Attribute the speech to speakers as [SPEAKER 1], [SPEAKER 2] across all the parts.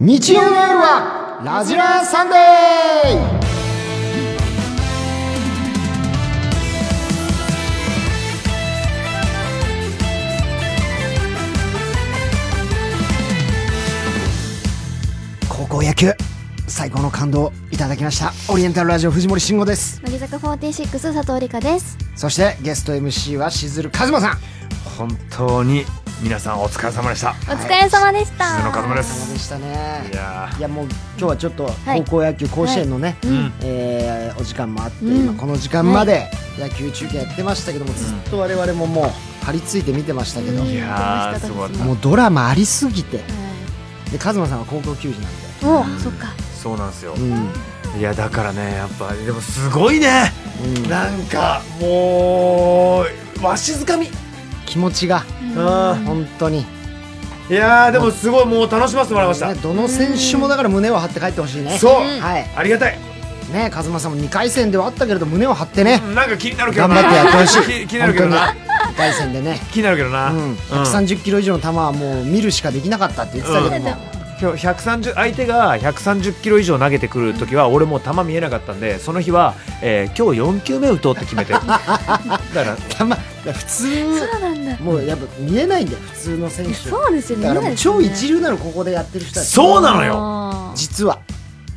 [SPEAKER 1] 日曜の夜はラジラーサンデー高校野球最高の感動をいただきましたオリエンタルラジオ藤森慎吾です
[SPEAKER 2] 乃木坂46佐藤理香です
[SPEAKER 1] そしてゲスト MC はしずるかずまさん
[SPEAKER 3] 本当に皆さんお疲れ様でした
[SPEAKER 2] お疲れ様でした
[SPEAKER 3] 鈴野和馬で
[SPEAKER 1] そう
[SPEAKER 3] す
[SPEAKER 1] でしたね
[SPEAKER 3] いや
[SPEAKER 1] いやもう今日はちょっと
[SPEAKER 2] い
[SPEAKER 1] 高校野球甲子園のね、
[SPEAKER 3] ーうん
[SPEAKER 1] えーお時間もあって、
[SPEAKER 2] うん
[SPEAKER 1] 今この時間まで野球中継やってましたけども、ずっと我々ももう張り付いて見てましたけど、
[SPEAKER 2] うん
[SPEAKER 3] いやーすごかった
[SPEAKER 1] もうドラマありすぎてでカズマさんは高校球児なん
[SPEAKER 2] もうそっか
[SPEAKER 3] そうなんですよ
[SPEAKER 1] で、うんうん
[SPEAKER 3] いやだからねやっぱでもすごいねなんかもうわしづかみ
[SPEAKER 1] 気持ちが
[SPEAKER 3] うん
[SPEAKER 1] 本当に
[SPEAKER 3] いやーでもすごいもう楽しませてもらいました
[SPEAKER 1] ねどの選手もだから胸を張って帰ってほしいね
[SPEAKER 3] そう
[SPEAKER 1] はい
[SPEAKER 3] ありがたい
[SPEAKER 1] ねカズマさんも2回戦ではあったけれど胸を張ってね、
[SPEAKER 3] なんか気になるけどな
[SPEAKER 1] 頑張ってやってほしい
[SPEAKER 3] き気になるけどな
[SPEAKER 1] 2回戦でね、
[SPEAKER 3] 気になるけどな
[SPEAKER 1] うん、130キロ以上の球はもう見るしかできなかったって言ってたけども、
[SPEAKER 3] 今日130相手が130キロ以上投げてくるときは俺もう球見えなかったんでその日は、えー、今日4球目打とうって決 めてだから
[SPEAKER 1] たま普通
[SPEAKER 2] そうなんだ
[SPEAKER 1] もうやっぱ見えないんだよ普通の選手
[SPEAKER 2] そうですよね
[SPEAKER 1] だからもう超一流なのここでやってる人たち
[SPEAKER 3] そうなのよ
[SPEAKER 2] よ
[SPEAKER 1] 実は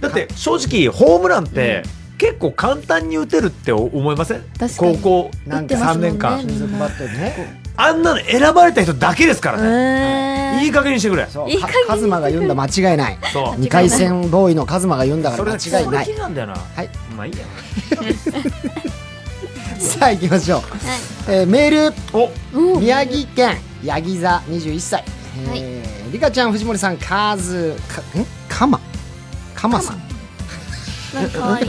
[SPEAKER 3] だって正直ホームランって結構簡単に打てるって思いません
[SPEAKER 2] 確か
[SPEAKER 3] 高
[SPEAKER 2] に
[SPEAKER 3] 校
[SPEAKER 1] なんか
[SPEAKER 3] 3年間、
[SPEAKER 2] 打ってますも
[SPEAKER 1] 金属
[SPEAKER 2] んね
[SPEAKER 1] バットでね
[SPEAKER 3] あんなの選ばれた人だけですからね、いい加減にしてくれそ
[SPEAKER 1] そう
[SPEAKER 2] いい加減に
[SPEAKER 1] か
[SPEAKER 2] してくれ
[SPEAKER 1] カズマが言うんだ間違いないう二回戦ボーイのカズマが言うんだか
[SPEAKER 3] それ
[SPEAKER 1] ら
[SPEAKER 3] だけ
[SPEAKER 1] 間違いない
[SPEAKER 3] それだけなんだよな、
[SPEAKER 1] い
[SPEAKER 3] まあいいや
[SPEAKER 1] さあ行きましょう、えーメー
[SPEAKER 3] お
[SPEAKER 1] ル
[SPEAKER 2] お
[SPEAKER 1] 宮城県ヤギ座21歳、
[SPEAKER 2] はい
[SPEAKER 1] えー、リカちゃん藤森さんカズかんカマカマさん
[SPEAKER 2] なんか可愛い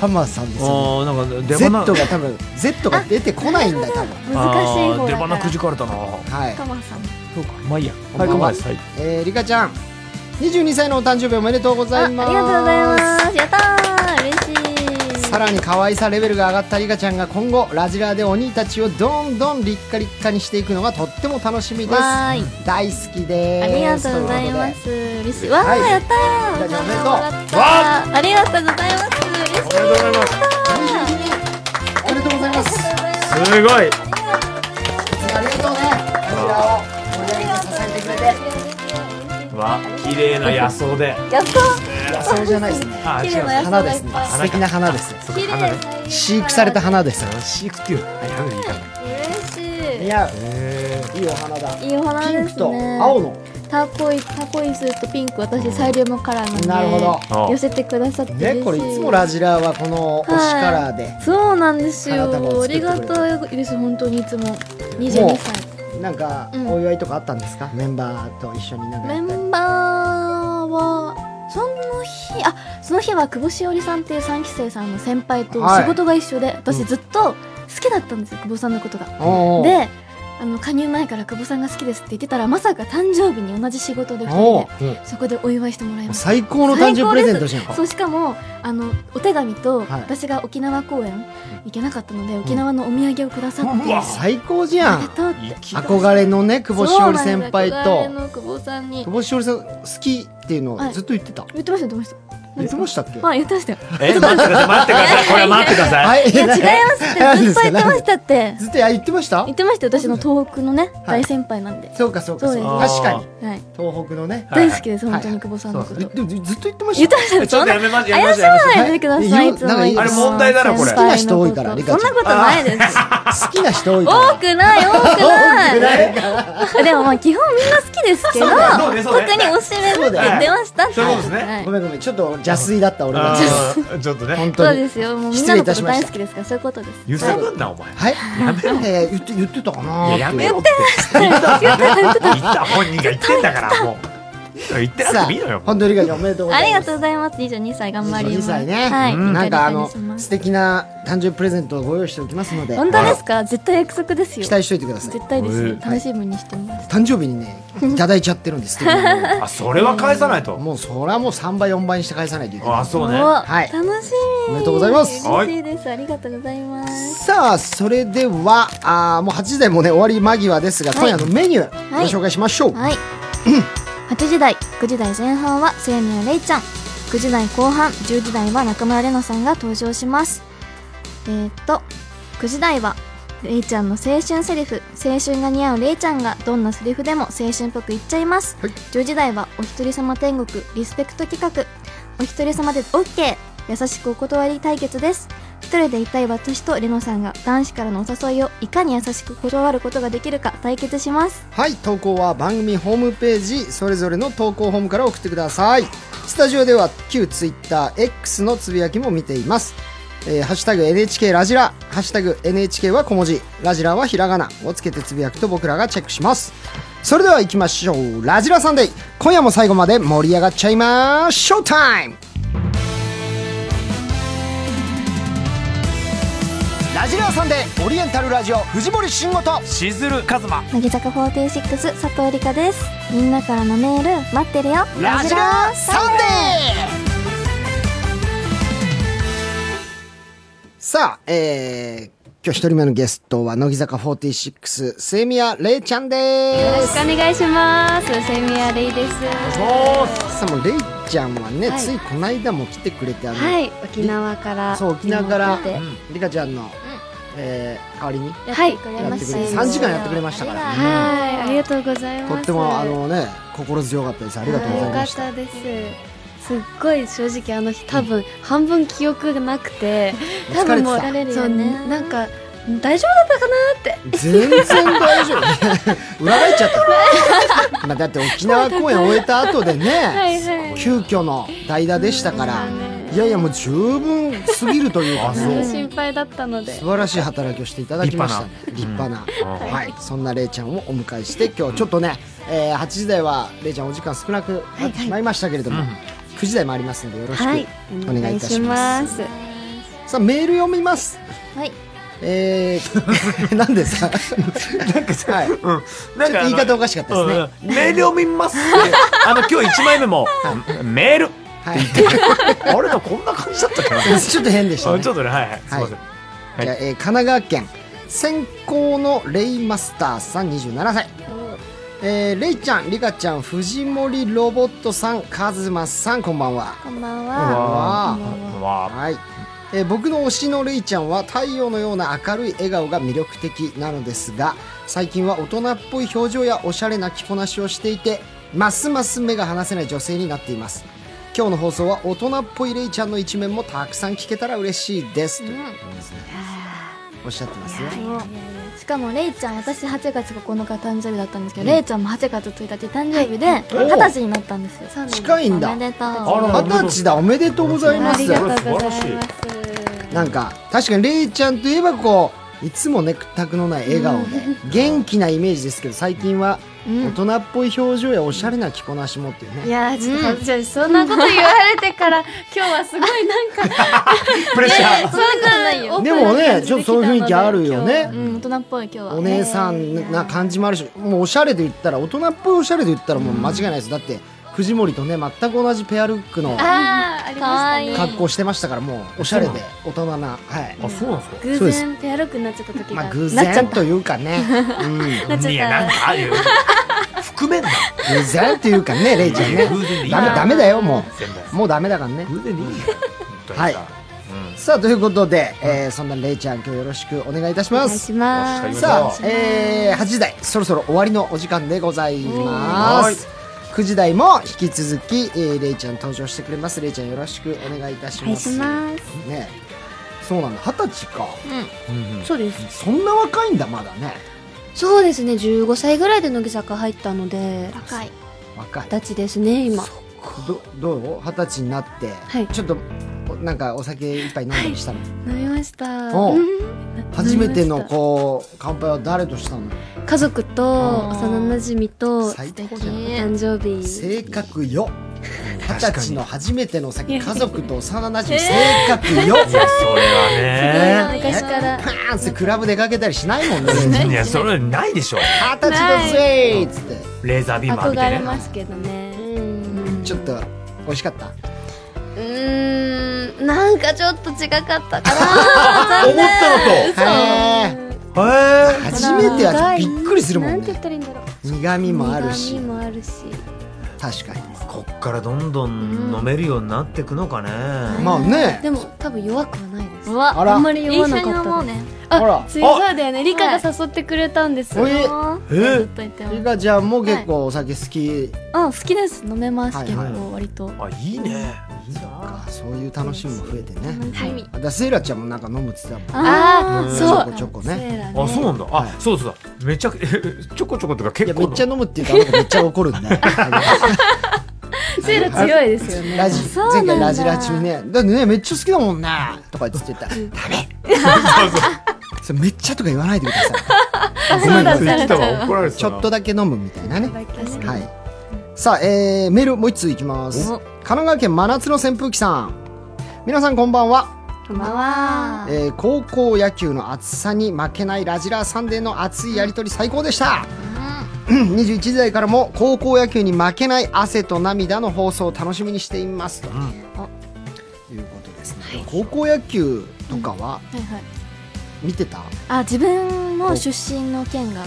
[SPEAKER 1] カマさんですよ、ね
[SPEAKER 3] おーなんか出
[SPEAKER 1] Z
[SPEAKER 3] 花
[SPEAKER 1] が多分 Z が出てこないんだよ多分
[SPEAKER 2] 難しい
[SPEAKER 3] あー
[SPEAKER 2] 方
[SPEAKER 3] 出
[SPEAKER 2] だから
[SPEAKER 3] 花くじかれたな
[SPEAKER 1] はい
[SPEAKER 2] カマさん
[SPEAKER 3] そうかまあいいや
[SPEAKER 1] こんばんは
[SPEAKER 3] はいはい
[SPEAKER 1] えー、リカちゃん22歳のお誕生日おめでとうご
[SPEAKER 2] あ
[SPEAKER 1] ざ
[SPEAKER 2] あ
[SPEAKER 1] い
[SPEAKER 2] り
[SPEAKER 1] ます
[SPEAKER 2] がとうございますやったー嬉しい
[SPEAKER 1] さらに可愛さレベルが上がったリカちゃんが今後ラジラーでお兄たちをどんどん立ッカ立カにしていくのがとっても楽しみです
[SPEAKER 2] わーい
[SPEAKER 1] 大好きで
[SPEAKER 2] あ
[SPEAKER 1] す
[SPEAKER 2] りがとうございます嬉しいわー
[SPEAKER 1] はい
[SPEAKER 2] やっ
[SPEAKER 1] じ
[SPEAKER 2] た
[SPEAKER 1] ゃあ
[SPEAKER 2] ー
[SPEAKER 1] じゃあおめでとう
[SPEAKER 2] わーありがとうございます嬉しい
[SPEAKER 3] おめでとうございます
[SPEAKER 1] おめでとうございます
[SPEAKER 3] すごい
[SPEAKER 1] ありがとうねラジラを盛り上げて支えてくれて
[SPEAKER 3] わ綺麗な野草で
[SPEAKER 2] やった
[SPEAKER 1] そうじゃないですね
[SPEAKER 3] あ
[SPEAKER 2] 綺麗な
[SPEAKER 3] 違う
[SPEAKER 2] 野
[SPEAKER 1] 花ですね
[SPEAKER 2] あ
[SPEAKER 1] 素敵な花です
[SPEAKER 3] そっか
[SPEAKER 2] 綺麗
[SPEAKER 3] 花
[SPEAKER 2] な
[SPEAKER 3] ね
[SPEAKER 1] 飼育された花です
[SPEAKER 3] 飼育っていうあやめていいかな
[SPEAKER 2] 嬉しい
[SPEAKER 1] 似合う
[SPEAKER 3] へ
[SPEAKER 1] いいお花だ
[SPEAKER 2] いいお花
[SPEAKER 1] ピ
[SPEAKER 2] で
[SPEAKER 1] ン
[SPEAKER 2] す
[SPEAKER 1] ク
[SPEAKER 2] ね
[SPEAKER 1] と青の
[SPEAKER 2] タコイタコイスとピンク私サイリウムカラーなんで
[SPEAKER 1] なるほ
[SPEAKER 3] ど
[SPEAKER 2] 寄せてくださって嬉し
[SPEAKER 1] ね
[SPEAKER 2] い
[SPEAKER 1] これいつもラジラはこの推しカラーで
[SPEAKER 2] そうなんですよ
[SPEAKER 1] 花束を
[SPEAKER 2] あ
[SPEAKER 1] 作って
[SPEAKER 2] り
[SPEAKER 1] くれ
[SPEAKER 2] が
[SPEAKER 1] て
[SPEAKER 2] たいです本当にいつも22歳
[SPEAKER 1] なんか
[SPEAKER 2] うん
[SPEAKER 1] お祝いとかあったんですか、メンバーと一緒になんか
[SPEAKER 2] メ
[SPEAKER 1] やったり
[SPEAKER 2] ンバーはその日あその日は久保しおりさんっていう3期生さんの先輩と
[SPEAKER 1] はい
[SPEAKER 2] 仕事が一緒で、
[SPEAKER 1] うん
[SPEAKER 2] 私ずっと好きだったんですよ久保さんのことが。
[SPEAKER 1] おー
[SPEAKER 2] であの加入前から久保さんが好きですって言ってたらまさか誕生日に同じ仕事で2
[SPEAKER 1] お
[SPEAKER 2] 人で
[SPEAKER 1] ーも
[SPEAKER 2] そこでお祝いしてもらいま
[SPEAKER 1] う
[SPEAKER 2] した
[SPEAKER 1] 最高の誕生日プレゼントじゃん
[SPEAKER 2] そうしかもあのお手紙と
[SPEAKER 1] はい
[SPEAKER 2] 私が沖縄公演行けなかったので、沖縄のお土産をくださって、
[SPEAKER 3] うわ
[SPEAKER 1] 最高じゃ
[SPEAKER 2] あり
[SPEAKER 1] ん
[SPEAKER 2] がとうって
[SPEAKER 1] 憧れのね久保しおり先輩
[SPEAKER 2] そうな
[SPEAKER 1] と
[SPEAKER 2] んです憧れの久保さんに
[SPEAKER 1] 久保しおりさん好きっていうのをずっと言ってた、
[SPEAKER 2] 言ってました言ってました
[SPEAKER 1] 言ってましたっけ
[SPEAKER 2] はい言ってましたよ
[SPEAKER 3] え待ってください待ってくださいこれは待ってください
[SPEAKER 1] い
[SPEAKER 2] いや違いますってずっと言ってましたって
[SPEAKER 1] ずっといや言ってました
[SPEAKER 2] 言ってましたよ私の東北のね
[SPEAKER 1] はい
[SPEAKER 2] 大先輩なんで、
[SPEAKER 1] そうかそうかそう
[SPEAKER 2] そう
[SPEAKER 3] で
[SPEAKER 1] 確
[SPEAKER 3] す
[SPEAKER 1] かに
[SPEAKER 2] はい、
[SPEAKER 1] 東北のね
[SPEAKER 3] はい
[SPEAKER 2] 大好きです
[SPEAKER 1] はい
[SPEAKER 2] 本当に久保さんのこと、
[SPEAKER 1] ずずずっと言ってま
[SPEAKER 2] 言
[SPEAKER 1] し
[SPEAKER 2] って
[SPEAKER 1] た
[SPEAKER 2] ました
[SPEAKER 3] ちょ
[SPEAKER 2] そ
[SPEAKER 3] っ
[SPEAKER 2] ん
[SPEAKER 3] と
[SPEAKER 2] な
[SPEAKER 3] やめまやめま
[SPEAKER 2] 怪
[SPEAKER 3] し
[SPEAKER 2] し
[SPEAKER 3] ょうやめましょ
[SPEAKER 2] まな
[SPEAKER 3] う
[SPEAKER 2] いでくださ
[SPEAKER 1] え
[SPEAKER 2] い
[SPEAKER 1] いや
[SPEAKER 2] いつも
[SPEAKER 1] なんか
[SPEAKER 3] あれ問題だなこれ
[SPEAKER 2] 先輩
[SPEAKER 1] 好
[SPEAKER 2] の
[SPEAKER 1] きな人多いからリカちゃ
[SPEAKER 2] そ
[SPEAKER 1] ん
[SPEAKER 2] んなことないです
[SPEAKER 1] 好きな人多いから
[SPEAKER 2] 多くない多く ないでもまあ基本みんな好きですけど
[SPEAKER 3] そうだよそうねそうね
[SPEAKER 2] 特におしめ
[SPEAKER 1] そう
[SPEAKER 2] って
[SPEAKER 1] だよ
[SPEAKER 2] 言ってましたって
[SPEAKER 3] そういうことですね
[SPEAKER 2] はい
[SPEAKER 1] ごめんごめんちょっと邪推だった俺が
[SPEAKER 3] あーちょっとね
[SPEAKER 1] 本
[SPEAKER 2] そ
[SPEAKER 1] 当
[SPEAKER 2] う
[SPEAKER 1] に
[SPEAKER 2] ですよもうみん
[SPEAKER 1] 失
[SPEAKER 2] な
[SPEAKER 1] 礼い
[SPEAKER 2] の
[SPEAKER 1] た
[SPEAKER 2] こ
[SPEAKER 1] し
[SPEAKER 2] と
[SPEAKER 1] ました
[SPEAKER 2] 大好きですからそういうことです
[SPEAKER 3] 揺さぶんなお前
[SPEAKER 1] はいえー言って言ってたかなーっ
[SPEAKER 3] いや
[SPEAKER 1] て
[SPEAKER 3] やめろって言った言った本人が言ってんだからも う言ってなく
[SPEAKER 1] さ
[SPEAKER 3] ていいの
[SPEAKER 1] あ
[SPEAKER 3] よもう
[SPEAKER 1] 本当にリカちゃんおめでとうご
[SPEAKER 2] あ
[SPEAKER 1] ざ
[SPEAKER 2] り
[SPEAKER 1] いま
[SPEAKER 2] が
[SPEAKER 1] す
[SPEAKER 2] とうございます22歳頑張ります
[SPEAKER 1] 22歳ね
[SPEAKER 2] はい、
[SPEAKER 3] うん
[SPEAKER 1] なんかあの
[SPEAKER 2] お願いします
[SPEAKER 1] 素敵な誕生日プレゼントをご用意しておきますので
[SPEAKER 2] 本当ですか絶対約束ですよ
[SPEAKER 1] 期待しておいてください
[SPEAKER 2] 絶対です
[SPEAKER 3] う
[SPEAKER 2] よ
[SPEAKER 3] ん
[SPEAKER 2] 楽しみにしてます
[SPEAKER 1] 誕生日にねいただいちゃってるんです素敵な もの
[SPEAKER 3] あそれは返さない
[SPEAKER 1] を
[SPEAKER 3] と
[SPEAKER 1] もうそれはもう3倍4倍にして返さないといけない
[SPEAKER 3] あそうね
[SPEAKER 2] お
[SPEAKER 1] はい
[SPEAKER 2] 楽しみ
[SPEAKER 1] おめでとうございます
[SPEAKER 2] 嬉しいですありがとうございます
[SPEAKER 1] さあそれではあーもう8時台もね終わり間際ですが今夜のメニュー
[SPEAKER 2] は
[SPEAKER 1] ご
[SPEAKER 2] い
[SPEAKER 1] 紹介しましょう、
[SPEAKER 2] はい8時台9時台前半は清宮れいちゃん9時台後半10時台は中村玲奈さんが登場しますえー、っと9時台はれいちゃんの青春セリフ青春が似合うれいちゃんがどんなセリフでも青春っぽく言っちゃいます、
[SPEAKER 1] はい
[SPEAKER 2] 10時台はお一人様天国リスペクト企画お一人様で OK 優しくお断り対決です一人でいたい私とレノさんが男子からのお誘いをいかに優しく断ることができるか対決します
[SPEAKER 1] はい投稿は番組ホームページそれぞれの投稿ホームから送ってくださいスタジオでは旧 TwitterX のつぶやきも見ています「えーハッシュタグ #NHK ラジラ」「ハッシュタグ #NHK は小文字」「ラジラはひらがな」をつけてつぶやくと僕らがチェックしますそれでは行きましょうラジラサンデー今夜も最後まで盛り上がっちゃいまーショータイムラジラサンデーオリエンタルラジオ藤森慎吾と
[SPEAKER 4] しずるかずま
[SPEAKER 2] 乃木坂46佐藤理香ですみんなからのメール待ってるよ
[SPEAKER 1] ラジラサンデーさあ、えー、今日一人目のゲストは、乃木坂46、末宮玲ちゃんで
[SPEAKER 5] よろし
[SPEAKER 1] す
[SPEAKER 5] くお。願いします。セミアレイです。
[SPEAKER 1] さあ、もう玲ちゃんはね、
[SPEAKER 5] はい
[SPEAKER 1] ついこの間も来てくれて、あの、
[SPEAKER 5] はい、沖縄から。
[SPEAKER 1] そう、沖縄から
[SPEAKER 5] リモートで、
[SPEAKER 1] リカちゃんの、えー、代わりに、
[SPEAKER 5] はい、
[SPEAKER 1] やってくれて、
[SPEAKER 5] よ
[SPEAKER 1] 3時間やってくれましたから、
[SPEAKER 2] あり
[SPEAKER 5] はい、ありがとうございます。
[SPEAKER 1] とっても、あのね、心強かったです。ありがとうございました。
[SPEAKER 5] はよかったです。すっごい正直あの日多分半分記憶がなくて、
[SPEAKER 1] うん
[SPEAKER 5] 多分もう
[SPEAKER 1] 疲
[SPEAKER 2] れてた
[SPEAKER 5] そう
[SPEAKER 2] 疲れるよね
[SPEAKER 5] なんか大丈夫だったかなって
[SPEAKER 1] 全然大丈夫 裏返っちゃったまあだって沖縄公演終えた後で
[SPEAKER 5] はい
[SPEAKER 1] ね
[SPEAKER 5] はい
[SPEAKER 1] 急遽の代打でしたからいやいやもう十分すぎるというか
[SPEAKER 4] あそう
[SPEAKER 1] ね
[SPEAKER 5] 心配だったので
[SPEAKER 1] 素。晴らしい働きをしていただきましたね立
[SPEAKER 4] 立
[SPEAKER 1] 派
[SPEAKER 4] 派な
[SPEAKER 1] な
[SPEAKER 4] うんうん
[SPEAKER 1] はいそんなれいちゃんをお迎えして今日ちょっとね、えー8時台はれいちゃんお時間少なくなってしまいましたけれども、
[SPEAKER 4] はいはい
[SPEAKER 1] 9時台もありますのでよろしく
[SPEAKER 5] はい
[SPEAKER 1] お願いいたします,、
[SPEAKER 5] お願いしま
[SPEAKER 1] さあメール読みます
[SPEAKER 2] はい
[SPEAKER 1] えー、 なんでさなんかさ、はい、ちょっ
[SPEAKER 4] な
[SPEAKER 1] と言い方おかしかったですね、
[SPEAKER 4] うんメールを見ます ってあの今日1枚目も「メール」
[SPEAKER 1] はい、
[SPEAKER 4] あれだこんな感じだったかなあ
[SPEAKER 1] ちょっと変でし
[SPEAKER 4] ち
[SPEAKER 1] た
[SPEAKER 4] ょっ
[SPEAKER 1] ね。
[SPEAKER 4] とねはいはいすいません
[SPEAKER 1] じゃあえー神奈川県先行のレイマスターさん27歳。えー、レイちゃん、リカちゃん、藤森ロボットさん、カズマさん、こんばんは。
[SPEAKER 2] こんばん
[SPEAKER 4] う
[SPEAKER 2] は
[SPEAKER 4] わ
[SPEAKER 1] こ
[SPEAKER 4] ーうわ
[SPEAKER 1] はい。えー僕の推しのレイちゃんは太陽のような明るい笑顔が魅力的なのですが、最近は大人っぽい表情やおしゃれな着こなしをしていて、ますます目が離せない女性になっています。今日の放送は大人っぽいレイちゃんの一面もたくさん聞けたら嬉しいです。ということですねおっしゃってますよ。
[SPEAKER 2] しかもれいちゃん私8月9日誕生日だったんですけどれいちゃんも8月1日誕生日で
[SPEAKER 1] おう
[SPEAKER 2] 20歳になったんですよ
[SPEAKER 5] そうなんです
[SPEAKER 1] 近いん
[SPEAKER 2] お
[SPEAKER 1] だ。
[SPEAKER 2] めでと
[SPEAKER 4] あ
[SPEAKER 2] う
[SPEAKER 4] ら
[SPEAKER 1] 二十歳だ、おめでとうございま
[SPEAKER 5] あ
[SPEAKER 1] す
[SPEAKER 5] り。がとうございます。
[SPEAKER 1] なんか、確かにれいちゃんといえば、こう、いつもね、屈託のない笑顔で、元気なイメージですけど、最近は。大人っぽい表情やおしゃれな着こなしもっていう
[SPEAKER 5] い
[SPEAKER 1] ね。
[SPEAKER 5] やーちょっと、 じゃあそんなこと言われてから今日はすごいなんか
[SPEAKER 4] プレッシャー
[SPEAKER 5] そんなオープンな
[SPEAKER 1] でもね、
[SPEAKER 5] 感じで来たので
[SPEAKER 1] ちょっとそういう雰囲気あるよね。
[SPEAKER 2] うん大人っぽい今日は
[SPEAKER 1] お姉さんな感じもあるし、もうおしゃれで言ったら、大人っぽいおしゃれで言ったら、もう間違いないです。だって、藤森とね、全く同じペアルックの
[SPEAKER 5] あーありまし
[SPEAKER 1] 格好してましたから、もうおしゃれで、大人な、はい。
[SPEAKER 4] あそうなんですか
[SPEAKER 5] たね
[SPEAKER 1] そう
[SPEAKER 5] 偶
[SPEAKER 1] です
[SPEAKER 5] 然ペアロックになっちゃった時が
[SPEAKER 1] まあ、偶
[SPEAKER 5] なっちゃっ
[SPEAKER 1] 然
[SPEAKER 5] た
[SPEAKER 1] というかね。うん。
[SPEAKER 5] なっちゃった
[SPEAKER 4] いやなんかああいう含めんな
[SPEAKER 1] 偶然っていうかね、レイちゃんね。
[SPEAKER 4] 偶然でいい
[SPEAKER 1] ダメ、ダメだよ、も
[SPEAKER 4] 全部
[SPEAKER 1] う。もうダメだからね。
[SPEAKER 4] 偶然でいいよ
[SPEAKER 1] はい
[SPEAKER 4] うん
[SPEAKER 1] さあ、ということで、えー、そんなレイちゃん、今日よろしくお願いいたし
[SPEAKER 5] お
[SPEAKER 1] ま
[SPEAKER 5] 願い
[SPEAKER 1] す
[SPEAKER 5] し。ます
[SPEAKER 4] お願いし
[SPEAKER 1] さ
[SPEAKER 4] ま
[SPEAKER 1] あ、えー、8時台、そろそろ終わりのお時間でございます。9時台も引き続き、えー、レイちゃん登場してくれます。レイちゃん、よろしくお願いいたし
[SPEAKER 5] お願
[SPEAKER 1] ま
[SPEAKER 5] いし
[SPEAKER 1] す。
[SPEAKER 5] ます
[SPEAKER 1] ね。そうなんだ、二十歳か。
[SPEAKER 5] そうです
[SPEAKER 1] そんな若いんだ、まだね。
[SPEAKER 6] そうですね15歳ぐらいで乃木坂入ったので
[SPEAKER 2] 高い
[SPEAKER 1] 若い。
[SPEAKER 6] 二十歳ですね今
[SPEAKER 1] ど、どう二十歳になって、
[SPEAKER 6] はい
[SPEAKER 1] ちょっと、おなんかお酒一杯飲んだりしたの、
[SPEAKER 5] 飲みました
[SPEAKER 1] おう
[SPEAKER 5] な
[SPEAKER 1] 初めての
[SPEAKER 5] 飲みまし
[SPEAKER 1] こう乾杯は誰としたの
[SPEAKER 5] た家族と幼馴染と
[SPEAKER 1] 最高じゃん
[SPEAKER 5] 誕生日
[SPEAKER 1] 性格よ二十
[SPEAKER 4] 確か
[SPEAKER 1] 歳
[SPEAKER 4] に
[SPEAKER 1] の初めての先
[SPEAKER 5] い
[SPEAKER 1] 家
[SPEAKER 5] や
[SPEAKER 1] 族 と幼なじみ性格よ
[SPEAKER 4] いやそれは
[SPEAKER 5] 昔から
[SPEAKER 1] パーンってクラブ出かけたりしないも んね全然
[SPEAKER 4] ねいやそれはないでしょ
[SPEAKER 1] 二十歳だぜーっつって
[SPEAKER 4] レーザービーム浴びて
[SPEAKER 5] 憧れ
[SPEAKER 4] ね
[SPEAKER 5] ますけどね
[SPEAKER 1] ちょっと美味しかった
[SPEAKER 6] うーんなんかちょっと違かったかな
[SPEAKER 4] 思った
[SPEAKER 1] へー
[SPEAKER 4] のとへえ
[SPEAKER 1] 初めてはちょっとびっくりするも
[SPEAKER 5] なんんて言
[SPEAKER 1] ね
[SPEAKER 5] ったらいいんだろう
[SPEAKER 1] 苦味もある
[SPEAKER 5] 苦
[SPEAKER 1] し
[SPEAKER 5] 味もあるし
[SPEAKER 1] 確かに
[SPEAKER 4] こっからどんどん飲めるようになってくのかね、
[SPEAKER 1] まあね
[SPEAKER 5] でも多分弱くはないです
[SPEAKER 6] うわ
[SPEAKER 1] あ
[SPEAKER 5] あん
[SPEAKER 1] ら
[SPEAKER 5] まり
[SPEAKER 2] 一
[SPEAKER 5] 弱
[SPEAKER 2] 緒
[SPEAKER 5] な
[SPEAKER 2] に
[SPEAKER 5] か
[SPEAKER 2] 飲
[SPEAKER 5] った
[SPEAKER 2] もう
[SPEAKER 5] です
[SPEAKER 2] ね
[SPEAKER 1] ほら
[SPEAKER 5] あそうそうだよね理科が誘ってくれたんです
[SPEAKER 1] おいえ
[SPEAKER 2] ず
[SPEAKER 4] え
[SPEAKER 2] っと言ってます
[SPEAKER 1] リカちゃんも結構お酒好き
[SPEAKER 5] うん好きです飲めます
[SPEAKER 1] はい
[SPEAKER 5] 結
[SPEAKER 1] はい
[SPEAKER 5] 構割と
[SPEAKER 4] あいいねいいな
[SPEAKER 1] かそういう楽しみも増えてね
[SPEAKER 2] 楽しみ
[SPEAKER 1] だからセイラちゃんもなんか飲むって言ってたもん
[SPEAKER 5] あ
[SPEAKER 4] ー
[SPEAKER 5] あ
[SPEAKER 4] うん
[SPEAKER 5] そう
[SPEAKER 1] ちょこちょこね
[SPEAKER 5] そうだ
[SPEAKER 4] あそうなんだあ、
[SPEAKER 1] はい
[SPEAKER 4] そうそうそうめちゃくちょこちょことか
[SPEAKER 1] い
[SPEAKER 4] 結
[SPEAKER 1] やめ
[SPEAKER 4] 構
[SPEAKER 1] っちゃ飲むっていうかなんかめっちゃ怒るん だよ
[SPEAKER 5] セイラ強いですよね
[SPEAKER 1] ラジ
[SPEAKER 2] そう
[SPEAKER 1] 前
[SPEAKER 2] なんだ
[SPEAKER 1] 回ラジラ中ねだってねめっちゃ好きだもんねとか言ってたダメそれめっちゃとか言わないでくださ いごめんごめ
[SPEAKER 4] た
[SPEAKER 1] ん
[SPEAKER 4] たわ怒られて
[SPEAKER 1] ちょっと
[SPEAKER 4] だ
[SPEAKER 1] だけ飲むみたいなね
[SPEAKER 5] 確か
[SPEAKER 1] は
[SPEAKER 5] に
[SPEAKER 1] い。さあ、えー、メールもう一通いきます。神奈川県真夏の扇風機さん。皆さんこんばんは、
[SPEAKER 2] こんばんは
[SPEAKER 1] えー高校野球の熱さに負けないラジラーサンデーの熱いやりとり最高でした。うん21時 代からも高校野球に負けない汗と涙の放送を楽しみにしていますと。いうことですね。高校野球とかは
[SPEAKER 2] はいはい
[SPEAKER 1] 見てた、
[SPEAKER 2] あ自分の出身の県が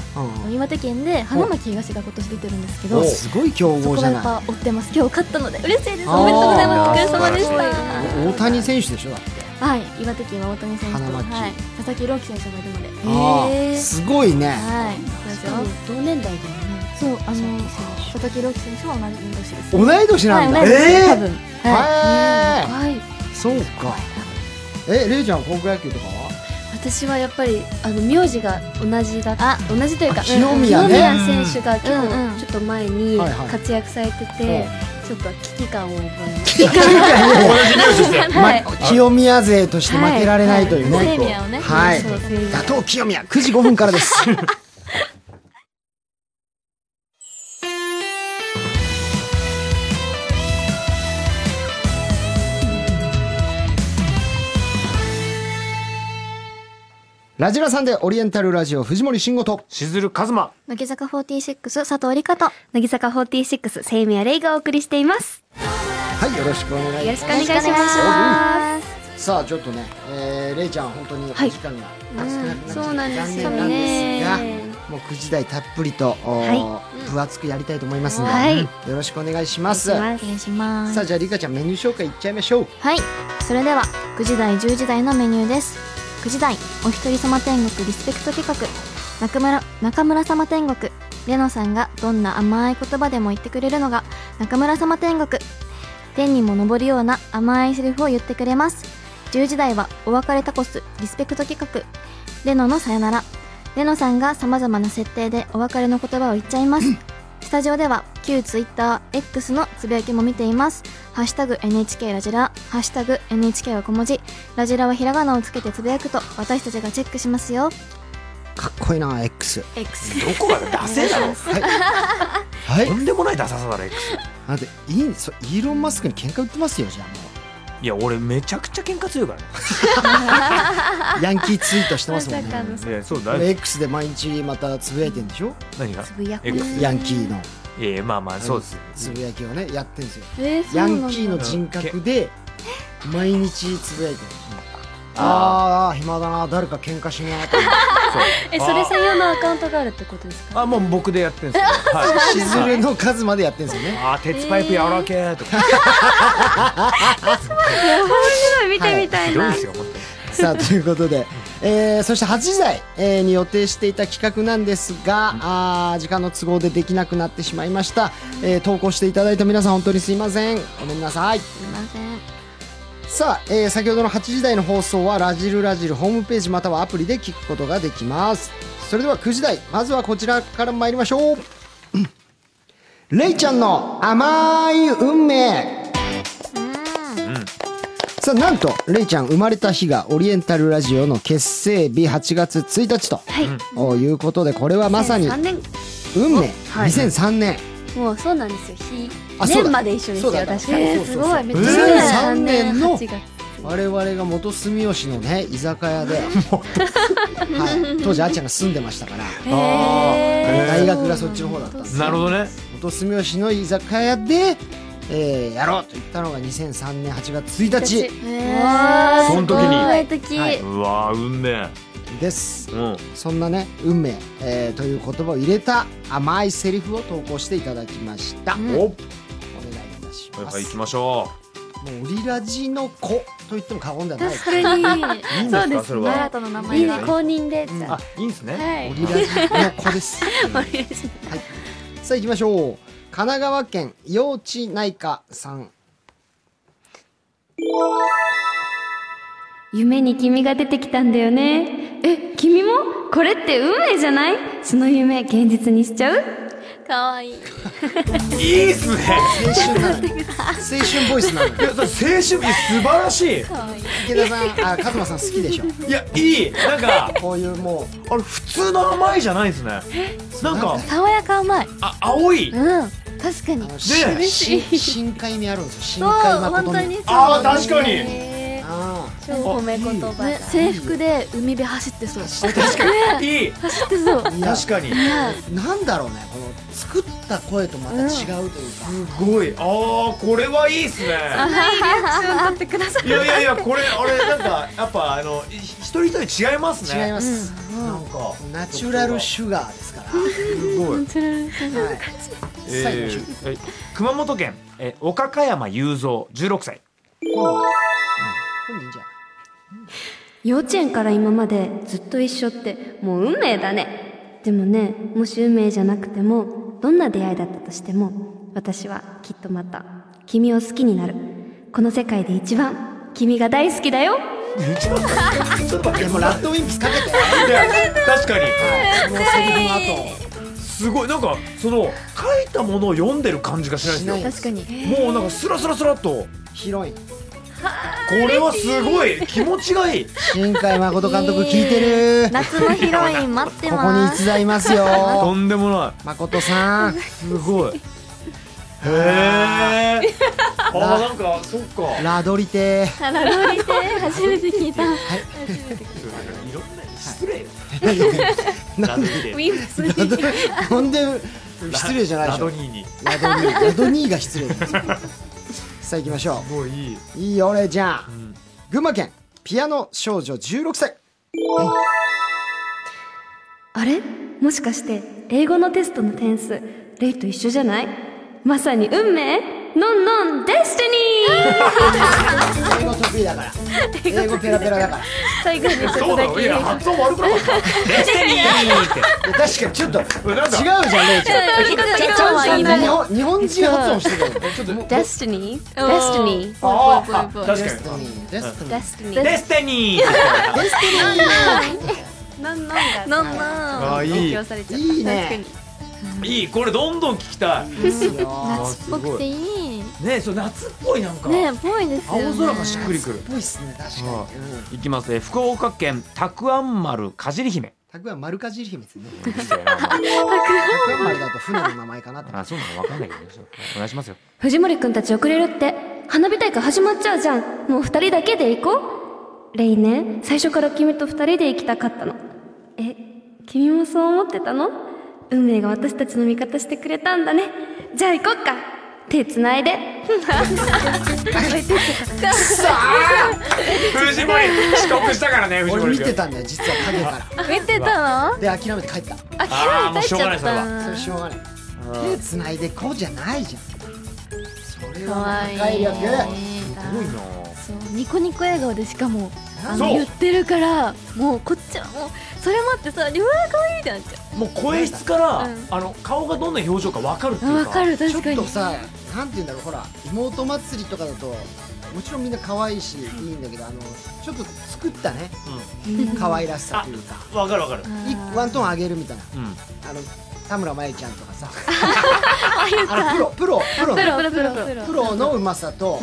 [SPEAKER 1] うん
[SPEAKER 2] 岩手県で花巻東が今年出てるんですけど
[SPEAKER 1] お
[SPEAKER 2] そ
[SPEAKER 1] すごい強
[SPEAKER 2] こ
[SPEAKER 1] 豪じ
[SPEAKER 2] は
[SPEAKER 1] ゃ
[SPEAKER 2] やっ
[SPEAKER 1] ない。
[SPEAKER 2] ぱ追ってます今日勝ったので嬉しいです
[SPEAKER 1] あー
[SPEAKER 2] おめでとうございますお疲れ様でし
[SPEAKER 4] 素晴
[SPEAKER 2] た
[SPEAKER 1] お大谷選手でしょだって。
[SPEAKER 2] はい岩手県は大谷選手と、
[SPEAKER 1] 花巻
[SPEAKER 2] はい、佐々木朗希選手がいるので
[SPEAKER 1] あーすごいね。
[SPEAKER 2] はいそうですよ
[SPEAKER 5] 同年代だよね
[SPEAKER 2] そうあの佐々木朗希選手は同じ年です
[SPEAKER 1] 同い年なんだ。
[SPEAKER 2] はい同い年
[SPEAKER 1] えー
[SPEAKER 2] 多分は
[SPEAKER 1] へー
[SPEAKER 5] はい
[SPEAKER 1] そうかえれいちゃん高校野球とかは
[SPEAKER 5] 私はやっぱりあの名字が同じだった同じというか
[SPEAKER 1] あ清宮ね
[SPEAKER 5] 清宮選手が結
[SPEAKER 2] うんうん
[SPEAKER 5] 構ちょっと前に
[SPEAKER 1] はいはい
[SPEAKER 5] 活躍されてて、ちょっと危機感を覚えまし
[SPEAKER 1] ま清宮勢として負けられないというね、は
[SPEAKER 2] い
[SPEAKER 1] い
[SPEAKER 2] 清宮をね
[SPEAKER 5] そう清宮
[SPEAKER 1] 打倒清宮9時5分からですラジラさんでオリエンタルラジオ藤森慎吾と
[SPEAKER 4] しずるかずま
[SPEAKER 2] 乃木坂46佐藤理香と
[SPEAKER 6] 乃木坂46清宮レイがお送りしています
[SPEAKER 1] はいよろしくお願いいたしま
[SPEAKER 6] よ
[SPEAKER 1] す
[SPEAKER 6] ろしくお願いします
[SPEAKER 2] す
[SPEAKER 1] さあちょっとね、えー、れいちゃん本当にお時間が少なくなっちゃって、
[SPEAKER 5] そうなんですよ
[SPEAKER 1] 残
[SPEAKER 5] ね
[SPEAKER 1] 念なんですがもう9時台たっぷりと、おー分厚くやりたいと思いますので、
[SPEAKER 6] はい
[SPEAKER 1] よろしくお願いします
[SPEAKER 6] お願いし
[SPEAKER 2] お願いします
[SPEAKER 1] さあじゃありかちゃんメニュー紹介いっちゃいましょう
[SPEAKER 2] はいそれでは9時台10時台のメニューです9時台お一人様天国リスペクト企画中村中村様天国レノさんがどんな甘い言葉でも言ってくれるのが中村様天国天にも昇るような甘いセリフを言ってくれます10時台はお別れタコスリスペクト企画レノのさよならレノさんがさまざまな設定でお別れの言葉を言っちゃいますスタジオでは旧 TwitterX のつぶやきも見ていますハッシュタグ NHK ラジラ、ハッシュタグ NHK は小文字、ラジラはひらがなをつけてつぶやくと私たちがチェックしますよ。
[SPEAKER 1] かっこいいな X
[SPEAKER 2] X。
[SPEAKER 4] どこがだ出せだろ
[SPEAKER 1] はいはい
[SPEAKER 4] とんでもないダサさだろ X
[SPEAKER 1] あなたいいんそイーロン・マスクに喧嘩売ってますよじゃあ
[SPEAKER 4] いや俺めちゃくちゃ喧嘩強いからね
[SPEAKER 1] もうヤンキーツイートしてますもんね
[SPEAKER 5] まさかの
[SPEAKER 4] いやそう
[SPEAKER 1] で
[SPEAKER 4] だ
[SPEAKER 1] も X で毎日またつぶやいてんでしょ
[SPEAKER 4] 何が
[SPEAKER 5] たつぶやく
[SPEAKER 4] X
[SPEAKER 1] ヤンキーの
[SPEAKER 4] いやいやまあまあそうです
[SPEAKER 1] つぶやきをねやってんですよ
[SPEAKER 5] えーそう
[SPEAKER 1] ヤ
[SPEAKER 5] なんだ
[SPEAKER 1] ンキーの人格で毎日つぶやいてる。ああ暇だな誰か喧嘩しねえ と思って
[SPEAKER 5] えそれ専用のアカウントがあるってことですか
[SPEAKER 4] あもう僕でやってんすよは
[SPEAKER 1] しずるの数までやってんですよね
[SPEAKER 4] あー鉄パイプやわらけーとか
[SPEAKER 6] 見てみた
[SPEAKER 4] ひ
[SPEAKER 6] い
[SPEAKER 4] どい
[SPEAKER 6] な
[SPEAKER 4] ですよ本当に
[SPEAKER 1] さあということで、えーそして8時台、えーに予定していた企画なんですが、あー時間の都合でできなくなってしまいました、えー投稿していただいた皆さん本当にすいませんごめんなさい
[SPEAKER 2] すいません。
[SPEAKER 1] さあ、えー先ほどの8時台の放送はラジルラジルホームページまたはアプリで聞くことができますそれでは9時台まずはこちらから参りましょううんレイちゃんの甘い運命さあなんとレイちゃん生まれた日がオリエンタルラジオの結成日8月1日と、い、うことでこれはまさに
[SPEAKER 5] 3年
[SPEAKER 1] 運命2003年
[SPEAKER 5] もうそうなんですよ日
[SPEAKER 1] あそうだ
[SPEAKER 5] 年まで一緒です
[SPEAKER 1] そ
[SPEAKER 5] よ
[SPEAKER 1] うだ
[SPEAKER 5] 確かに、
[SPEAKER 1] えーす
[SPEAKER 5] す
[SPEAKER 1] ご
[SPEAKER 5] ご
[SPEAKER 1] い
[SPEAKER 5] い
[SPEAKER 1] め
[SPEAKER 5] め
[SPEAKER 1] っ
[SPEAKER 5] っ
[SPEAKER 1] ち
[SPEAKER 5] ち
[SPEAKER 1] ゃ
[SPEAKER 5] ゃ
[SPEAKER 1] 強い2003年の
[SPEAKER 5] 8月
[SPEAKER 1] 我々が元住吉のね居酒屋 で、はい、当時あっちゃんが住んでましたから大学がそっちの方だったんです
[SPEAKER 4] なるほどね
[SPEAKER 1] 元住吉の居酒屋で、えーやろうと言ったのが2003年8月1日
[SPEAKER 5] わー
[SPEAKER 4] その時に
[SPEAKER 5] すごい時、
[SPEAKER 1] は
[SPEAKER 4] うわー運命
[SPEAKER 1] です
[SPEAKER 4] うん
[SPEAKER 1] そんなね「運命、えーという言葉を入れた甘いセリフを投稿していただきました、
[SPEAKER 4] お
[SPEAKER 1] いし
[SPEAKER 3] は
[SPEAKER 1] ま
[SPEAKER 3] いは
[SPEAKER 1] す、
[SPEAKER 3] い行きましょ
[SPEAKER 1] もうオリラジの子と言っても過言ではない
[SPEAKER 7] 確かに
[SPEAKER 3] う。いいんで
[SPEAKER 7] そう
[SPEAKER 3] す
[SPEAKER 7] で
[SPEAKER 3] か
[SPEAKER 7] す
[SPEAKER 3] それ
[SPEAKER 7] ね
[SPEAKER 3] は
[SPEAKER 2] 新。たな名
[SPEAKER 7] いい
[SPEAKER 2] 前
[SPEAKER 7] ね
[SPEAKER 2] が
[SPEAKER 7] 公認でじゃ
[SPEAKER 3] あいいんです
[SPEAKER 7] あ
[SPEAKER 3] ね。
[SPEAKER 7] は
[SPEAKER 1] オ
[SPEAKER 7] い
[SPEAKER 1] リラジの子です、 うんはい、さあ行きましょう神奈川県幼稚内科さん
[SPEAKER 5] 夢に君が出てきたんだよねえ君もこれって運命じゃないその夢現実にしちゃう
[SPEAKER 7] かわいい
[SPEAKER 3] いいっすね。
[SPEAKER 1] 青春なのに青春ボイスなの
[SPEAKER 3] い
[SPEAKER 1] に
[SPEAKER 3] やそれ青春いや素晴らしい。
[SPEAKER 1] 池田さん あ和馬さん好きでしょ
[SPEAKER 3] いやいいなんか
[SPEAKER 1] こういうも
[SPEAKER 3] あれ普通の甘いじゃないんですね。なんか
[SPEAKER 7] 爽やか甘い
[SPEAKER 3] あ青い。
[SPEAKER 7] うん確かに
[SPEAKER 1] うあの
[SPEAKER 3] ね
[SPEAKER 1] しし深海にあるんですよ深海
[SPEAKER 2] そう本
[SPEAKER 1] 誠
[SPEAKER 2] 当
[SPEAKER 1] に
[SPEAKER 2] にそう
[SPEAKER 3] ああ確かに。
[SPEAKER 7] え
[SPEAKER 1] あ
[SPEAKER 7] ー超褒め言葉
[SPEAKER 2] ね、制服で海辺走ってそう走
[SPEAKER 3] 確かにいい。
[SPEAKER 2] ってそう
[SPEAKER 1] あいや
[SPEAKER 3] 確かに。
[SPEAKER 1] なんだろうねこの作った声とまた違うというか、
[SPEAKER 3] すごい。ああこれはいいっすね。
[SPEAKER 5] ってください
[SPEAKER 3] いやいやいやこれあれなんかやっぱあのい一人一人違いますね。
[SPEAKER 1] 違います、
[SPEAKER 3] なんか
[SPEAKER 1] ナチュラルシュガーですから、
[SPEAKER 3] すごい。
[SPEAKER 1] はい、
[SPEAKER 3] え
[SPEAKER 1] 最後
[SPEAKER 3] ーえ熊本県え岡加山雄三十六歳。
[SPEAKER 1] 本人じゃん
[SPEAKER 5] 幼稚園から今までずっと一緒ってもう運命だねでもねもし運命じゃなくてもどんな出会いだったとしても私はきっとまた君を好きになるこの世界で一番君が大好きだよ
[SPEAKER 3] ちょっと待
[SPEAKER 1] でもラッドウィンプスかけて
[SPEAKER 3] いや確かに
[SPEAKER 1] そのセリフ
[SPEAKER 3] すごいなんかその書いたものを読んでる感じがしないです
[SPEAKER 1] しない
[SPEAKER 3] よ
[SPEAKER 1] で
[SPEAKER 2] 確かに
[SPEAKER 3] もうなんかスラスラスラっとこ
[SPEAKER 1] の後ヒロイン
[SPEAKER 3] れはすごい気持ちがいい
[SPEAKER 1] 新海誠監督聞いてる、
[SPEAKER 2] 夏のヒロイン待って
[SPEAKER 1] ここに
[SPEAKER 2] ま
[SPEAKER 1] 逸
[SPEAKER 2] す
[SPEAKER 1] 材いますよ
[SPEAKER 3] とんでもない
[SPEAKER 1] 誠さん
[SPEAKER 3] すご いへえ あーなんかそっか
[SPEAKER 1] ラドリテ
[SPEAKER 7] 初めて 聞いた
[SPEAKER 3] いろんな失 礼よ
[SPEAKER 1] な
[SPEAKER 3] ラ
[SPEAKER 1] ん
[SPEAKER 3] ド
[SPEAKER 1] で
[SPEAKER 3] ニーで
[SPEAKER 7] ミンプス
[SPEAKER 1] ラドなんで失礼じゃないで
[SPEAKER 3] ラ
[SPEAKER 1] しょ
[SPEAKER 3] ドニーに
[SPEAKER 1] ラドニーラドニーが失礼ですさあ行きましょ
[SPEAKER 3] すごいいいう
[SPEAKER 1] いいよレイちゃん、
[SPEAKER 3] ん
[SPEAKER 1] 群馬県ピアノ少女16歳
[SPEAKER 5] あれもしかして英語のテストの点数レイと一緒じゃないまさに運命ノンノンデスティニー
[SPEAKER 1] 英語得意だから英語ペラペラだから
[SPEAKER 7] 最後にちょっ
[SPEAKER 3] そ
[SPEAKER 7] と
[SPEAKER 3] うだ
[SPEAKER 7] だ
[SPEAKER 3] よい
[SPEAKER 7] け
[SPEAKER 3] や発音悪くなかったレジェニーって
[SPEAKER 1] いや確かにちょっと違
[SPEAKER 3] うんなんだ
[SPEAKER 1] うじゃんレイちゃん
[SPEAKER 7] 聞く
[SPEAKER 1] ち
[SPEAKER 7] と
[SPEAKER 1] ゃ
[SPEAKER 7] き
[SPEAKER 1] ちゃん
[SPEAKER 7] はいい
[SPEAKER 1] と日
[SPEAKER 7] ね
[SPEAKER 1] 本日本人発音してるよちょっともう
[SPEAKER 7] デスティニーデスティニー
[SPEAKER 3] あーあ
[SPEAKER 7] ぽいぽいぽいぽ
[SPEAKER 3] 確
[SPEAKER 7] い
[SPEAKER 3] か
[SPEAKER 1] デスティニー
[SPEAKER 3] に
[SPEAKER 1] デスティニ
[SPEAKER 7] デ
[SPEAKER 1] ー
[SPEAKER 7] スティニー
[SPEAKER 3] デスティニーって
[SPEAKER 1] デスティニー
[SPEAKER 7] なんなん
[SPEAKER 2] な
[SPEAKER 7] なんん
[SPEAKER 2] なん
[SPEAKER 3] あーいい
[SPEAKER 7] 勉強されちゃった
[SPEAKER 1] いいね
[SPEAKER 7] 確かに
[SPEAKER 3] いいこれどんどん聞きたい
[SPEAKER 1] ですよ
[SPEAKER 2] 夏っぽくていい
[SPEAKER 3] ねそう夏っぽいなんか
[SPEAKER 2] ねぽいですよ
[SPEAKER 3] 青
[SPEAKER 2] ね
[SPEAKER 3] 空がしっくりくる
[SPEAKER 1] ぽいっすね確かにうん
[SPEAKER 3] いきますね福岡県たくあん丸かじり姫
[SPEAKER 1] たくあん丸かじり姫ですね
[SPEAKER 3] うるせえなお
[SPEAKER 1] たくあん丸だと船の名前かなって
[SPEAKER 3] 前あそうなのわかんないけどねお願いしますよ
[SPEAKER 5] 藤森くんたち遅れるって花火大会始まっちゃうじゃんもう二人だけで行こうレイね最初から君と二人で行きたかったのえ君もそう思ってたの運命が私たちの味方してくれたんだねじゃあ行こっか手つないで
[SPEAKER 3] 藤森遅刻したからね藤
[SPEAKER 1] 俺
[SPEAKER 3] 森
[SPEAKER 1] 見
[SPEAKER 3] 君
[SPEAKER 1] てたんだよ実は影から
[SPEAKER 7] 見てたの
[SPEAKER 1] で諦めて帰った
[SPEAKER 3] あーもうしょうがないそれは
[SPEAKER 1] それしょうがない手つないでこうじゃないじゃんそれ
[SPEAKER 7] か
[SPEAKER 1] は
[SPEAKER 7] わいい
[SPEAKER 1] 破壊力
[SPEAKER 3] すごいな
[SPEAKER 2] そうニコニコ笑顔でしかもあ
[SPEAKER 3] そう
[SPEAKER 2] の言ってるからもうこっちはもうそれもあってさうわーかわいいってなっちゃ
[SPEAKER 3] もう声質から
[SPEAKER 2] うん
[SPEAKER 3] あの顔がどんな表情かわかるっていうう
[SPEAKER 2] わかる
[SPEAKER 1] ちょ
[SPEAKER 2] 確か
[SPEAKER 1] っ
[SPEAKER 2] に
[SPEAKER 1] とさなんて言うんだろうほら妹祭りとかだともちろんみんな可愛いしいいんだけどあのちょっと作ったね可愛らしさというか
[SPEAKER 3] うんわかるわかる
[SPEAKER 1] いワントーン上げるみたいな
[SPEAKER 3] うん
[SPEAKER 1] あの田村真由ちゃんとかさあのプロプロプロ
[SPEAKER 7] プロプロプロ
[SPEAKER 1] プロのうまさと、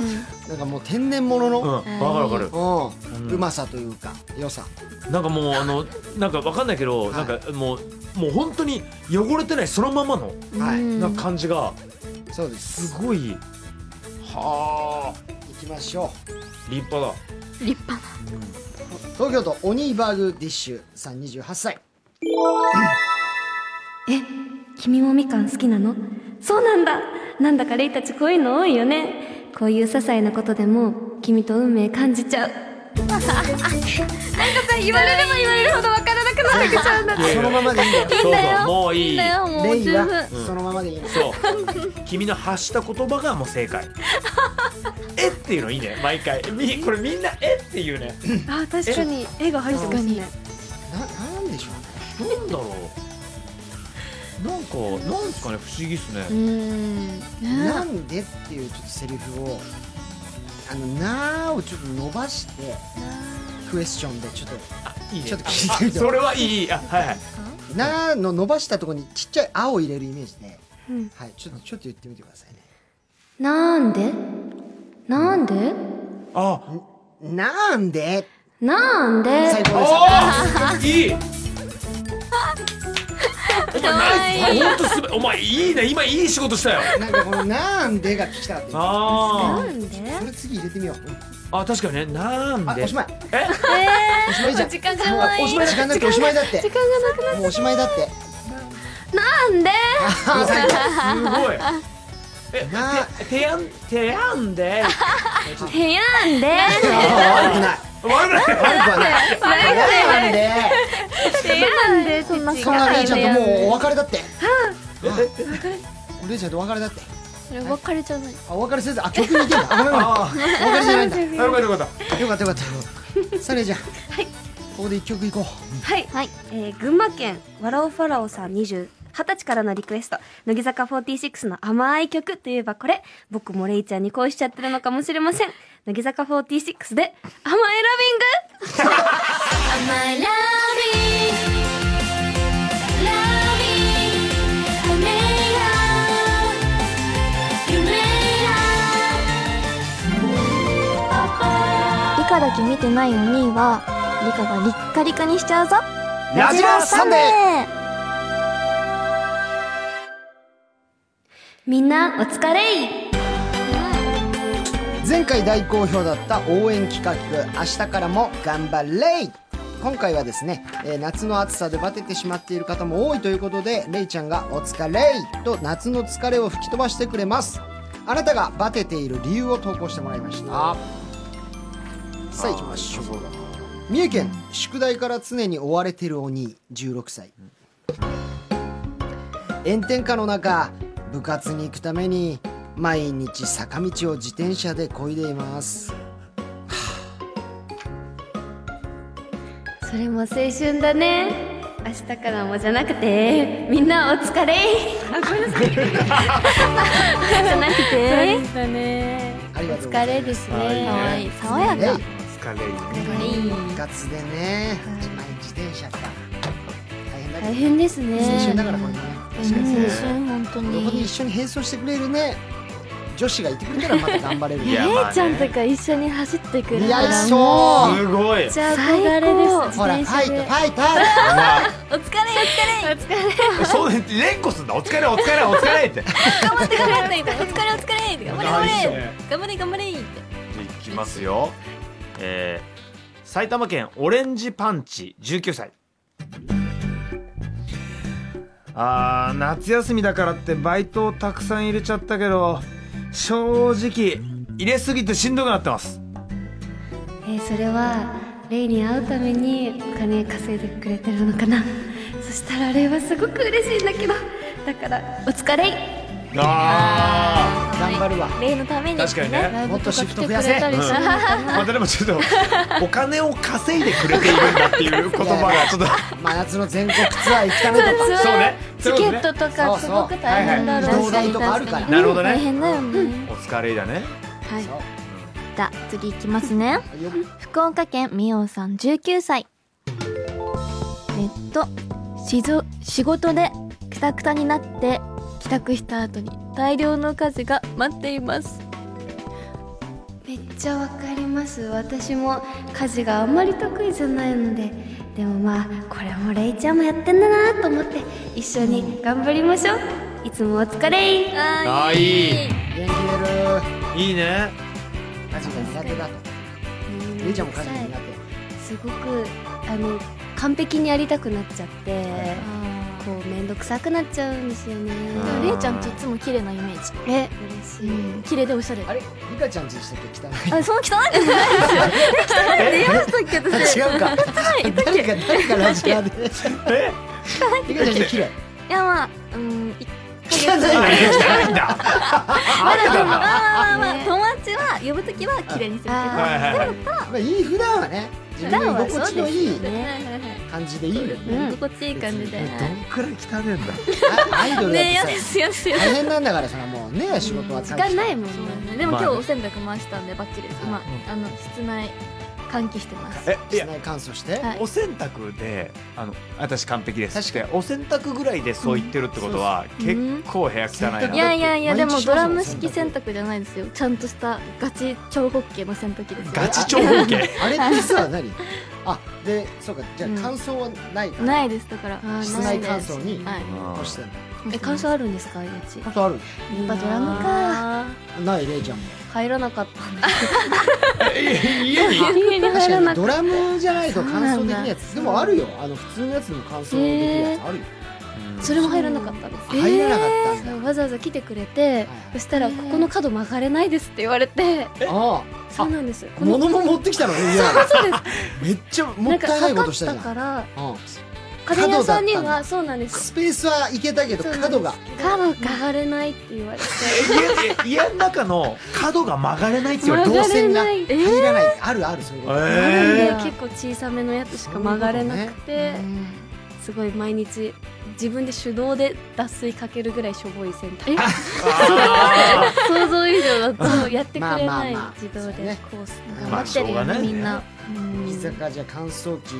[SPEAKER 1] なんかもう天然もの
[SPEAKER 3] うん
[SPEAKER 1] の、
[SPEAKER 3] わかるわかる
[SPEAKER 1] うん
[SPEAKER 3] うん
[SPEAKER 1] うまさというか良さ
[SPEAKER 3] なんかもうあのなんかわかんないけどなんかもうもう本当に汚れてないそのままの
[SPEAKER 1] は
[SPEAKER 2] う
[SPEAKER 1] い
[SPEAKER 2] ん
[SPEAKER 3] なんか感じが
[SPEAKER 1] そうです
[SPEAKER 3] すごいはあ
[SPEAKER 1] 行きましょう
[SPEAKER 3] 立派だ
[SPEAKER 2] 立派な
[SPEAKER 1] 東京都オニーバーグディッシュさん28歳
[SPEAKER 5] え君もみかん好きなのそうなんだなんだかレイたちこういうの多いよねこういう些細なことでも君と運命感じちゃう言われれば言われるほどわからなくなってきちゃうんだって
[SPEAKER 1] そのままでいいんだよ
[SPEAKER 3] そうそうもういい
[SPEAKER 5] だよも
[SPEAKER 1] レ
[SPEAKER 5] う
[SPEAKER 1] イ
[SPEAKER 5] 十分
[SPEAKER 1] はそのままでいいの
[SPEAKER 3] そう君の発した言葉がもう正解えっていうのいいね毎回みこれみんなえっていうね
[SPEAKER 8] あ確かに絵が入ってますね
[SPEAKER 1] ななんでしょうね
[SPEAKER 3] なんだろうなんかなんですかね不思議っすね
[SPEAKER 2] うーん
[SPEAKER 1] なんでっていうちょっとセリフをあのなーをちょっと伸ばしてクエスチョンでちょっと
[SPEAKER 3] あいいね
[SPEAKER 1] ちょっと聞いてみて
[SPEAKER 3] あそれはいいあはいはい
[SPEAKER 1] なーの伸ばしたところにちっちゃいあを入れるイメージで、はいちょっとちょっと言ってみてくださいね
[SPEAKER 5] なんでなんで
[SPEAKER 3] あ
[SPEAKER 1] なんで
[SPEAKER 5] なんで
[SPEAKER 1] 最高です
[SPEAKER 3] あーいいお前ナイスあほんとすべお前いいね今いい仕事したよ
[SPEAKER 1] なんかこのなんでが聞きたかった
[SPEAKER 3] あー
[SPEAKER 1] それ次入れてみよう、うん
[SPEAKER 3] あ確かにねなん
[SPEAKER 1] あ
[SPEAKER 3] で
[SPEAKER 1] おしまい
[SPEAKER 3] え
[SPEAKER 1] おしまいじゃん時間じゃないおしまい時間だっておしまいだって時間がなくなもうおしまいだって
[SPEAKER 5] なんで
[SPEAKER 1] あー最高
[SPEAKER 3] すごい
[SPEAKER 1] な
[SPEAKER 3] え提案提案で
[SPEAKER 5] 部屋んで
[SPEAKER 1] あー悪くない
[SPEAKER 3] 悪くない
[SPEAKER 1] 悪くはない悪くないなんで
[SPEAKER 5] なんで
[SPEAKER 2] そんな
[SPEAKER 1] そんなレイちゃんともうお別れだって。
[SPEAKER 3] ええ
[SPEAKER 1] レイちゃんとお別れだって。
[SPEAKER 2] それ別れじゃない
[SPEAKER 1] あ、お別れせず、あ、曲に行けんだ。あ、ごめんごめん。お
[SPEAKER 3] あ
[SPEAKER 1] 別れじゃないんだ。
[SPEAKER 3] あなるほどなるほど
[SPEAKER 1] よかったよか った。さあ、レイちゃん。
[SPEAKER 5] い
[SPEAKER 1] ここで一曲いこう。
[SPEAKER 5] はい、
[SPEAKER 2] はい
[SPEAKER 5] えー群馬県わらおファラオさん20二十歳からのリクエスト乃木坂46の甘い曲といえばこれ僕もレイちゃんに恋しちゃってるのかもしれません乃木坂46で甘いラビング甘いラ
[SPEAKER 2] 理科だけ見てないお兄は理科がリッカリカにしちゃうぞ
[SPEAKER 3] ラジラサンデ
[SPEAKER 2] ー
[SPEAKER 5] みんなお疲れい
[SPEAKER 1] 前回大好評だった応援企画、明日からも頑張れい今回はですね、えー夏の暑さでバテてしまっている方も多いということで、レイちゃんがお疲れいと夏の疲れを吹き飛ばしてくれます。あなたがバテている理由を投稿してもらいました。さあ行きましょう。三重県宿題から常に追われてる鬼16歳炎天下の中部活に行くために毎日坂道を自転車で漕いでいます
[SPEAKER 5] それも青春だね明日からもじゃなくてみんなお疲れあごめんなさいじゃなくて
[SPEAKER 8] だね
[SPEAKER 1] ありがとうござ
[SPEAKER 8] 疲れ
[SPEAKER 1] います
[SPEAKER 8] です
[SPEAKER 3] あーいい
[SPEAKER 8] ね
[SPEAKER 3] ね
[SPEAKER 2] はい爽やか
[SPEAKER 1] ね
[SPEAKER 3] 疲れる
[SPEAKER 1] 部活でね毎日自転車か大変だけど
[SPEAKER 8] 大変です
[SPEAKER 1] 青
[SPEAKER 8] ね
[SPEAKER 1] 春だからこれね確かに
[SPEAKER 2] 青春本当
[SPEAKER 1] ここに
[SPEAKER 2] に
[SPEAKER 1] 一緒に並走してくれるね女子がいてくれたらまた頑 張れる
[SPEAKER 3] いや
[SPEAKER 8] 姉
[SPEAKER 3] まあね
[SPEAKER 8] ちゃんとか一緒に走ってくる
[SPEAKER 1] 似合い
[SPEAKER 8] も
[SPEAKER 1] そう
[SPEAKER 3] すごい
[SPEAKER 8] めっちゃ憧れです
[SPEAKER 1] ほらフ
[SPEAKER 8] 自転
[SPEAKER 1] ァイ
[SPEAKER 8] 車で
[SPEAKER 1] トファイト
[SPEAKER 5] お疲れお疲れ
[SPEAKER 3] そうね連呼すんだお疲れお疲れお疲れって
[SPEAKER 5] 頑張って頑張ってお疲れお疲れ頑張れ頑張れ頑張れ頑張れ
[SPEAKER 3] じゃあいきますよえー埼玉県オレンジパンチ19歳あー夏休みだからってバイトをたくさん入れちゃったけど正直入れすぎてしんどくなってます
[SPEAKER 8] えーそれはレイに会うためにお金稼いでくれてるのかな
[SPEAKER 5] そしたらレイはすごく嬉しいんだけどだからお疲れ
[SPEAKER 3] あ
[SPEAKER 1] 頑張るわ
[SPEAKER 5] レイのため
[SPEAKER 3] ー
[SPEAKER 5] に
[SPEAKER 3] 確かにね
[SPEAKER 8] ライ
[SPEAKER 1] も
[SPEAKER 8] ブ
[SPEAKER 1] っ
[SPEAKER 8] とか
[SPEAKER 1] とシフ
[SPEAKER 8] 来
[SPEAKER 1] ト
[SPEAKER 8] て
[SPEAKER 1] 増
[SPEAKER 8] く
[SPEAKER 1] や
[SPEAKER 8] れ
[SPEAKER 1] せ
[SPEAKER 8] たりするのかな
[SPEAKER 3] またでもちょっとお金を稼いでくれているんだっていう言葉がちょっと
[SPEAKER 1] 真夏の全国ツアー行くためとか
[SPEAKER 3] そうね
[SPEAKER 8] チケットと
[SPEAKER 1] そう
[SPEAKER 8] かすごく大変だ
[SPEAKER 1] そう
[SPEAKER 8] ろ
[SPEAKER 1] は
[SPEAKER 8] う
[SPEAKER 1] い
[SPEAKER 8] し
[SPEAKER 1] はい移動代とかあるから
[SPEAKER 3] なるほど
[SPEAKER 2] 大
[SPEAKER 3] ね
[SPEAKER 2] 変だよね
[SPEAKER 3] お疲れだね
[SPEAKER 2] はいじゃあ次いきますね
[SPEAKER 1] よ
[SPEAKER 2] 福岡県みおさん19歳えっとしぞ仕事でくたくたになって帰宅した後に大量の数が待っています
[SPEAKER 8] めっちゃわかります私も家事があんまり得意じゃないのででもまあこれもレイちゃんもやってんだなと思って一緒に頑張りましょう
[SPEAKER 5] いつもお疲れ
[SPEAKER 3] ああいい
[SPEAKER 1] 元気出る
[SPEAKER 3] いいね
[SPEAKER 1] 家事が苦手だとレイちゃんも家事が苦
[SPEAKER 8] すごくあの完璧にやりたくなっちゃって
[SPEAKER 5] こう面倒くさくなっちゃうんですよね
[SPEAKER 2] でもれいちゃんっていつも綺麗なイメージ
[SPEAKER 5] え嬉しい、
[SPEAKER 2] 綺麗でおしゃれ
[SPEAKER 1] あれリカちゃんちでしたっ
[SPEAKER 2] あその汚いですね汚いって言いましたっけ
[SPEAKER 1] け
[SPEAKER 2] 私
[SPEAKER 1] 汚 い 違うか
[SPEAKER 2] いだっ
[SPEAKER 1] 誰
[SPEAKER 2] け
[SPEAKER 1] か誰かラジオでリカちゃんち綺麗
[SPEAKER 2] いやまあうんい
[SPEAKER 1] 汚い
[SPEAKER 4] あ汚いんだ
[SPEAKER 2] まあでもまあ
[SPEAKER 4] あ
[SPEAKER 2] まあまあ、
[SPEAKER 5] ね
[SPEAKER 2] 友達は呼ぶときは綺麗にするけど
[SPEAKER 4] はいはいはい
[SPEAKER 1] まあいい普段はね自分の居心地のいい
[SPEAKER 2] ね
[SPEAKER 1] 感じでいいよね
[SPEAKER 2] うん心地いい感じ
[SPEAKER 4] ど
[SPEAKER 2] で
[SPEAKER 4] んくらい汚いんだ
[SPEAKER 1] あアイドルだ
[SPEAKER 2] ね
[SPEAKER 1] っ
[SPEAKER 2] や
[SPEAKER 1] てさ
[SPEAKER 2] すやすや
[SPEAKER 1] 大変なんだからそれはもうね仕事は
[SPEAKER 5] 時
[SPEAKER 1] 大
[SPEAKER 5] 間
[SPEAKER 1] 変
[SPEAKER 5] ないもんね
[SPEAKER 2] でも
[SPEAKER 4] まあ
[SPEAKER 2] 今
[SPEAKER 4] ね
[SPEAKER 2] 日お洗濯回したんでバッチリです今あの室内換気してます
[SPEAKER 4] えい
[SPEAKER 1] 室
[SPEAKER 4] や
[SPEAKER 1] 内乾燥して
[SPEAKER 2] はい
[SPEAKER 4] お洗濯であの私完璧です
[SPEAKER 1] 確かに
[SPEAKER 4] ってお洗濯ぐらいでそう言ってるってことは、
[SPEAKER 2] うん
[SPEAKER 4] 結構部屋汚いな、
[SPEAKER 1] うん
[SPEAKER 2] いやいやいやでも
[SPEAKER 1] 毎日します
[SPEAKER 2] ドラム式洗濯じゃないですよちゃんとしたガチ長方形の洗濯機ですよ
[SPEAKER 4] ガチ長方形
[SPEAKER 1] あれってさ何あでそうかじゃあ
[SPEAKER 2] うん
[SPEAKER 1] 乾燥はないから
[SPEAKER 2] ないですだから
[SPEAKER 5] ー
[SPEAKER 1] 室
[SPEAKER 5] な
[SPEAKER 1] 内
[SPEAKER 5] い
[SPEAKER 1] 乾燥に
[SPEAKER 2] はい
[SPEAKER 1] 越してんだ
[SPEAKER 5] え感想あるんですかやちや
[SPEAKER 1] 乾燥ある
[SPEAKER 5] っぱドラムか
[SPEAKER 6] か
[SPEAKER 1] ないレイちゃんも
[SPEAKER 5] 入らなかった んだ
[SPEAKER 4] 家に
[SPEAKER 6] 家に
[SPEAKER 1] 確
[SPEAKER 6] 入ら
[SPEAKER 1] かに
[SPEAKER 6] な
[SPEAKER 1] ド
[SPEAKER 6] く
[SPEAKER 1] ラムじゃないと乾燥できないや
[SPEAKER 2] そうなん
[SPEAKER 1] つ
[SPEAKER 2] だ
[SPEAKER 1] でもあるよあの普通のやつも乾燥できるやつあるよ
[SPEAKER 5] それも入らなかったんです
[SPEAKER 1] あ入らなかったんだ
[SPEAKER 5] そうわざわざ来てくれて、
[SPEAKER 1] はい
[SPEAKER 5] そしたら、ここの角曲がれないですって言われて
[SPEAKER 1] あ
[SPEAKER 5] そうなんです
[SPEAKER 1] あ
[SPEAKER 5] この
[SPEAKER 1] 物も持ってきたのいやめっちゃも
[SPEAKER 5] な
[SPEAKER 1] っ
[SPEAKER 5] んか
[SPEAKER 1] たいないこと
[SPEAKER 5] 測っ
[SPEAKER 1] した
[SPEAKER 5] た
[SPEAKER 1] じゃん
[SPEAKER 5] から
[SPEAKER 1] うん
[SPEAKER 5] 家電屋さんに
[SPEAKER 1] 角だった
[SPEAKER 5] はそうなんです
[SPEAKER 1] スペースはいけたけど角が
[SPEAKER 5] 角が曲がれないって言われて
[SPEAKER 4] え家家の中の角が曲がれないって言われた
[SPEAKER 1] 動線が
[SPEAKER 5] 曲がれない
[SPEAKER 1] 入らないあるあるそういうこと
[SPEAKER 5] なん
[SPEAKER 4] え
[SPEAKER 5] で
[SPEAKER 4] ー
[SPEAKER 5] 結構小さめのやつしか曲がれなくて、すごい毎日自分で手動で脱水かけるぐらいしょぼい洗濯
[SPEAKER 4] あ
[SPEAKER 5] 想像以上だとやってくれ
[SPEAKER 1] まあまあ
[SPEAKER 5] ない
[SPEAKER 1] まあ
[SPEAKER 5] 自動
[SPEAKER 1] そうね
[SPEAKER 5] でコース
[SPEAKER 4] ー
[SPEAKER 2] 頑 張ってるよねみんな
[SPEAKER 1] 乃木坂じゃ乾燥機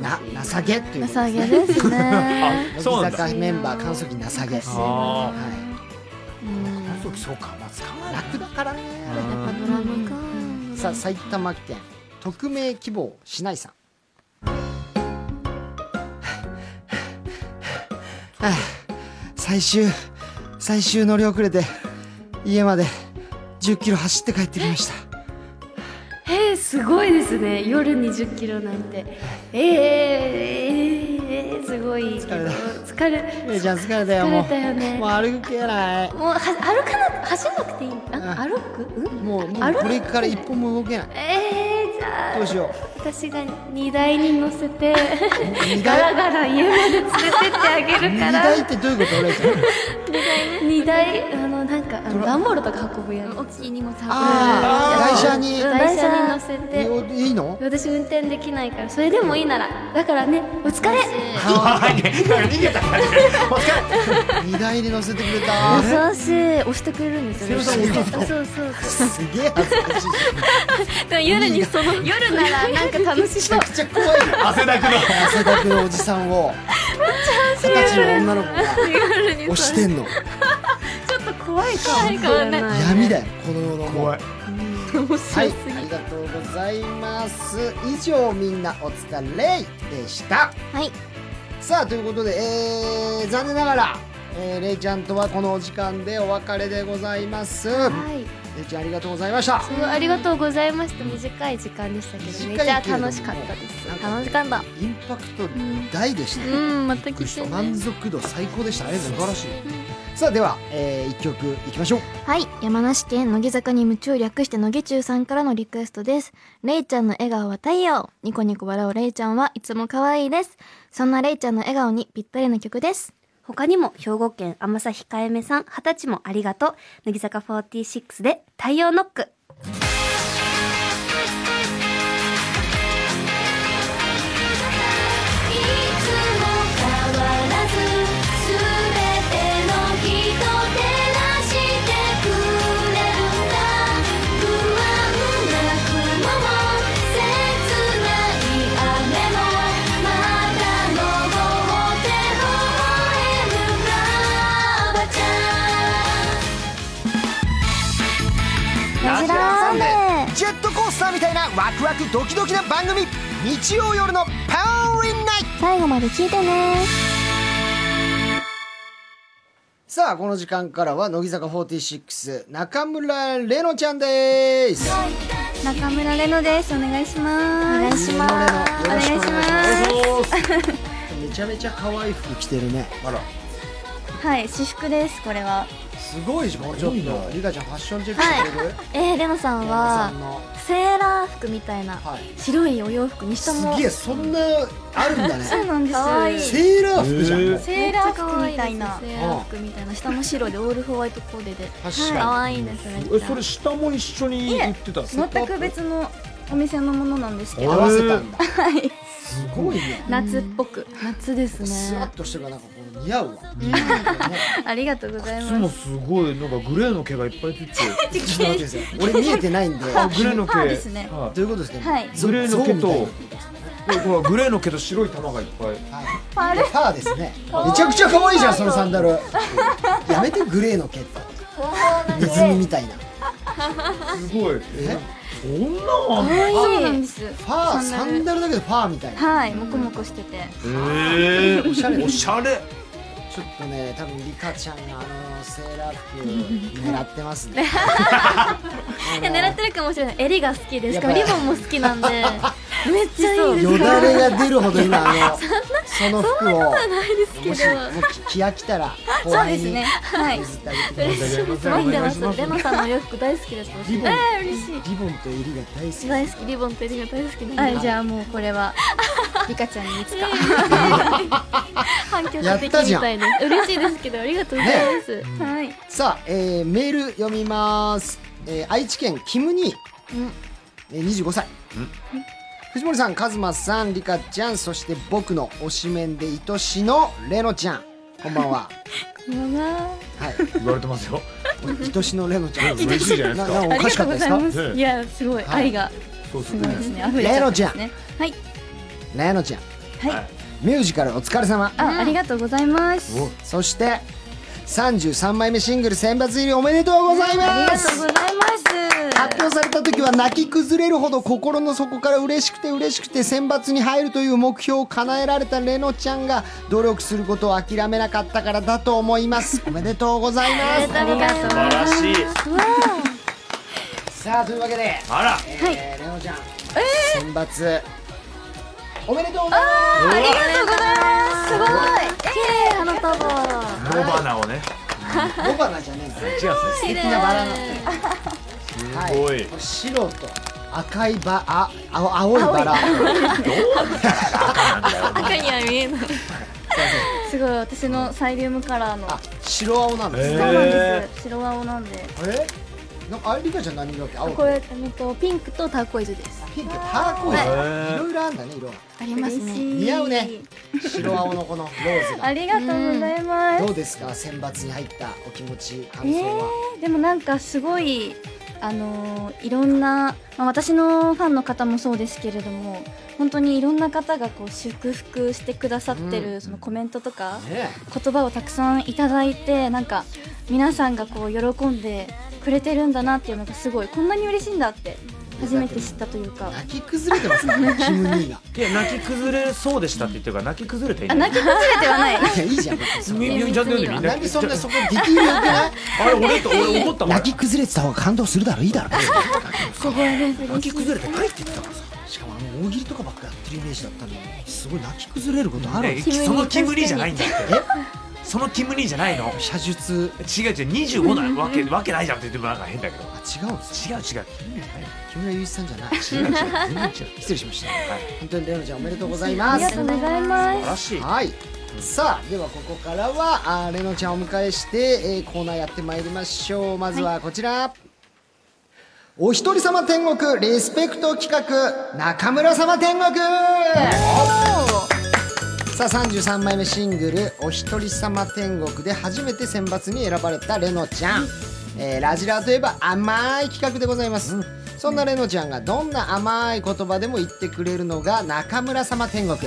[SPEAKER 1] な情けということ
[SPEAKER 2] さ
[SPEAKER 1] で
[SPEAKER 2] げ
[SPEAKER 1] すね
[SPEAKER 2] ですね
[SPEAKER 4] あそうな
[SPEAKER 1] 乃
[SPEAKER 4] ん
[SPEAKER 1] 木
[SPEAKER 4] だ
[SPEAKER 1] 坂メンバー乾燥機情け
[SPEAKER 4] ああ
[SPEAKER 1] は
[SPEAKER 2] うん
[SPEAKER 4] 乾燥機そうかまあ使わ
[SPEAKER 1] い
[SPEAKER 4] ない
[SPEAKER 1] 楽だからね
[SPEAKER 2] やっぱドラムか
[SPEAKER 1] さあ埼玉県匿名希望しないさんはあ最終最終乗り遅れて家まで1 0キロ走って帰ってきました
[SPEAKER 5] えー、すごいですね夜に1 0キロなんてえー、えー、えー、すごいけど
[SPEAKER 1] れた
[SPEAKER 5] 疲れ
[SPEAKER 1] 姉ちゃん疲れたよもう
[SPEAKER 5] 疲れたよね
[SPEAKER 1] もう歩けない
[SPEAKER 5] もうは歩かな走らなくていいあ歩くうん
[SPEAKER 1] もうもう
[SPEAKER 5] 歩けない
[SPEAKER 1] これから一歩も動けない
[SPEAKER 5] えー、じゃあ
[SPEAKER 1] どうしよ
[SPEAKER 5] 私が荷台に乗せて
[SPEAKER 1] う荷
[SPEAKER 5] ガラ
[SPEAKER 1] 台
[SPEAKER 5] ガラ家まで連れてってあげる
[SPEAKER 1] 荷
[SPEAKER 5] から
[SPEAKER 1] 台ってどういうこと姉ちゃん
[SPEAKER 5] 荷台あのなんかあの段ボールとか運ぶやつ
[SPEAKER 2] 大きい荷物運ぶ
[SPEAKER 1] ああ台車に
[SPEAKER 2] ん
[SPEAKER 5] 台車に乗せて
[SPEAKER 1] いいの
[SPEAKER 5] 私運転できないからそれでもいいならだからねお疲れ
[SPEAKER 4] はい逃げたからねお疲れ
[SPEAKER 1] 荷台に乗せてくれた
[SPEAKER 2] 優しい押してくれるんですよね
[SPEAKER 1] 瀬尾さん
[SPEAKER 2] そうそうそう
[SPEAKER 1] すげえ恥ずかしい
[SPEAKER 2] でも夜にその夜ならなんか楽し
[SPEAKER 1] めち
[SPEAKER 2] そう
[SPEAKER 1] ゃくちゃ怖いよ
[SPEAKER 4] 汗だくの
[SPEAKER 1] 汗だくのおじさんを二十歳の女の子が
[SPEAKER 2] 夜に
[SPEAKER 1] 押してんの
[SPEAKER 5] 怖いかもし
[SPEAKER 2] 怖い
[SPEAKER 5] れない
[SPEAKER 1] 闇だよこの世の
[SPEAKER 4] 怖い
[SPEAKER 1] はいありがとうございます以上みんなお疲れでした
[SPEAKER 2] はい
[SPEAKER 1] さあということで、えー残念ながら、えー、れいちゃんとはこのお時間でお別れでございます、
[SPEAKER 5] はい
[SPEAKER 1] れいちゃんありがとうございました
[SPEAKER 5] そうありがとうございました短い時間でしたけどめっちゃ楽しかったです
[SPEAKER 1] 短いけれども
[SPEAKER 2] 楽しかった
[SPEAKER 1] インパクト大でしたね、
[SPEAKER 2] うんまた
[SPEAKER 1] びっく
[SPEAKER 2] 来
[SPEAKER 1] りしてた
[SPEAKER 2] ね
[SPEAKER 1] 満足度最高でしたね素晴らしい、さあでは、えー、1曲いきましょう
[SPEAKER 2] はい山梨県乃木坂に夢中略して乃木中さんからのリクエストですれいちゃんの笑顔は太陽ニコニコ笑うれいちゃんはいつも可愛いですそんなれいちゃんの笑顔にぴったりの曲です
[SPEAKER 6] 他にも兵庫県甘さ控えめさん二十歳もありがとう乃木坂46で太陽ノック
[SPEAKER 9] いつも変わらず全ての人照らしてくれるんだ不安な雲も切ない雨もまた登って微笑むラバち
[SPEAKER 2] ラジ
[SPEAKER 9] ゃん
[SPEAKER 2] ラーメン
[SPEAKER 1] ジェットコースターみたいなワクワクドキドキな番組日曜夜のパワーリンナイト
[SPEAKER 2] 最後まで聞いてね
[SPEAKER 1] さあこの時間からは乃木坂46中村れのちゃんです
[SPEAKER 6] 中村れのですお願いします
[SPEAKER 2] お願いします
[SPEAKER 1] 中村れのよろしくお願いしますめちゃめちゃ可愛い服着てるね
[SPEAKER 3] あら
[SPEAKER 2] はい私服ですこれは
[SPEAKER 1] すごいじゃんちょっとリカちゃんファッションチェック
[SPEAKER 2] は
[SPEAKER 1] してくれる
[SPEAKER 2] いえー、レナさん
[SPEAKER 1] 山
[SPEAKER 2] は
[SPEAKER 1] さんの
[SPEAKER 2] セーラー服みたいな
[SPEAKER 1] はい
[SPEAKER 2] 白いお洋服に下
[SPEAKER 1] す
[SPEAKER 2] も
[SPEAKER 1] げえそんなあるんだね
[SPEAKER 2] そうなんです
[SPEAKER 6] かわいい
[SPEAKER 1] セーラー服じゃんもう
[SPEAKER 2] セーラー服みたいな
[SPEAKER 6] め
[SPEAKER 2] セーラー服みたいな下も白でオールホワイトコーデで
[SPEAKER 1] 確かに
[SPEAKER 2] 可愛いですね
[SPEAKER 3] えそれ下も一緒に売ってたんですか
[SPEAKER 6] 全く別のお店のものなんですけ
[SPEAKER 1] 合
[SPEAKER 6] ど
[SPEAKER 1] わせたんだすごいね
[SPEAKER 6] 夏っぽく
[SPEAKER 2] 夏です
[SPEAKER 1] スワッ
[SPEAKER 2] ね
[SPEAKER 1] としてるからなんかこう似合うわ
[SPEAKER 6] ありがとうござい
[SPEAKER 3] 靴もすごいなんかグレーの毛がいっぱいついて
[SPEAKER 1] ちょっと待ってください俺見えてないんで
[SPEAKER 3] あ
[SPEAKER 1] ど
[SPEAKER 3] グレーの毛
[SPEAKER 6] そうですね
[SPEAKER 3] は
[SPEAKER 1] ういうことですか
[SPEAKER 6] はい
[SPEAKER 3] いグレーの毛と
[SPEAKER 1] ゾウみ
[SPEAKER 3] これほらグレーの毛と白い玉がいっぱい
[SPEAKER 1] たいなはいパーですねめちゃくちゃ可愛いじゃんそのサンダルやめてグレーの毛ってネズミみたいな
[SPEAKER 3] すごい
[SPEAKER 1] え
[SPEAKER 3] そんなんあんの
[SPEAKER 6] そうなんです
[SPEAKER 1] ファーサンダルだけどファーみたいな
[SPEAKER 6] はいモコモコしてて
[SPEAKER 3] ええおしゃれおしゃれ
[SPEAKER 1] ちょっとね多分リカちゃんがあのセーラー服狙ってます ね
[SPEAKER 2] いや狙ってるかもしれない襟が好きでしかも
[SPEAKER 1] や
[SPEAKER 2] リ
[SPEAKER 1] っぱ
[SPEAKER 2] ボンも好きなんでめっちゃいいです
[SPEAKER 1] よだれが出るほど今あの その服をも
[SPEAKER 2] けど
[SPEAKER 1] しもう着飽きたら後輩に譲ってあげてください
[SPEAKER 2] 飲んでますレナさんのお洋服大好きです
[SPEAKER 1] リボン
[SPEAKER 2] えー、嬉しい
[SPEAKER 1] リボンと襟が大好き
[SPEAKER 2] 大好きリボンと襟が大好きなんで
[SPEAKER 6] はいじゃあもうこれ はリカちゃんにいつか
[SPEAKER 2] 反響
[SPEAKER 1] や
[SPEAKER 2] が
[SPEAKER 1] っ
[SPEAKER 2] でき
[SPEAKER 1] たじゃ
[SPEAKER 2] み
[SPEAKER 1] ん
[SPEAKER 2] たいです嬉しいですけどありがとうございます、はい
[SPEAKER 1] さあ、えーメール読みます、えー愛知県キムニー、えー25歳、藤森さん、カズマさん、リカちゃんそして僕の推しメンで愛しのレノちゃんこんば んははい、
[SPEAKER 3] 言われてますよ
[SPEAKER 1] 愛しのレノちゃん
[SPEAKER 3] 嬉しいじゃないですか
[SPEAKER 1] ななおかしかったですか
[SPEAKER 3] ね
[SPEAKER 6] いやすごい
[SPEAKER 1] はい
[SPEAKER 6] 愛が
[SPEAKER 3] そうです
[SPEAKER 6] すごいで
[SPEAKER 3] ね
[SPEAKER 6] すね溢れちゃってますねはい
[SPEAKER 1] レノちゃん、
[SPEAKER 3] はい
[SPEAKER 1] ミュージカルお疲れ様
[SPEAKER 6] あありがとうございます
[SPEAKER 3] お
[SPEAKER 1] そして33枚目シングル選抜入りおめでとうござい
[SPEAKER 6] あり
[SPEAKER 1] ま
[SPEAKER 6] がとう
[SPEAKER 1] す
[SPEAKER 6] ございま
[SPEAKER 1] 発表された時は泣き崩れるほど心の底から嬉しくて嬉しくて選抜に入るという目標を叶えられたレノちゃんが努力することを諦めなかったからだと思います おめでとうございます
[SPEAKER 6] すありがとうご
[SPEAKER 4] 素晴
[SPEAKER 6] ざいま
[SPEAKER 4] らしい
[SPEAKER 1] さあというわけで、
[SPEAKER 4] あら
[SPEAKER 1] えーレノちゃん、選抜おめでとうござい
[SPEAKER 2] すごい綺麗花束
[SPEAKER 4] 野花をね
[SPEAKER 1] ますバナじゃねえんだ
[SPEAKER 4] 違う
[SPEAKER 1] 素敵なバラの
[SPEAKER 4] すごい
[SPEAKER 1] これ白と赤いバあ青青いバラ
[SPEAKER 2] 赤には見えない
[SPEAKER 6] すすごい私のサイリウムカラーの
[SPEAKER 1] あ白青なんで
[SPEAKER 6] そ
[SPEAKER 1] すね
[SPEAKER 6] うなんです白青なんで
[SPEAKER 1] あれなんかあれリカちゃん何色だっけ青
[SPEAKER 2] これえっとピンクとターコイズです
[SPEAKER 1] ピンクターコイズ
[SPEAKER 4] はい
[SPEAKER 1] いろいろあんだね色が
[SPEAKER 2] ありますね
[SPEAKER 1] 似合うね白青のこのローズ
[SPEAKER 6] あ
[SPEAKER 1] が
[SPEAKER 6] りがとうございます
[SPEAKER 1] どうですか選抜に入ったお気持ち感想は、
[SPEAKER 6] でもなんかすごいあのーいろんな、まあ、私のファンの方もそうですけれども本当にいろんな方がこう祝福してくださってる、そのコメントとか
[SPEAKER 1] ね
[SPEAKER 6] 言葉をたくさんいただいてなんか皆さんがこう喜んでくれてるんだなっていうのがすごいこんなに嬉しいんだって初めて知ったというか
[SPEAKER 1] 泣き崩れてま すからねキム兄が
[SPEAKER 4] いや泣き崩れそうでしたって言ってるから泣き崩れてい
[SPEAKER 6] あ
[SPEAKER 4] ない
[SPEAKER 6] 泣き崩れてはない
[SPEAKER 1] いやいいじゃん別にそ
[SPEAKER 4] み
[SPEAKER 1] れ
[SPEAKER 4] みみちゃんと読んでみんな
[SPEAKER 1] なんでそんなそこディティールよくない
[SPEAKER 4] あれ俺と俺怒ったもん
[SPEAKER 1] 泣き崩れてた方が感動するだろいいだろ
[SPEAKER 4] 泣き崩れてないって言ってたからさ
[SPEAKER 1] しかもあの大喜利とかばっかやってるイメージだったのにすごい泣き崩れることあるん
[SPEAKER 4] え
[SPEAKER 1] です
[SPEAKER 4] そのキムリーじゃないんだって
[SPEAKER 1] え
[SPEAKER 4] そのキムリーじゃないの
[SPEAKER 1] 写術
[SPEAKER 4] 違う違う25なわけわけないじゃんって言ってもなんか変だけど
[SPEAKER 1] あ違うんです
[SPEAKER 4] 違う違う
[SPEAKER 1] 木村祐一さんじゃない
[SPEAKER 4] キムリーじゃない違う違う全然違う
[SPEAKER 1] 失礼しました
[SPEAKER 4] はい
[SPEAKER 1] 本当にレオちゃんおめでとうござい
[SPEAKER 6] あ
[SPEAKER 1] ま
[SPEAKER 6] り
[SPEAKER 1] す
[SPEAKER 6] がとうござい
[SPEAKER 4] 素晴
[SPEAKER 6] ます
[SPEAKER 4] らしい
[SPEAKER 1] はい。さあではここからはあーレノちゃんをお迎えして、えーコーナーやってまいりましょうまずはこちら、お一人様天国リスペクト企画中村様天国さあ33枚目シングル「お一人様天国」で初めて選抜に選ばれたレノちゃん、えーラジラーといえば甘い企画でございます、そんなレノちゃんがどんな甘い言葉でも言ってくれるのが中村様天国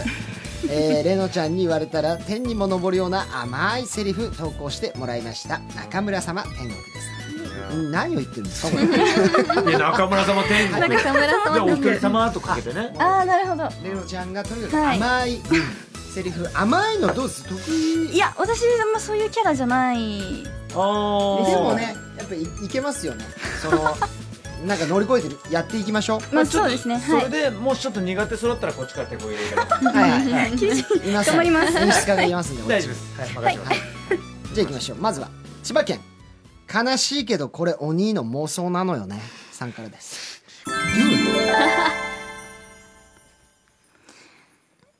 [SPEAKER 1] えー、レノちゃんに言われたら天にも昇るような甘いセリフ投稿してもらいました中村様天国ですうん何を言ってるんですかこれ
[SPEAKER 4] いや中村様天国中村様お一人様とかけてね
[SPEAKER 6] ああーなるほど
[SPEAKER 1] レオちゃんがとにかく甘い、セリフ甘いのどうです得
[SPEAKER 6] い
[SPEAKER 1] 意
[SPEAKER 6] や私あんまそういうキャラじゃない
[SPEAKER 4] あー
[SPEAKER 1] でもねやっぱいいけますよねそのなんか乗り越えてるやっていきましょ
[SPEAKER 5] まあ
[SPEAKER 10] ちょっ
[SPEAKER 5] そう
[SPEAKER 10] と
[SPEAKER 5] ですね
[SPEAKER 10] そ
[SPEAKER 5] はい
[SPEAKER 10] れでもうちょっと苦手揃ったらこっちから手こ入れるか
[SPEAKER 1] う。はいはい
[SPEAKER 10] らはい
[SPEAKER 1] います。頑張ります。演出家がいますんで。こっ
[SPEAKER 10] 大
[SPEAKER 1] ち
[SPEAKER 10] 丈夫ですはい任せます
[SPEAKER 1] はい。じゃあ行きましょう。まずは千葉県。悲しいけどこれ鬼の妄想なのよね。さんからです。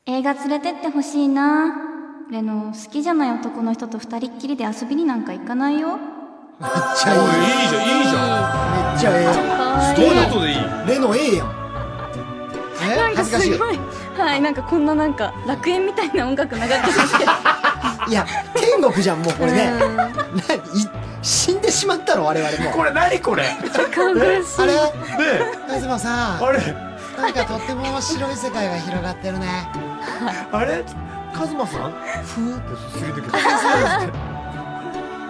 [SPEAKER 2] 映画連れてってほしいなレノ好きじゃない男の人と二人っきりで遊びになんか行かないよ
[SPEAKER 1] めっちゃいい。めっ
[SPEAKER 3] いいじゃんいいじゃん
[SPEAKER 1] ちゃ
[SPEAKER 3] ストレートでいい
[SPEAKER 1] ええ。レノええやん。え
[SPEAKER 2] なんか
[SPEAKER 1] 恥ずかし
[SPEAKER 2] す
[SPEAKER 1] い。
[SPEAKER 2] ごいはいなんかこんななんか楽園みたいな音楽流れてますけど
[SPEAKER 1] いや天国じゃんもうこれね。なに死んでしまったの我々も。
[SPEAKER 3] これ何これね
[SPEAKER 1] あれ
[SPEAKER 3] え
[SPEAKER 1] カズマさん。
[SPEAKER 3] あれ
[SPEAKER 1] なんかとっても面白い世界が広がってるね。
[SPEAKER 3] あれカズマさんふーってするてくる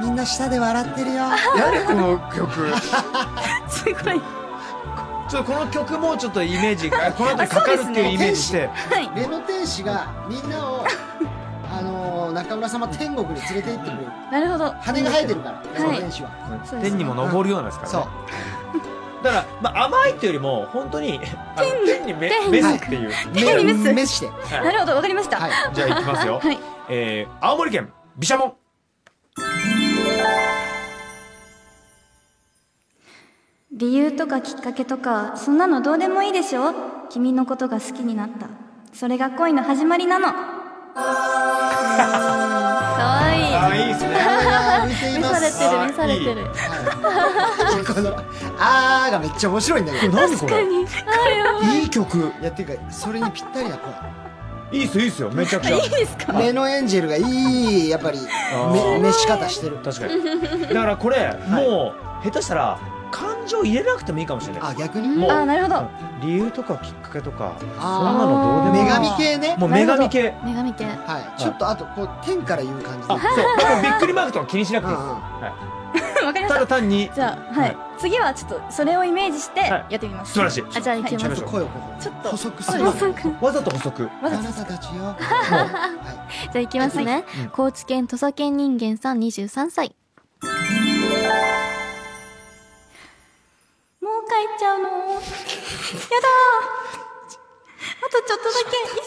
[SPEAKER 1] みんな舌で笑ってるよ。
[SPEAKER 3] 何この曲
[SPEAKER 2] すごい
[SPEAKER 10] ちょっとこの曲もちょっとイメージあこの後にかかるっていうイメージして
[SPEAKER 1] レノ天使がみんなをあのー中村様天国に連れて行ってくれる
[SPEAKER 2] なるほど
[SPEAKER 1] 羽が生えてるからレノ天使は、
[SPEAKER 10] 天にも昇るようなんですから
[SPEAKER 1] そう
[SPEAKER 10] ねだからまあ甘いっていうよりも本当にあの天にめ目すっていう
[SPEAKER 1] 目
[SPEAKER 2] にメス
[SPEAKER 1] 目して
[SPEAKER 2] なるほどわかりました、
[SPEAKER 1] はい
[SPEAKER 10] じゃあ行きますよ
[SPEAKER 2] はい
[SPEAKER 10] えー青森県毘沙門
[SPEAKER 2] 理由とかきっかけとかそんなのどうでもいいでしょ君のことが好きになったそれが恋の始まりなの可愛いい
[SPEAKER 3] あいいですね
[SPEAKER 1] 鼻が浮いてい
[SPEAKER 2] 見
[SPEAKER 1] ま
[SPEAKER 2] され
[SPEAKER 1] す
[SPEAKER 2] てる見されてる
[SPEAKER 1] はいこのあーがめっちゃ面白いんだけど
[SPEAKER 3] 何これ
[SPEAKER 1] いい曲いやっていうかそれにぴったりな
[SPEAKER 3] いいっすよいいっすよめちゃくちゃ
[SPEAKER 1] 声レノエンジェルがいいやっぱりめ召し方してる
[SPEAKER 10] 確かにだからこれ、もう下手したら感情入れなくてもいいかもしれない
[SPEAKER 1] あ逆に
[SPEAKER 10] もう
[SPEAKER 2] あなるほど
[SPEAKER 10] 理由とかきっかけとかそん
[SPEAKER 1] あー
[SPEAKER 10] なのどうでもい
[SPEAKER 1] 女
[SPEAKER 10] い
[SPEAKER 1] 神系ね
[SPEAKER 10] もう女神系
[SPEAKER 5] 女神系
[SPEAKER 1] はいちょっとあとこう天から言う感じで
[SPEAKER 10] あそうでもびっくりマークとか気にしなく
[SPEAKER 1] う
[SPEAKER 10] ていいです、
[SPEAKER 1] んうん
[SPEAKER 2] わかりました
[SPEAKER 10] ただ単に
[SPEAKER 2] じゃあ、はい、次はちょっとそれをイメージして
[SPEAKER 10] は
[SPEAKER 2] やってみます。
[SPEAKER 10] 素晴らしい
[SPEAKER 5] あじゃあ行き
[SPEAKER 1] ちょ
[SPEAKER 5] ま
[SPEAKER 1] っ
[SPEAKER 5] す
[SPEAKER 1] と声をこう
[SPEAKER 2] ちょっと
[SPEAKER 1] 細くするあ
[SPEAKER 10] わざと補足
[SPEAKER 1] なたたちよ、はい
[SPEAKER 5] じゃあ行きますね、高知県土佐県人間さん23歳
[SPEAKER 2] もう帰っちゃうの。やだー。あとちょっとだけ一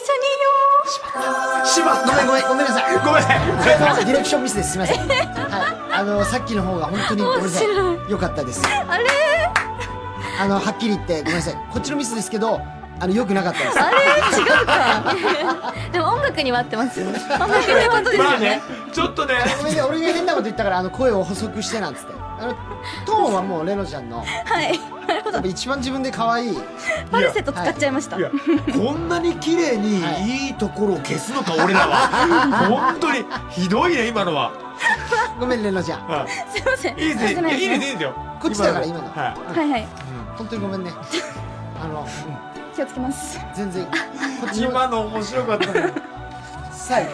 [SPEAKER 2] 緒にいよ
[SPEAKER 1] しまごめんごめんごめんなさい
[SPEAKER 3] ごめん
[SPEAKER 1] これはディレクションミスですすみませんはいあのさっきの方が本当にごめんなさい良かったですあれあのはっきり言ってごめんなさいこっちのミスですけどあの良くなかったで す
[SPEAKER 5] でも音楽には合ってますよ
[SPEAKER 3] まあねちょっとね
[SPEAKER 1] ごめんね俺が変なこと言ったからあの声を細くしてなんつってあのトーンはもうレノちゃんの
[SPEAKER 2] う。はい。
[SPEAKER 1] 多分一番自分で可愛い
[SPEAKER 2] パルセット使っちゃいました。
[SPEAKER 3] いやこんなに綺麗にいいところを消すのか俺らは本当にひどいね今のは
[SPEAKER 1] ごめんレノちゃん
[SPEAKER 2] すいません。
[SPEAKER 3] いいです
[SPEAKER 2] 良く
[SPEAKER 3] ね
[SPEAKER 2] ない
[SPEAKER 3] いい
[SPEAKER 2] で
[SPEAKER 3] ですすいいですよ
[SPEAKER 1] こっちだから今の
[SPEAKER 3] は
[SPEAKER 2] はいはい。
[SPEAKER 1] 本当にごめんねあの、うん
[SPEAKER 2] 気をつけます。
[SPEAKER 1] 全然こっ
[SPEAKER 3] い
[SPEAKER 1] ちの
[SPEAKER 3] 今の面白かったね
[SPEAKER 1] 最後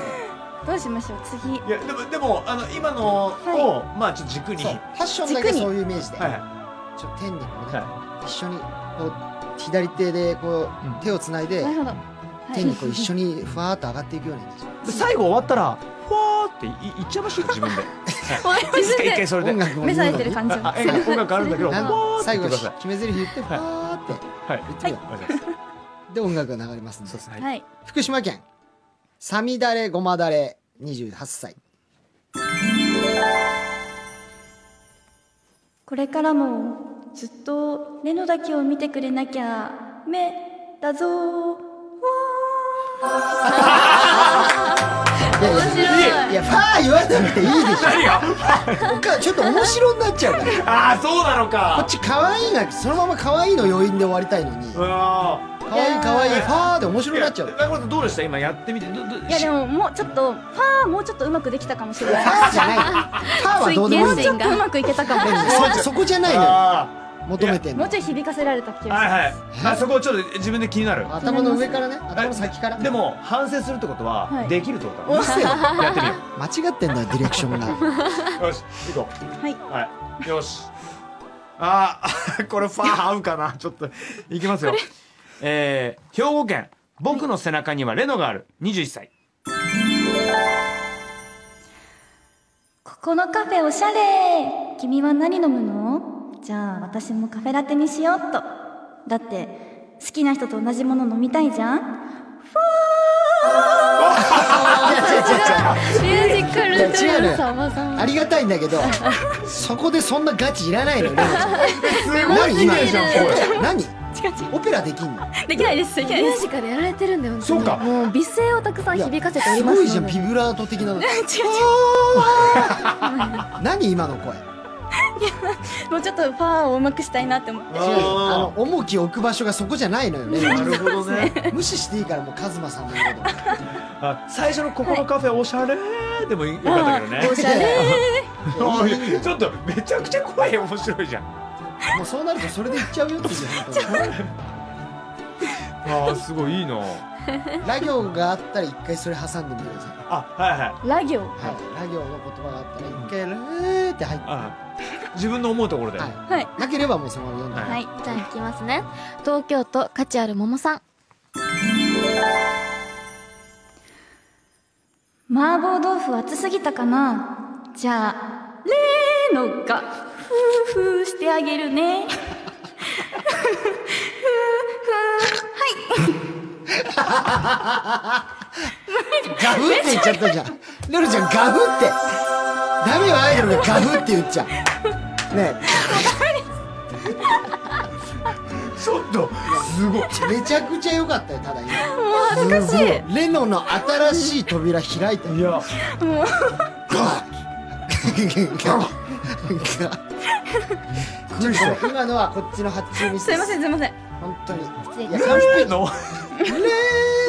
[SPEAKER 2] どうしましょう。次。
[SPEAKER 3] いやでもでもあの今のを、まあちょっと軸に、
[SPEAKER 1] そ
[SPEAKER 3] は
[SPEAKER 1] う
[SPEAKER 3] い
[SPEAKER 1] ファッションだけそういうイメージで、
[SPEAKER 3] は
[SPEAKER 1] ちょっと天にこうね、
[SPEAKER 3] は
[SPEAKER 1] 一緒にこう左手でこう、
[SPEAKER 3] うん
[SPEAKER 1] 手をつないで
[SPEAKER 2] なるほど。は
[SPEAKER 1] 天にこう一緒にふわーっと上がっていくようなイメージ
[SPEAKER 10] で最後終わったらふわーってい言っちゃいましょう自分ではい一回一回それで
[SPEAKER 1] 音楽も
[SPEAKER 2] 目されてる
[SPEAKER 1] か
[SPEAKER 2] 感じ
[SPEAKER 10] あ
[SPEAKER 2] が。
[SPEAKER 10] あえ音楽あるんだけどふ
[SPEAKER 1] ら
[SPEAKER 10] わーって
[SPEAKER 1] 最
[SPEAKER 10] 言
[SPEAKER 1] 後
[SPEAKER 10] ってくださ
[SPEAKER 1] 決め台詞言ってふわーって
[SPEAKER 10] いはい
[SPEAKER 1] 言ってみよう、
[SPEAKER 10] ありがとうございます
[SPEAKER 1] で音楽が流れますんで
[SPEAKER 10] そうですね
[SPEAKER 2] はい。
[SPEAKER 1] 福島県サミダレゴマダレ28歳
[SPEAKER 2] これからもずっとレノだけを見てくれなきゃ目だぞー。
[SPEAKER 1] いやいやいやファー言わなくていいでしょかちょっと面白になっちゃうからこ
[SPEAKER 3] ああそうなの
[SPEAKER 1] っ
[SPEAKER 3] か
[SPEAKER 1] ち可愛いなそのまま可愛いの余韻で終わりたいのに
[SPEAKER 3] うわ
[SPEAKER 1] 可愛い可愛いファーで面白
[SPEAKER 3] ー
[SPEAKER 1] く
[SPEAKER 3] い
[SPEAKER 1] な
[SPEAKER 3] や
[SPEAKER 1] っちゃう
[SPEAKER 3] 中村さんどうでした今やってみてどど
[SPEAKER 2] いやでももうちょっとファーもうちょっとうまくできたかもしれ
[SPEAKER 1] フ
[SPEAKER 2] ない。
[SPEAKER 1] ァーじゃないファーはどうでもいいんだ
[SPEAKER 2] ちょ
[SPEAKER 1] よ
[SPEAKER 2] っとうまくいけたかも。
[SPEAKER 1] そそこじゃないのよ
[SPEAKER 3] あ
[SPEAKER 1] 求めてん
[SPEAKER 2] もう
[SPEAKER 1] の
[SPEAKER 2] ちょい響かせられた気
[SPEAKER 3] ー
[SPEAKER 2] が
[SPEAKER 3] は
[SPEAKER 2] す
[SPEAKER 3] い
[SPEAKER 2] る。
[SPEAKER 3] はいあそこちょっと自分で気になる
[SPEAKER 1] 頭の上からね頭の先から
[SPEAKER 10] でも反省するってことは、
[SPEAKER 2] はい
[SPEAKER 10] できるってこと
[SPEAKER 1] う
[SPEAKER 10] だ
[SPEAKER 1] るせえよ
[SPEAKER 10] やってみよ
[SPEAKER 1] 間違ってんだよディレクションが
[SPEAKER 3] よし行こう
[SPEAKER 2] はい
[SPEAKER 3] はいよしあー これファー合うかなちょ っといきますよえー、兵庫県僕の背中にはレノがある21歳
[SPEAKER 2] ここのカフェおしゃれ君は何飲むの
[SPEAKER 6] じゃあ私もカフェラテにしようっとだって好きな人と同じもの飲みたいじゃん
[SPEAKER 5] ミュージカル
[SPEAKER 1] いや違うのよ
[SPEAKER 5] 様々
[SPEAKER 1] ありがたいんだけどそこでそんなガチいらないのよレナちゃん
[SPEAKER 3] す
[SPEAKER 1] 何今
[SPEAKER 3] 綺麗じゃんこれ
[SPEAKER 1] 何オペラできんの
[SPEAKER 6] できないですできな
[SPEAKER 5] ミ
[SPEAKER 6] い
[SPEAKER 5] ュ
[SPEAKER 6] で
[SPEAKER 5] ージカルやられてるんだよ本当
[SPEAKER 3] そ
[SPEAKER 5] に
[SPEAKER 3] うか
[SPEAKER 5] もう美声をたくさん響かせており
[SPEAKER 1] す
[SPEAKER 5] ま
[SPEAKER 1] ごいじ
[SPEAKER 5] す
[SPEAKER 1] ゃん
[SPEAKER 5] ので
[SPEAKER 1] ビブラート的なの
[SPEAKER 6] す違う
[SPEAKER 1] 何今の声違う
[SPEAKER 6] 違うもうちょっとファーをうまくしたいなって思って
[SPEAKER 1] あの重きを置く場所がそこじゃないのよレナち
[SPEAKER 3] なるほどね
[SPEAKER 1] ゃん無視していいからもうカズマさんのこと
[SPEAKER 3] あ最初のここのカフェおしゃれーでもよかったけどね
[SPEAKER 1] おしゃれ
[SPEAKER 3] あー ちょっとめちゃくちゃ声面白いじゃん
[SPEAKER 1] もうそうなるとそれでいっちゃうよって言うよ
[SPEAKER 3] あーすごいいいな
[SPEAKER 1] ラ行があったら一回それ挟んでみてくださ
[SPEAKER 3] あはいはい
[SPEAKER 5] ラ行
[SPEAKER 1] いはいラ行の言葉があったら一回レーって入って
[SPEAKER 3] あ自分の思うところで、
[SPEAKER 1] は
[SPEAKER 6] はい
[SPEAKER 1] いなければもうそのまま読んで
[SPEAKER 3] はい
[SPEAKER 2] はい、じゃあ行きますね。東京都価値ある桃さん。
[SPEAKER 6] 麻婆豆腐熱すぎたかなじゃあ例のがふーふーしてあげるねふーふー
[SPEAKER 1] ガフって言っちゃったじゃん。ルルちゃん、ガフって。ダメよ、アイドルがガフって言っちゃう。ね
[SPEAKER 3] ちょっとすごい
[SPEAKER 1] えめちゃくちゃ良かったよ、ただ今。もう恥ずかしい。レノの新しい扉開いたよ。
[SPEAKER 3] いや
[SPEAKER 1] ガフびっくりした今のはこっちの発注ミス
[SPEAKER 6] す
[SPEAKER 1] で
[SPEAKER 6] いませんすいません
[SPEAKER 1] 本当に。いや、
[SPEAKER 3] ル
[SPEAKER 1] 完
[SPEAKER 3] ー
[SPEAKER 1] 璧。
[SPEAKER 3] の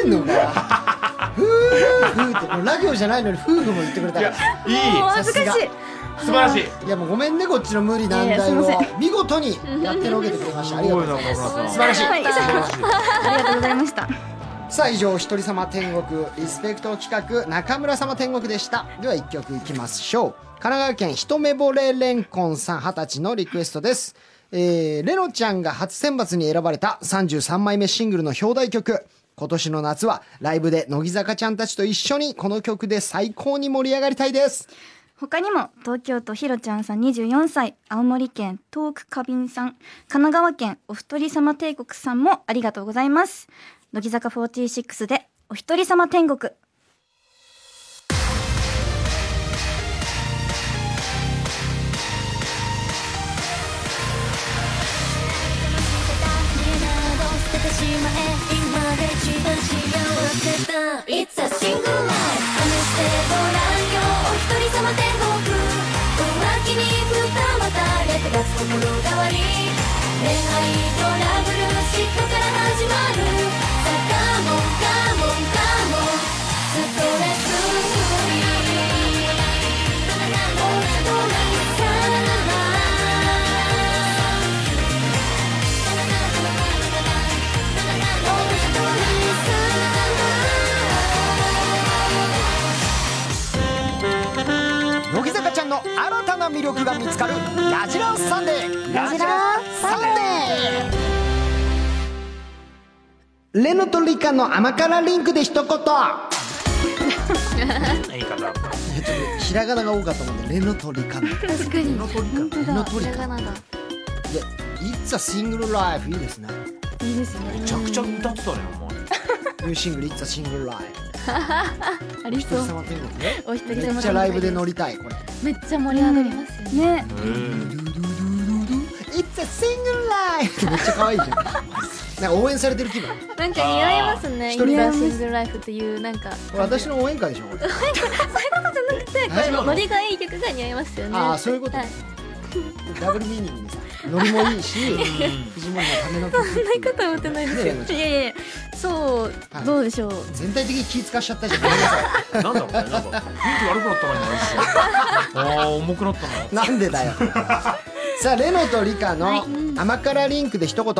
[SPEAKER 1] レノが、ふーふーって、これラ行じゃないのに夫婦も言ってくれた
[SPEAKER 3] い
[SPEAKER 1] か
[SPEAKER 3] や
[SPEAKER 1] ら。
[SPEAKER 3] いい
[SPEAKER 6] もう
[SPEAKER 1] さ
[SPEAKER 6] 恥
[SPEAKER 1] す
[SPEAKER 6] ず
[SPEAKER 1] が
[SPEAKER 6] かしい
[SPEAKER 3] 素晴らしい
[SPEAKER 1] いやもうごめんねこっちの無理難題を
[SPEAKER 6] いやいやすい
[SPEAKER 1] 見事にやってのけてくれましたあり
[SPEAKER 3] す
[SPEAKER 1] がと
[SPEAKER 3] ご
[SPEAKER 1] う
[SPEAKER 3] いな
[SPEAKER 1] ご
[SPEAKER 3] 小
[SPEAKER 1] ざいま
[SPEAKER 3] 村さん
[SPEAKER 1] す素晴らしい
[SPEAKER 6] はい
[SPEAKER 3] 素晴らしい
[SPEAKER 6] ありがとうございました
[SPEAKER 1] さあ以上「ひとりさま天国」リスペクト企画中村様天国でしたでは1曲いきましょう神奈川県一目惚れレンコンさん二十歳のリクエストですえー、レノちゃんが初選抜に選ばれた33枚目シングルの表題曲今年の夏はライブで乃木坂ちゃんたちと一緒にこの曲で最高に盛り上がりたいです
[SPEAKER 6] 他にも東京都ひろちゃんさん24歳青森県トーク花瓶さん神奈川県お一人様帝国さんもありがとうございます乃木坂46でお一人様天国
[SPEAKER 9] 「It's a single life」「試してごらんよお一人様天国」「浮気に二股役立つ心変わり」「恋愛トラブル嫉妬から始まる」「さカモンカモンカモン」「ストレスフリー」「大人から
[SPEAKER 1] 乃木坂ちゃんの新たな魅力が見つかる「ラジラサンデー」ラジラサンデーレノとリカの甘辛リンクで一言
[SPEAKER 4] 言い方
[SPEAKER 1] ひらがなが多かったもんでレノとリ カのレ
[SPEAKER 5] 確かに
[SPEAKER 1] ノとリカレノとリカ
[SPEAKER 5] なんだ
[SPEAKER 1] で「It's a single life」いいですね
[SPEAKER 5] いいですね
[SPEAKER 4] めちゃくちゃ歌ってたねお前
[SPEAKER 1] ニューシングル「It's a single life
[SPEAKER 5] あり」
[SPEAKER 1] お一
[SPEAKER 5] そ
[SPEAKER 1] 人
[SPEAKER 5] う
[SPEAKER 1] 様天国ね
[SPEAKER 5] お一人
[SPEAKER 1] め
[SPEAKER 5] 様
[SPEAKER 1] っちゃライブで乗りたいこれ
[SPEAKER 5] めっちゃ盛り上がりますよね
[SPEAKER 6] ね
[SPEAKER 1] 「It's a single life」ってめっちゃ可愛い じゃんなんか応援されてる気分
[SPEAKER 5] なんか似合いますね
[SPEAKER 1] 一
[SPEAKER 5] 一
[SPEAKER 1] 人
[SPEAKER 5] 人
[SPEAKER 1] ライ
[SPEAKER 5] ラ
[SPEAKER 1] フ
[SPEAKER 5] シングルライフっていうなんか
[SPEAKER 1] これ私の応援歌でしょこれ
[SPEAKER 5] なんかノリがいい曲が似合いますよね
[SPEAKER 1] ああそういうことね
[SPEAKER 5] はい
[SPEAKER 1] ダブルミーニングにさノリもいい し藤森のための曲そん
[SPEAKER 5] そんなこと思ってないですよ、いやいやそう、
[SPEAKER 1] はい
[SPEAKER 5] どうでしょう
[SPEAKER 1] 全体的に気使わしちゃったじゃんごめんなさ
[SPEAKER 4] なんだろうねなんか雰囲気悪くなったな今一瞬あー重くなったない
[SPEAKER 1] なんでだよさあレノとリカの「甘辛リンク」で一言、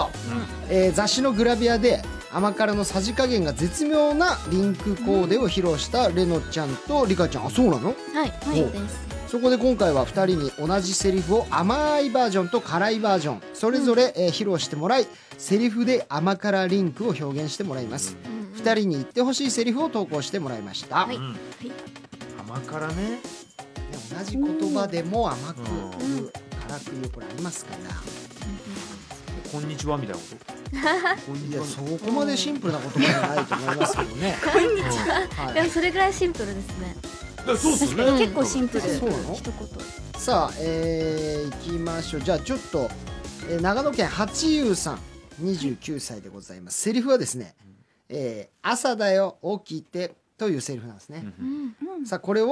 [SPEAKER 1] えー雑誌のグラビアで甘辛のさじ加減が絶妙なリンクコーデを披露したレノちゃんとリカちゃんあそうなの
[SPEAKER 5] はい、はい
[SPEAKER 1] お
[SPEAKER 5] です
[SPEAKER 1] そこで今回は2人に同じセリフを甘いバージョンと辛いバージョンそれぞれ、えー披露してもらいセリフで甘辛リンクを表現してもらいます、2人に言ってほしいセリフを投稿してもらいました、
[SPEAKER 5] はい
[SPEAKER 1] ね
[SPEAKER 3] 甘辛ね
[SPEAKER 1] 同じ言葉でも甘く、
[SPEAKER 3] う
[SPEAKER 1] うんからくりをこれありますから
[SPEAKER 3] こんにちはみたいなこと。こんに
[SPEAKER 1] い
[SPEAKER 3] ち
[SPEAKER 1] や
[SPEAKER 3] は。
[SPEAKER 1] そこまでシンプルな言葉じゃないと思いますけど ね
[SPEAKER 2] いやそれぐらいシンプルですね
[SPEAKER 3] だそうっすよね。
[SPEAKER 6] 結構シンプル
[SPEAKER 1] そうなの
[SPEAKER 6] 一言
[SPEAKER 1] さあえー、行きましょうじゃあちょっと、えー長野県八優さん29歳でございますセリフはですね「えー朝だよ起きて」というセリフなんですね、さあこれを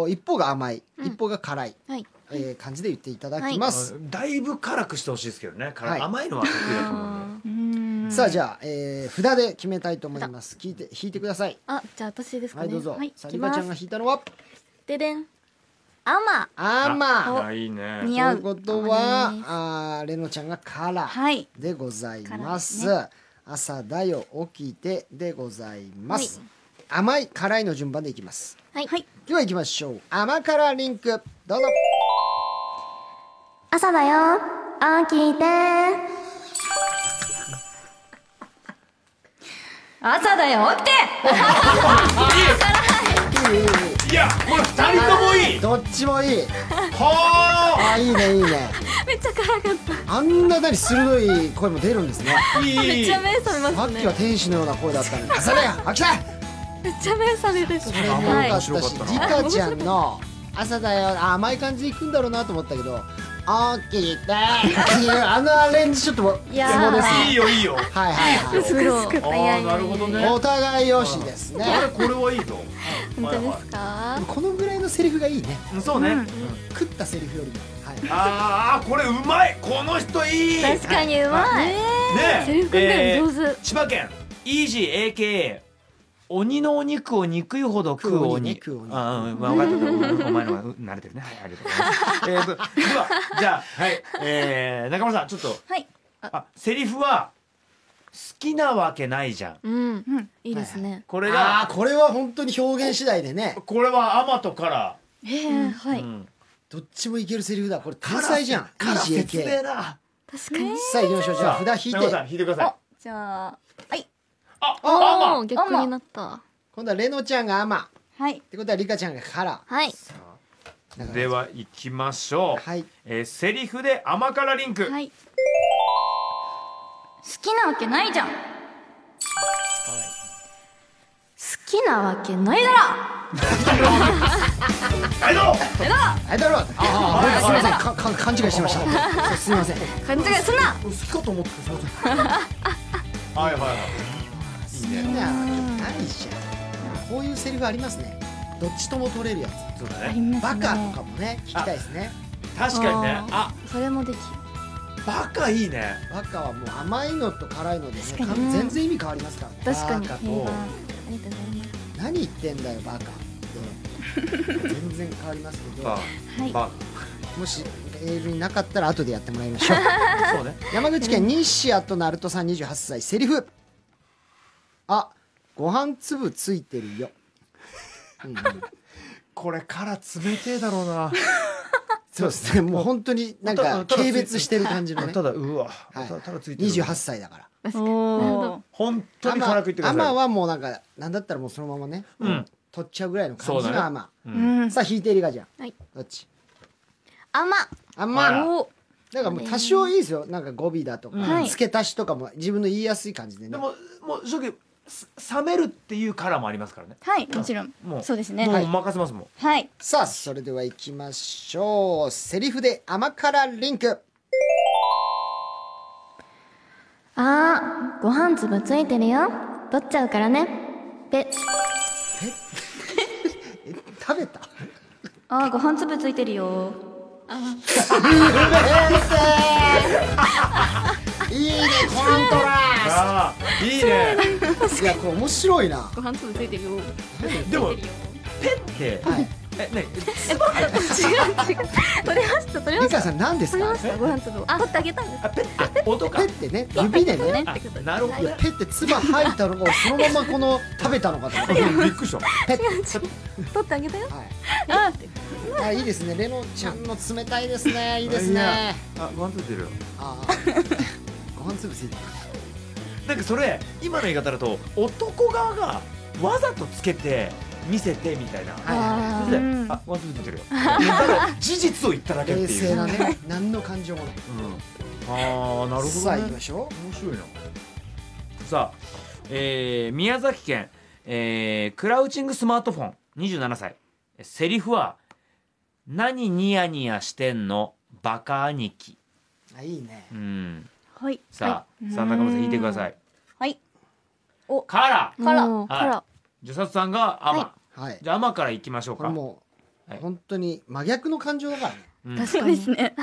[SPEAKER 1] おー一方が甘い一方が辛い、
[SPEAKER 2] はい
[SPEAKER 1] えー感じで言っていただきます、
[SPEAKER 4] だいぶ辛くしてほしいですけどね、辛
[SPEAKER 1] はい
[SPEAKER 4] 甘いのは得意だと思うんで
[SPEAKER 1] さあじゃあ、えー札で決めたいと思います聞いて引いてください
[SPEAKER 2] あじゃあ私ですか
[SPEAKER 1] はい
[SPEAKER 2] ね
[SPEAKER 1] どうぞ、
[SPEAKER 2] はい
[SPEAKER 1] さ
[SPEAKER 2] い
[SPEAKER 1] り
[SPEAKER 2] き
[SPEAKER 1] か
[SPEAKER 2] ま
[SPEAKER 1] ち
[SPEAKER 2] す
[SPEAKER 1] ゃんが引いたのは
[SPEAKER 2] ででんあま
[SPEAKER 1] あーまあ
[SPEAKER 3] あいいね。
[SPEAKER 2] 似合
[SPEAKER 1] と
[SPEAKER 2] う
[SPEAKER 1] いうことは、あーレノちゃんがカラ
[SPEAKER 11] はい
[SPEAKER 1] でございます。朝だよ起きてでございます。甘い辛いの順番でいきます。
[SPEAKER 2] はい、
[SPEAKER 1] では行きましょう。甘辛リンクどうぞ。
[SPEAKER 6] 朝だよ起きて
[SPEAKER 11] 朝だよ起きて
[SPEAKER 3] いやこれ二人ともいい。
[SPEAKER 1] どっちもいい。
[SPEAKER 3] は
[SPEAKER 1] あーいいねいいね。
[SPEAKER 2] めっちゃ辛かっ
[SPEAKER 1] あんなだり鋭い声も出るんですね。
[SPEAKER 3] あ。いい。
[SPEAKER 2] ためっちゃ目覚め
[SPEAKER 1] さ
[SPEAKER 2] ま
[SPEAKER 1] っ
[SPEAKER 2] すね
[SPEAKER 1] きは天使のような声だったのに。 朝だよ起きて。
[SPEAKER 2] めっちゃ目覚めですね
[SPEAKER 1] あんま
[SPEAKER 2] は
[SPEAKER 1] り
[SPEAKER 2] い
[SPEAKER 1] 良かったし、リカちゃんの朝だよ、あ甘い感じで行くんだろうなと思ったけど、大きいっていう あのアレンジちょっとも
[SPEAKER 2] いやー
[SPEAKER 1] ツボです
[SPEAKER 3] いいよいいよ。
[SPEAKER 1] はいはいはい。
[SPEAKER 2] プロ
[SPEAKER 3] ああなるほどね。
[SPEAKER 1] お互いよしですね。
[SPEAKER 3] あれこれはいいぞ。
[SPEAKER 2] 本当ですか
[SPEAKER 1] このぐらいのセリフがいいね。
[SPEAKER 3] そうね。
[SPEAKER 1] 食ったセリフよりも。はい。
[SPEAKER 3] あーあーこれうまい。この人いい。ね
[SPEAKER 2] 確かにうまいセリフ組んで
[SPEAKER 3] え
[SPEAKER 2] るの
[SPEAKER 3] ー
[SPEAKER 2] 上手
[SPEAKER 3] 千葉県イージー AKA 鬼のお肉を憎いほど食う鬼。
[SPEAKER 1] 食う鬼ね食う鬼
[SPEAKER 3] あーうんまあ分かった。お前のはうん慣れてるね。はいありがとうご ざいます。えーとではじゃあはいえー中村さんちょっと
[SPEAKER 11] はい
[SPEAKER 3] あセリフは好きなわけないじゃん。
[SPEAKER 2] うんいいですね
[SPEAKER 3] これ
[SPEAKER 1] ああ
[SPEAKER 3] が
[SPEAKER 1] ー、これは本当に表現次第でね。
[SPEAKER 3] これはアマトから。
[SPEAKER 11] えーはい
[SPEAKER 3] うん
[SPEAKER 1] どっちもいけるセリフだ。これ天才じゃん。
[SPEAKER 3] から説
[SPEAKER 1] EGK
[SPEAKER 3] 明だ。
[SPEAKER 2] 確かに
[SPEAKER 1] さあ行きましょう。じゃあ札引い
[SPEAKER 3] 中村さん
[SPEAKER 1] て。
[SPEAKER 3] 引いてください。
[SPEAKER 11] じゃあ
[SPEAKER 3] あ
[SPEAKER 2] お
[SPEAKER 3] あ
[SPEAKER 2] お逆になった
[SPEAKER 1] 今度はレノちゃんが甘。っ
[SPEAKER 11] はい
[SPEAKER 1] てことはリカちゃんが辛。
[SPEAKER 2] はい
[SPEAKER 1] だから
[SPEAKER 3] では行きましょう。
[SPEAKER 1] はい。
[SPEAKER 3] えーセリフで甘辛リンク。
[SPEAKER 11] はい好きなわけないじゃん好きなわけないだろ
[SPEAKER 3] はいどうも
[SPEAKER 1] はい、どうぞ。ああ、すみません。かか勘違いしてました。そうすみません。
[SPEAKER 11] 勘違いすんな
[SPEAKER 1] 好きかと思ってすみません。
[SPEAKER 3] はいはいはい。
[SPEAKER 1] 好きなわけないじゃん。こういうセリフありますね。どっちとも取れるや
[SPEAKER 3] そう
[SPEAKER 11] あ
[SPEAKER 3] だ
[SPEAKER 11] り
[SPEAKER 3] ね。
[SPEAKER 11] ま
[SPEAKER 1] つ。
[SPEAKER 11] す
[SPEAKER 1] バ
[SPEAKER 11] ね
[SPEAKER 1] カとかもね、聞きたいですね。
[SPEAKER 3] 確かにね。あ、
[SPEAKER 2] それもできる
[SPEAKER 3] バカいいね。
[SPEAKER 1] バカはもう甘いのと辛いのでね
[SPEAKER 11] 確かに
[SPEAKER 1] か全然意味変わりますからね
[SPEAKER 2] 確かに
[SPEAKER 3] バカ
[SPEAKER 2] 平和ありが
[SPEAKER 3] と
[SPEAKER 2] とうございます
[SPEAKER 1] 何言ってんだよバカって全然変わりますけど
[SPEAKER 3] バ
[SPEAKER 11] はい
[SPEAKER 3] バ
[SPEAKER 1] もしメールになかったら後でやってもらいましょう
[SPEAKER 3] カ。そうね。
[SPEAKER 1] 山口県西谷とナルトさん28歳セリフあご飯粒ついてるよ、うんうん
[SPEAKER 3] これから冷てえだろうな。
[SPEAKER 1] そうですねもう本当になんか
[SPEAKER 3] ただ
[SPEAKER 1] 軽蔑してる感じのね
[SPEAKER 3] ただうわ。た
[SPEAKER 1] はい
[SPEAKER 3] だただついてる。
[SPEAKER 1] 28。歳だから
[SPEAKER 11] お
[SPEAKER 3] 本当に辛く言ってくだ
[SPEAKER 1] ア
[SPEAKER 3] さい。
[SPEAKER 1] マはもうなんかなんだったらもうそのままね、
[SPEAKER 3] うん
[SPEAKER 1] 取っちゃうぐらいの感じ
[SPEAKER 3] そう
[SPEAKER 1] の
[SPEAKER 3] だ
[SPEAKER 1] ア
[SPEAKER 3] ね
[SPEAKER 11] ー
[SPEAKER 1] マ、
[SPEAKER 3] うん
[SPEAKER 11] うん
[SPEAKER 1] さあ引いてリカちゃん、
[SPEAKER 2] はい
[SPEAKER 1] どっち
[SPEAKER 2] あま
[SPEAKER 1] あん
[SPEAKER 3] あ
[SPEAKER 1] ま
[SPEAKER 3] ら
[SPEAKER 2] お
[SPEAKER 1] だからもう多少いいですよなんか語尾だとか、
[SPEAKER 2] はい
[SPEAKER 1] 付け足しとかも自分の言いやすい感じでね
[SPEAKER 3] でももう正直す冷めるっていうカラーもありますからね。
[SPEAKER 11] はいもちろん
[SPEAKER 3] もう
[SPEAKER 11] そうですね
[SPEAKER 3] も
[SPEAKER 11] は
[SPEAKER 3] う
[SPEAKER 11] い
[SPEAKER 3] 任せますもん。
[SPEAKER 11] はい
[SPEAKER 1] さあそれでは行きましょうセリフで甘辛リンク
[SPEAKER 2] あーご飯粒ついてるよ取っちゃうからねペ
[SPEAKER 1] 食べた
[SPEAKER 11] あーご飯粒ついてるよ
[SPEAKER 1] いいねコントラ
[SPEAKER 3] ああいいね。
[SPEAKER 1] ストいやこれ面白いな
[SPEAKER 11] ご飯粒ついてるよ
[SPEAKER 3] でもペって
[SPEAKER 1] はい
[SPEAKER 3] えね
[SPEAKER 2] 取れました取れ
[SPEAKER 1] リカさん何ですか
[SPEAKER 2] したご飯粒をあ取ってあげたんです
[SPEAKER 3] あペって音か
[SPEAKER 1] ペっ。てね指でね
[SPEAKER 3] あなるほ
[SPEAKER 1] い
[SPEAKER 3] ど
[SPEAKER 1] や。ペって唾吐いた のがそのままこの食べたのかと思った
[SPEAKER 3] びっくりした。
[SPEAKER 1] ペッ
[SPEAKER 2] 取ってあげたよ
[SPEAKER 1] はいあいいですねレノちゃんの冷たいですねいいです
[SPEAKER 3] いや
[SPEAKER 1] ね
[SPEAKER 3] あご飯ついてるよ。
[SPEAKER 1] あーご飯粒ついてる
[SPEAKER 3] なんかそれ今の言い方だと男側がわざとつけて見せてみたいな、
[SPEAKER 1] はいは
[SPEAKER 3] であワンツーつい てるよただ事実を言っただ
[SPEAKER 1] い
[SPEAKER 3] けって
[SPEAKER 1] 冷
[SPEAKER 3] い
[SPEAKER 1] 静
[SPEAKER 3] う、
[SPEAKER 1] なね何の感情もない
[SPEAKER 3] ああなるほど、ね、
[SPEAKER 1] さあ行きましょ
[SPEAKER 3] 面白いなさあ、えー宮崎県、えークラウチングスマートフォン27歳セリフは「何ニヤニヤしてんのバカ兄貴
[SPEAKER 1] うあいいね」
[SPEAKER 3] うん
[SPEAKER 11] はい
[SPEAKER 3] さあ、さあ中村さん引いてください
[SPEAKER 11] はいお
[SPEAKER 3] から
[SPEAKER 11] カラ
[SPEAKER 2] もう
[SPEAKER 3] はい
[SPEAKER 2] カラ
[SPEAKER 3] じゃあさつさんが「アマ」
[SPEAKER 1] はい
[SPEAKER 3] じゃあ「アマ」からいきましょう
[SPEAKER 1] こ
[SPEAKER 3] か
[SPEAKER 1] れもう
[SPEAKER 3] はい
[SPEAKER 1] 本当に真逆の感情だからね
[SPEAKER 3] うん
[SPEAKER 11] そうです ね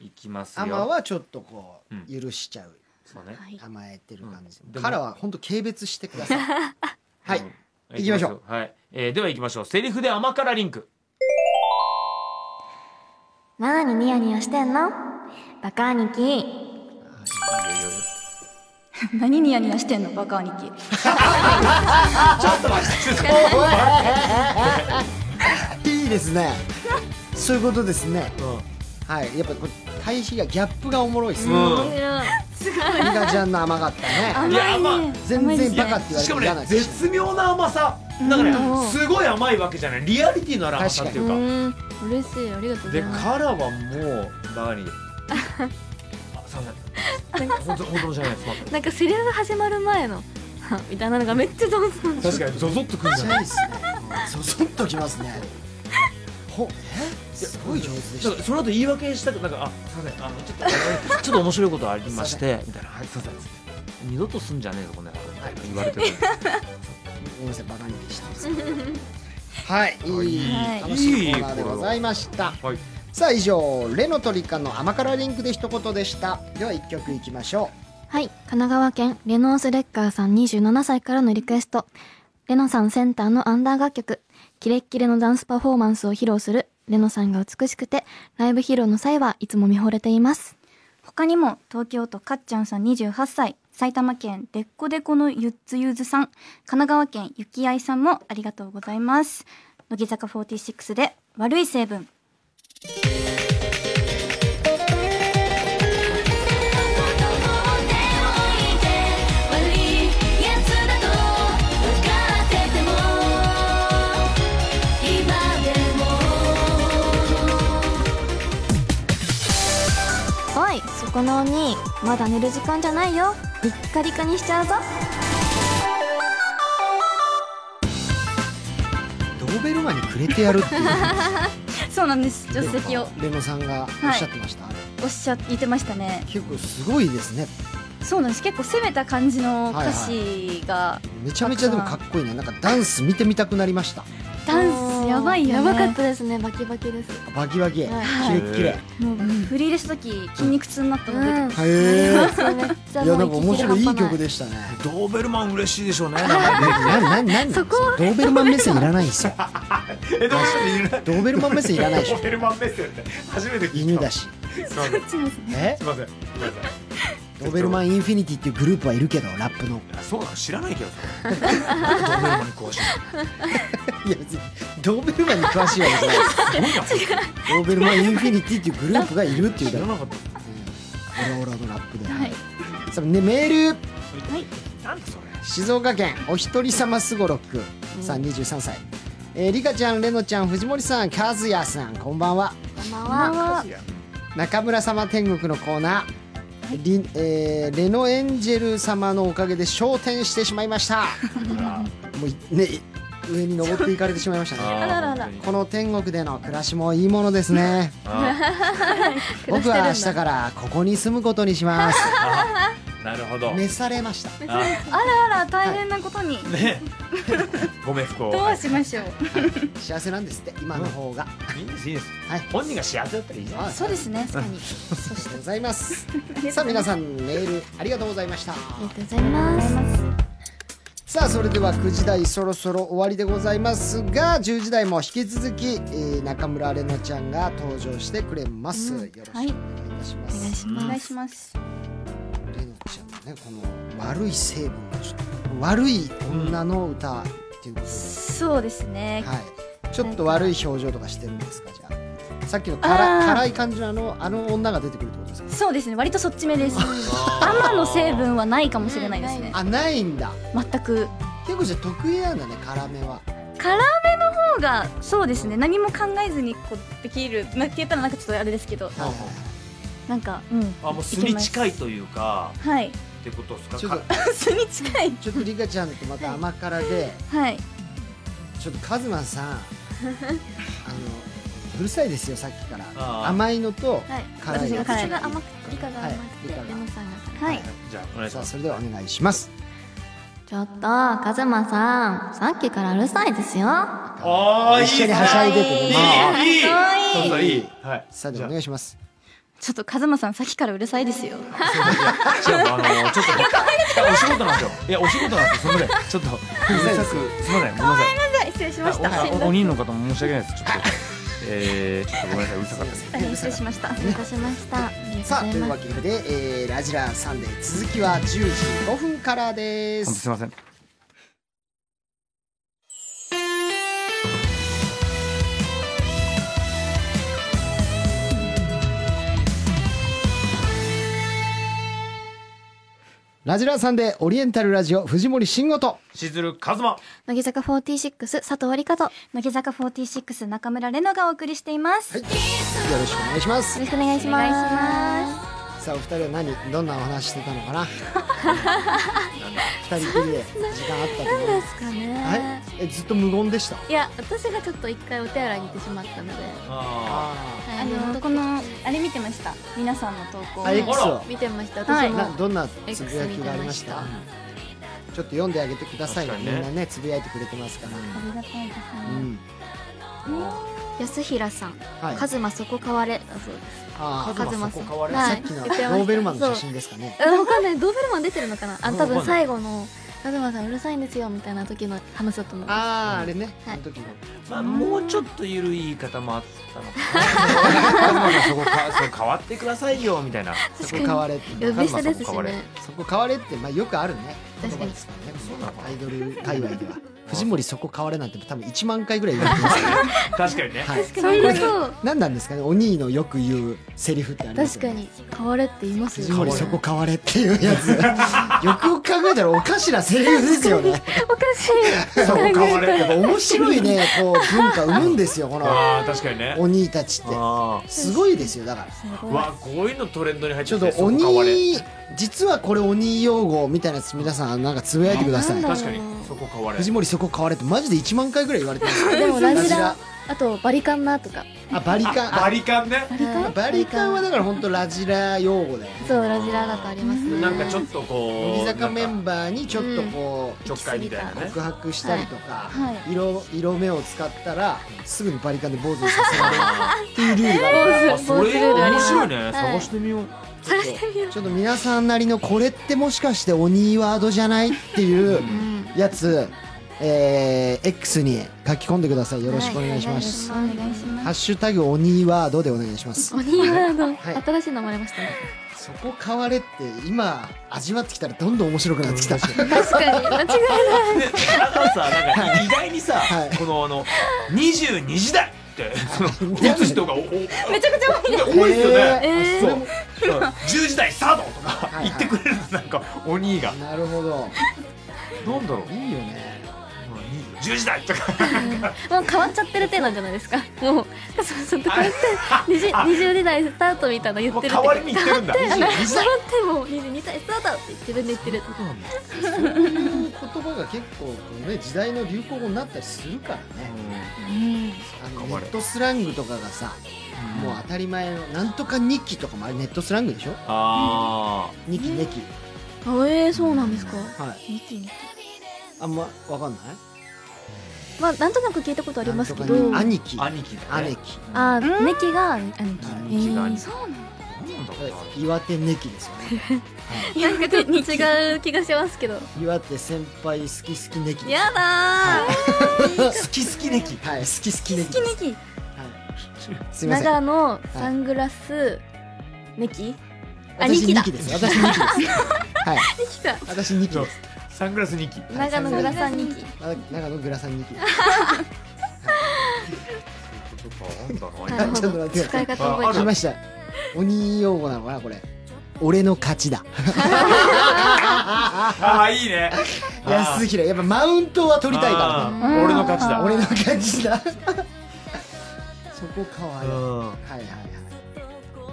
[SPEAKER 3] いきますよ
[SPEAKER 1] アマはちょっとこ
[SPEAKER 3] う
[SPEAKER 1] う許しちゃう
[SPEAKER 3] そうね、
[SPEAKER 11] はい
[SPEAKER 1] 甘えてる感じ
[SPEAKER 3] うんでも
[SPEAKER 1] カラは本当軽蔑してくだ さいは
[SPEAKER 3] うん
[SPEAKER 1] い行きましょう
[SPEAKER 3] はい、えーでは行きましょうセリフで「アマ」からリンク
[SPEAKER 2] なにニヤニヤしてんのバカ兄貴
[SPEAKER 11] 何ニヤニヤしてんのバカ兄貴
[SPEAKER 1] いいですねそういうことですね
[SPEAKER 3] う
[SPEAKER 1] はいやっぱこれ対比がギャップがおもろいですね
[SPEAKER 3] ん、
[SPEAKER 1] ミカちゃんの甘かったね
[SPEAKER 3] いや甘い
[SPEAKER 1] 全然バカって言われ
[SPEAKER 3] してか
[SPEAKER 1] も
[SPEAKER 3] も
[SPEAKER 1] 嫌
[SPEAKER 3] ね
[SPEAKER 1] なんです
[SPEAKER 3] 絶妙な甘さだからすごい甘いわけじゃないリアリティのある甘さっていうか
[SPEAKER 2] うん嬉しいありがとうござ
[SPEAKER 3] で
[SPEAKER 2] います
[SPEAKER 3] カラはもうバカにあすいません本当本当のじゃないです
[SPEAKER 2] なんかセリフが始まる前のみたいなのがめっちゃ上手なんです
[SPEAKER 3] 確かにゾゾっとくるんじゃ
[SPEAKER 1] めっちゃいい
[SPEAKER 3] ない
[SPEAKER 1] ですねそそっときますねほえすごい上手で
[SPEAKER 3] だ
[SPEAKER 1] し
[SPEAKER 3] からその後言い訳したくなんかあすいませんあの ちょっとあのちょっと面白いことありましてみたいなはいすいません二度とすんじゃねえぞこんなこと
[SPEAKER 1] はい
[SPEAKER 3] 言われてる
[SPEAKER 1] たごめんなさいバカにしてますはいいい
[SPEAKER 3] はい
[SPEAKER 1] 楽しいコーナーでございました
[SPEAKER 3] はい
[SPEAKER 1] さあ以上「レノトリカの甘辛リンク」で一言でしたでは一曲いきましょ
[SPEAKER 2] はい神奈川県レノースレッカーさん27歳からのリクエストレノさんセンターのアンダー楽曲キレッキレのダンスパフォーマンスを披露するレノさんが美しくてライブ披露の際はいつも見惚れています
[SPEAKER 11] 他にも東京都かっちゃんさん28歳埼玉県でっこでこのゆっつゆずさん神奈川県ゆきあいさんもありがとうございます乃木坂46で悪い成分
[SPEAKER 9] 悪いやつだと分かってても今でも
[SPEAKER 2] おいそこの鬼まだ寝る時間じゃないよリッカリカにしちゃうぞ
[SPEAKER 1] うドーベルマンにくれてやるっていう
[SPEAKER 11] そうなんです助手席を
[SPEAKER 1] レノさんがおっしゃってました、あれ
[SPEAKER 11] おっしゃっていてましたね
[SPEAKER 1] 結構すごいですね
[SPEAKER 11] そうなんです結構攻めた感じの歌詞が、
[SPEAKER 1] めちゃめちゃでもかっこいいねなんかダンス見てみたくなりました
[SPEAKER 11] ダンスやばいよ
[SPEAKER 2] や
[SPEAKER 11] ね
[SPEAKER 2] ばかったですねバキバキです
[SPEAKER 1] バキバキキレ
[SPEAKER 2] はい
[SPEAKER 1] ッキレへ
[SPEAKER 11] もう振り入れした時筋肉痛になったので、
[SPEAKER 2] うん
[SPEAKER 1] え
[SPEAKER 2] それめっちゃ
[SPEAKER 1] いやなんか面白いいい
[SPEAKER 2] もう
[SPEAKER 1] 曲でしたね
[SPEAKER 3] ドーベルマン嬉しいでしょうね
[SPEAKER 1] ななななそこドーベルマン目線いらないんですよ
[SPEAKER 3] えどうして
[SPEAKER 1] ドーベルマン目線いらないでし
[SPEAKER 3] ド
[SPEAKER 1] ょ
[SPEAKER 3] ーベルマン目線って初めて聞いた
[SPEAKER 1] 犬だし
[SPEAKER 3] すいませんす
[SPEAKER 1] え
[SPEAKER 3] いませんごめんなさい
[SPEAKER 1] ドーベルマンインフィニティっていうグループはいるけどラップの
[SPEAKER 3] あそうなの知らないけどそれなんでドーベルマンに詳し
[SPEAKER 1] い
[SPEAKER 3] い
[SPEAKER 1] や別にドーベルマンに詳しいわけじゃないですドーベルマンインフィニティっていうグループがいるっていう
[SPEAKER 3] の知
[SPEAKER 1] だ
[SPEAKER 3] ら
[SPEAKER 1] け
[SPEAKER 3] なかっ
[SPEAKER 1] オラオラのラップで、
[SPEAKER 11] はい
[SPEAKER 1] さあね、メール
[SPEAKER 3] たなんだそれ
[SPEAKER 1] 静岡県お一人様すごろくさん23歳、えー、リカちゃんレノちゃん藤森さん和也さんこんばんは中村様天国のコーナー、りえーレノエンジェル様のおかげで昇天してしまいましたもうね上に登っていかれてしまいましたね
[SPEAKER 3] あららら
[SPEAKER 1] この天国での暮らしもいいものですね僕は明日からここに住むことにします
[SPEAKER 3] なるほど
[SPEAKER 1] 召されました
[SPEAKER 3] あ
[SPEAKER 11] あら大変なことに、
[SPEAKER 3] ねご冥福を
[SPEAKER 11] どうしましょう、
[SPEAKER 1] 幸せなんですって今の方が、
[SPEAKER 3] いいんですいいんです
[SPEAKER 1] はい
[SPEAKER 3] 本人が幸せだったらいいじゃない
[SPEAKER 1] はい
[SPEAKER 11] そうですね確かに
[SPEAKER 1] そしてございます。さあ皆さんメールありがとうございました。
[SPEAKER 2] ありがとうございます
[SPEAKER 1] さあそれでは9時台そろそろ終わりでございますが10時台も引き続き、えー中村れのちゃんが登場してくれます。よろしくお願いいたします。
[SPEAKER 2] お願いし
[SPEAKER 11] お願
[SPEAKER 2] ま
[SPEAKER 11] い
[SPEAKER 2] す
[SPEAKER 11] します
[SPEAKER 1] れのちゃんのねこの悪い成分がちょっと悪い女の歌っていうことで、
[SPEAKER 11] そうですね、
[SPEAKER 1] はい。ちょっと悪い表情とかしてるんですかじゃあ。さっきの辛
[SPEAKER 11] あー
[SPEAKER 1] 辛い感じのあのあの女が出てくるってことですか。
[SPEAKER 11] そうですね割とそっちめですアマの成分はないかもしれないですね
[SPEAKER 1] あないんだ。
[SPEAKER 11] 全く
[SPEAKER 1] 結構じゃあ得意なんだね辛めは
[SPEAKER 2] 辛めの方がそうですね何も考えずにこうできるなって言ったらなんかちょっとあれですけど
[SPEAKER 1] はい
[SPEAKER 2] なんかうん
[SPEAKER 3] あもう素に近いというか
[SPEAKER 2] いけますはい
[SPEAKER 3] ってことですか
[SPEAKER 1] ちょっと
[SPEAKER 3] か
[SPEAKER 2] 素に近い
[SPEAKER 1] ちょっとリカちゃんとまた甘辛で
[SPEAKER 2] はい
[SPEAKER 1] ちょっとカズマさん あのうるさいですよさっきから
[SPEAKER 3] あー
[SPEAKER 1] 甘いのと
[SPEAKER 5] はい
[SPEAKER 1] 辛い
[SPEAKER 2] 私
[SPEAKER 1] の
[SPEAKER 2] が辛い
[SPEAKER 5] 私が甘く理科が甘く
[SPEAKER 1] は
[SPEAKER 5] て
[SPEAKER 1] い理科が
[SPEAKER 5] レモさんが辛い
[SPEAKER 2] はい
[SPEAKER 3] じゃあお願いし
[SPEAKER 1] さ
[SPEAKER 3] ま
[SPEAKER 1] あ
[SPEAKER 3] す
[SPEAKER 1] それではお願いします
[SPEAKER 5] ちょっとカズマさんさっきからうるさいですよ
[SPEAKER 3] あーいいっす
[SPEAKER 1] 一緒に
[SPEAKER 3] ね
[SPEAKER 1] はしゃいでてね
[SPEAKER 3] いいいい
[SPEAKER 2] かわいい
[SPEAKER 3] そうそういいはい
[SPEAKER 1] さあではお願いします
[SPEAKER 2] ちょっと風間さんさっきからうるさいですよ
[SPEAKER 3] 違うあのちょっとお仕事なんですよいやお仕事なんですよすみませんちょっとうるさくすみませんごめんなさい
[SPEAKER 2] 失礼しました
[SPEAKER 3] あおおお人の方も申し訳ないですちょっとえーちょっとごめんなさいうるさかったです
[SPEAKER 2] 大変失礼しました
[SPEAKER 5] 失礼いたしましたありが
[SPEAKER 1] さ
[SPEAKER 5] と
[SPEAKER 1] あとい
[SPEAKER 5] うございうま
[SPEAKER 1] わ
[SPEAKER 5] す
[SPEAKER 1] けで、えーラジラーサンデー続きは10時5分からで
[SPEAKER 3] 本当
[SPEAKER 1] す
[SPEAKER 3] すみません
[SPEAKER 1] ラジラーサンデーオリエンタルラジオ藤森慎吾と
[SPEAKER 3] しずるかずま
[SPEAKER 5] 乃木坂46佐藤理香とよ
[SPEAKER 2] 乃木坂46中村れのがお送りしています、
[SPEAKER 1] はいよろしくお願いします
[SPEAKER 5] ろしくお願いします
[SPEAKER 2] お
[SPEAKER 1] さあお二人は何どんなお話してたの かな二人きりで時間あったと思います
[SPEAKER 5] ですかね、
[SPEAKER 1] はいえずっと無言でした
[SPEAKER 5] い、や私がちょっと一回お手洗いに行ってしまったので、
[SPEAKER 1] あ
[SPEAKER 3] あ
[SPEAKER 2] あ
[SPEAKER 5] はい、
[SPEAKER 2] のこのあれ見てました皆さんの投稿
[SPEAKER 1] ーあ X を
[SPEAKER 5] 見てました
[SPEAKER 2] は
[SPEAKER 5] 私
[SPEAKER 2] い
[SPEAKER 5] も、
[SPEAKER 1] などんなつぶやきがありましたちょ
[SPEAKER 5] X
[SPEAKER 1] っと読んであげてくださいね
[SPEAKER 3] 確
[SPEAKER 1] み
[SPEAKER 3] かに
[SPEAKER 1] ん
[SPEAKER 3] ね
[SPEAKER 1] なねつぶやいてくれてますから、
[SPEAKER 2] ありがたいです
[SPEAKER 1] う
[SPEAKER 2] ね
[SPEAKER 1] ん
[SPEAKER 5] 安平さん
[SPEAKER 1] はい
[SPEAKER 5] 「カズマそこ変われ」だそうです
[SPEAKER 1] あ
[SPEAKER 5] カズマさん
[SPEAKER 3] わ
[SPEAKER 5] は
[SPEAKER 1] さ
[SPEAKER 5] い
[SPEAKER 1] っきの
[SPEAKER 5] 言ってました
[SPEAKER 1] ドーベルマンの写真ですかね
[SPEAKER 5] うんわかんないドーベルマン出てるのかなあ
[SPEAKER 3] う
[SPEAKER 5] 多
[SPEAKER 3] んわ
[SPEAKER 5] 分
[SPEAKER 3] かんない
[SPEAKER 5] 最後の「カズマさんうるさいんですよ」みたいな時の話だと思う
[SPEAKER 1] あああれね、
[SPEAKER 5] は
[SPEAKER 1] あ
[SPEAKER 5] い
[SPEAKER 1] の時の
[SPEAKER 3] まあ、もうちょっと緩い言い方もあったの かなカズマさんそこかそこ変わってくださいよみ たいな
[SPEAKER 1] そこ変われって
[SPEAKER 5] 呼び捨てです
[SPEAKER 3] カズマさんも変
[SPEAKER 5] し
[SPEAKER 3] われ
[SPEAKER 5] ね
[SPEAKER 1] そこ変われって、まあ、よくあるね言葉
[SPEAKER 5] 確かに
[SPEAKER 1] ですからねアイドル界隈では藤森そこ変われなんて多分1万回ぐらい言われてますから、
[SPEAKER 3] 確かにね
[SPEAKER 1] はい、
[SPEAKER 5] それこそ
[SPEAKER 1] 何なんですかねお兄のよく言うセリフってあります
[SPEAKER 5] 確
[SPEAKER 1] よ
[SPEAKER 5] か
[SPEAKER 1] ね
[SPEAKER 5] に変われって言います
[SPEAKER 1] 藤
[SPEAKER 5] よね
[SPEAKER 1] 森そこ変われっていう やつよくよく考えたらおかしなセリフですよね
[SPEAKER 5] おかしい
[SPEAKER 3] そこ変われ
[SPEAKER 1] やっぱ 面白いねこう文化生むんですよこの
[SPEAKER 3] あー確かにね
[SPEAKER 1] お兄たちって
[SPEAKER 3] あ
[SPEAKER 1] すごいですよだから
[SPEAKER 3] ーわこういうのトレンドに入っ
[SPEAKER 1] ち
[SPEAKER 3] て
[SPEAKER 1] ょっと
[SPEAKER 3] る
[SPEAKER 1] お兄実はこれお兄用語みたいなやつ皆さんなんかつぶやいてください
[SPEAKER 3] 確かにそこ変われ
[SPEAKER 1] 藤森そこ変われってマジで1万回ぐらい言われてます
[SPEAKER 5] でもラジ
[SPEAKER 1] ジ
[SPEAKER 5] ラあとバリカンなとか
[SPEAKER 1] あバリカン
[SPEAKER 3] バ
[SPEAKER 1] あ
[SPEAKER 3] リカンね
[SPEAKER 5] はい
[SPEAKER 1] バリカンはだから本当ラジラ用語だよね
[SPEAKER 5] そうラジラだとありますね
[SPEAKER 3] なんかちょっとこう
[SPEAKER 1] 乃木坂メ
[SPEAKER 3] なんか
[SPEAKER 1] ンバーにちょっとこう
[SPEAKER 3] ちょっかいみたいなね
[SPEAKER 1] 告白したりとか、
[SPEAKER 2] はいは
[SPEAKER 1] 色色目を使ったらすぐにバリカンで坊主にさせられるっていうルールがある
[SPEAKER 3] あそれ面白いね、探してみよう
[SPEAKER 1] ちょっとちょっと皆さんなりのこれってもしかして鬼ワードじゃないっていうやつ、えー X に書き込んでくださいよろしくお願いします、
[SPEAKER 2] お願いします
[SPEAKER 1] ハッシュタグ鬼ワードでお願いします
[SPEAKER 5] 鬼ワード、
[SPEAKER 1] はい
[SPEAKER 5] 新しいの生まれましたね
[SPEAKER 1] そこ変われって今味わってきたらどんどん面白くなってきた
[SPEAKER 5] 確かに間違いない
[SPEAKER 3] であとさなんか意外にさ、
[SPEAKER 1] はい
[SPEAKER 3] このあの22時代ってその打つ人がおお
[SPEAKER 2] めちゃくちゃ多いです
[SPEAKER 3] 多いですよね、
[SPEAKER 1] えー
[SPEAKER 3] そう
[SPEAKER 1] あそれも
[SPEAKER 3] うん10時代スタートとか
[SPEAKER 1] はい
[SPEAKER 3] 言ってくれるのなんかお兄が
[SPEAKER 1] なるほど
[SPEAKER 3] なんだろう
[SPEAKER 1] いいよね
[SPEAKER 3] 10時代とか
[SPEAKER 5] もう変わっちゃってる手なんじゃないですかもうそうそうこうやって20 20時代スタートみたいなの言
[SPEAKER 3] も
[SPEAKER 5] っ
[SPEAKER 3] う
[SPEAKER 5] てる
[SPEAKER 3] 代わりに言ってるんだ
[SPEAKER 5] 変わってもう22歳スタートって言ってるんで言ってる
[SPEAKER 1] 言葉が結構こう、ね、時代の流行語になったりするからね、あのネ
[SPEAKER 3] 頑張れ
[SPEAKER 1] ットスラングとかがさ、もう当たり前のなんとか日記とかもあれネットスラングでしょ
[SPEAKER 3] あ
[SPEAKER 1] 日記ネキ
[SPEAKER 5] あえー、そうなんですか
[SPEAKER 1] はいあんまわかんない
[SPEAKER 5] まあなんとなく聞いたことありますけど
[SPEAKER 1] なんとか
[SPEAKER 5] あ
[SPEAKER 1] 兄貴
[SPEAKER 3] あ兄貴だ
[SPEAKER 1] 姉
[SPEAKER 3] ね
[SPEAKER 1] 貴
[SPEAKER 5] あーネキが兄貴
[SPEAKER 3] 兄貴が兄貴
[SPEAKER 5] そうなん
[SPEAKER 3] なんだろうな
[SPEAKER 1] 岩手ネキですよ ね
[SPEAKER 5] なんかちょっと違う気がしますけど
[SPEAKER 1] 岩手先輩好き好きネキです
[SPEAKER 5] やだ
[SPEAKER 3] 好き好きでき
[SPEAKER 1] はい好き好きネキ
[SPEAKER 5] ーネキ
[SPEAKER 1] すいません
[SPEAKER 5] 長野サングラスネキあ
[SPEAKER 1] 私
[SPEAKER 5] ニキだ
[SPEAKER 1] ニキです私ニキですはい
[SPEAKER 5] キだ
[SPEAKER 1] 私ニキです
[SPEAKER 3] サングラス2期
[SPEAKER 5] 長野グラサンネキ
[SPEAKER 1] あ長野グラさんニキ
[SPEAKER 5] なる
[SPEAKER 1] ち
[SPEAKER 5] ほ
[SPEAKER 1] ょっと待
[SPEAKER 5] ど
[SPEAKER 1] ってくだ
[SPEAKER 5] 使
[SPEAKER 1] さい
[SPEAKER 5] い方覚え
[SPEAKER 3] あ
[SPEAKER 5] た
[SPEAKER 1] 来ました鬼用語なのかなこれ俺の勝ちだ
[SPEAKER 3] ああいいね
[SPEAKER 1] 安平やっぱマウントは取りたいか
[SPEAKER 12] あー俺の勝ち
[SPEAKER 1] ら
[SPEAKER 12] だ
[SPEAKER 1] ね俺の感じだ そこかわい
[SPEAKER 12] う
[SPEAKER 1] い、はい
[SPEAKER 12] ん
[SPEAKER 1] はいはい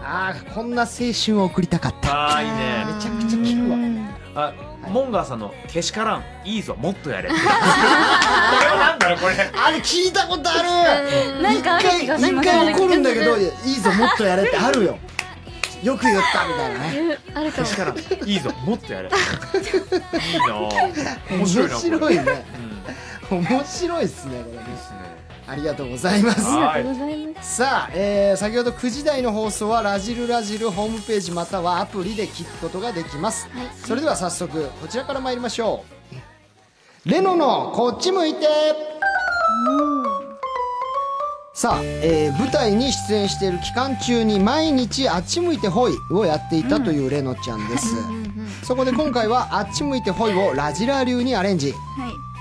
[SPEAKER 1] あーこんな青春を送りたかった
[SPEAKER 3] ああいいね
[SPEAKER 1] めちゃくちゃ聞くわ
[SPEAKER 3] あ
[SPEAKER 1] い
[SPEAKER 3] モンガーさんの「けしからんいいぞもっとやれ」これはなんだろうこれ
[SPEAKER 1] あれ聞いたことある
[SPEAKER 2] なんかある気がし
[SPEAKER 1] 一
[SPEAKER 2] ます
[SPEAKER 1] 回怒るんだけどいやいいぞもっとやれってあるよよく言ったみたいなね
[SPEAKER 13] あるか
[SPEAKER 3] け
[SPEAKER 13] も
[SPEAKER 3] しからんいいぞもっとやれいいな面白いなこれ
[SPEAKER 1] 面白いね
[SPEAKER 3] うん
[SPEAKER 1] 面白いっすねこれね
[SPEAKER 3] いいっすね
[SPEAKER 1] ありがとうございます
[SPEAKER 3] はい
[SPEAKER 13] ございます
[SPEAKER 1] さあ、えー先ほど9時台の放送はラジルラジルホームページまたはアプリで聞くことができます、それでは早速こちらから参りましょうレノのこっち向いてさあ、えー舞台に出演している期間中に毎日あっち向いてホイをやっていたというレノちゃんです、そこで今回はあっち向いてホイをラジラ流にアレンジ、
[SPEAKER 2] は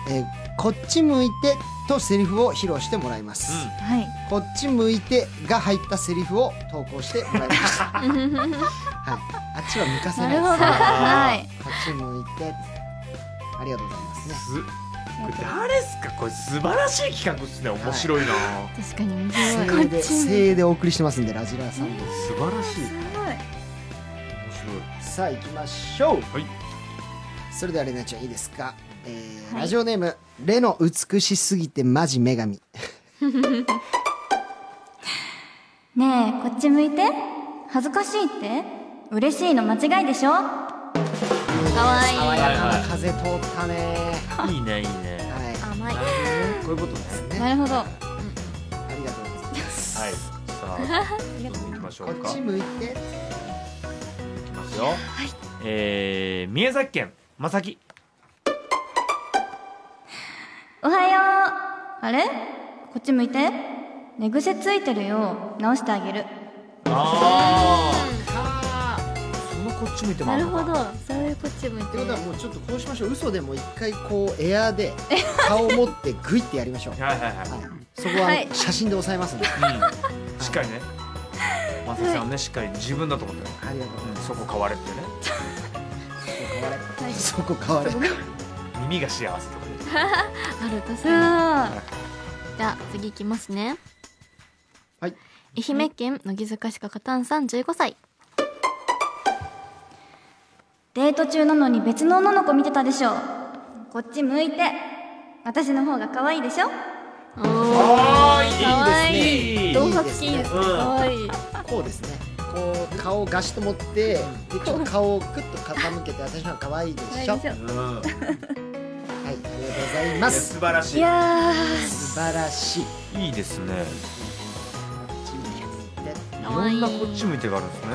[SPEAKER 2] い
[SPEAKER 1] えーこっち向いてとセリフを披露してもらいます、
[SPEAKER 3] うん
[SPEAKER 2] はい
[SPEAKER 1] こっち向いてが入ったセリフを投稿してもらいました。はい、あっちは向かせないで
[SPEAKER 2] なる
[SPEAKER 1] す。
[SPEAKER 2] ほどはい
[SPEAKER 1] こっち向いて。ありがとうございますね。
[SPEAKER 3] すこれ誰っすかこれ素晴らしい企画っすね面白いな、
[SPEAKER 5] 確かに面白い
[SPEAKER 1] 声で声でお送りしてますんでラジラーさんも。
[SPEAKER 3] 素晴らしい面
[SPEAKER 1] さあ行きましょう。
[SPEAKER 3] はい。
[SPEAKER 1] それではレナちゃんいいですか。えーラジオネームレの美しすぎてマジ女神。
[SPEAKER 2] ねえこっち向いて恥ずかしいって嬉しいの間違いでしょ
[SPEAKER 1] 爽やかな風通ったね。
[SPEAKER 3] 白いいいねいいね
[SPEAKER 1] は
[SPEAKER 5] 甘い
[SPEAKER 3] こういうことね
[SPEAKER 2] なるほど
[SPEAKER 1] い、ありがとうございます。
[SPEAKER 3] はいさあ行きましょ
[SPEAKER 1] こっ
[SPEAKER 3] うか
[SPEAKER 1] ち向いて。
[SPEAKER 3] いきますよ、えー、宮崎県正木
[SPEAKER 2] おはようあれこっち向いて寝癖ついてるよ直してあげる
[SPEAKER 3] ああそのこっち向いてもあ
[SPEAKER 5] なる
[SPEAKER 3] のか
[SPEAKER 5] ほどそういうこっち向い
[SPEAKER 1] っててことはもうちょっとこうしましょう嘘でも一回こうエアーで顔を持ってグイってやりましょう、はい、
[SPEAKER 3] はいはいはい、
[SPEAKER 1] そこは
[SPEAKER 2] はい
[SPEAKER 1] 写真で押さえますんで、
[SPEAKER 3] うん、しっかりね正木さんはねしっかり自分だと思ってね、
[SPEAKER 1] ありがとうござい
[SPEAKER 3] うん、
[SPEAKER 1] ます
[SPEAKER 3] そこ買われってね
[SPEAKER 1] そこ変われ
[SPEAKER 3] 耳が幸せとかね
[SPEAKER 5] あるとさ
[SPEAKER 2] あ
[SPEAKER 5] じゃあ次いきますね
[SPEAKER 1] はい
[SPEAKER 5] 愛媛県乃木坂鹿かたんさん15歳
[SPEAKER 2] デート中なのに別の女の子見てたでしょこっち向いて私の方が可愛いでしょ
[SPEAKER 5] おー
[SPEAKER 3] あーいい
[SPEAKER 5] かわいい
[SPEAKER 3] いい
[SPEAKER 5] 動
[SPEAKER 1] 動
[SPEAKER 5] 画
[SPEAKER 1] 画
[SPEAKER 5] 付
[SPEAKER 1] 付
[SPEAKER 5] き
[SPEAKER 1] き
[SPEAKER 5] い
[SPEAKER 1] い
[SPEAKER 5] い
[SPEAKER 1] い
[SPEAKER 5] で
[SPEAKER 1] ですす
[SPEAKER 5] か
[SPEAKER 3] ね
[SPEAKER 5] わいい
[SPEAKER 1] こうですねこう顔をガシッと持ってでちょっと顔をグッと傾けて私の方が可愛いでしょはいありがとう
[SPEAKER 3] う
[SPEAKER 1] ご
[SPEAKER 3] ん
[SPEAKER 1] ざいま
[SPEAKER 3] や
[SPEAKER 1] す
[SPEAKER 3] 素晴らしい
[SPEAKER 2] いや
[SPEAKER 1] 素晴らしい
[SPEAKER 3] いいですねい
[SPEAKER 5] かわ
[SPEAKER 3] ろ
[SPEAKER 5] いい
[SPEAKER 3] んなこっち向いてがあるんですね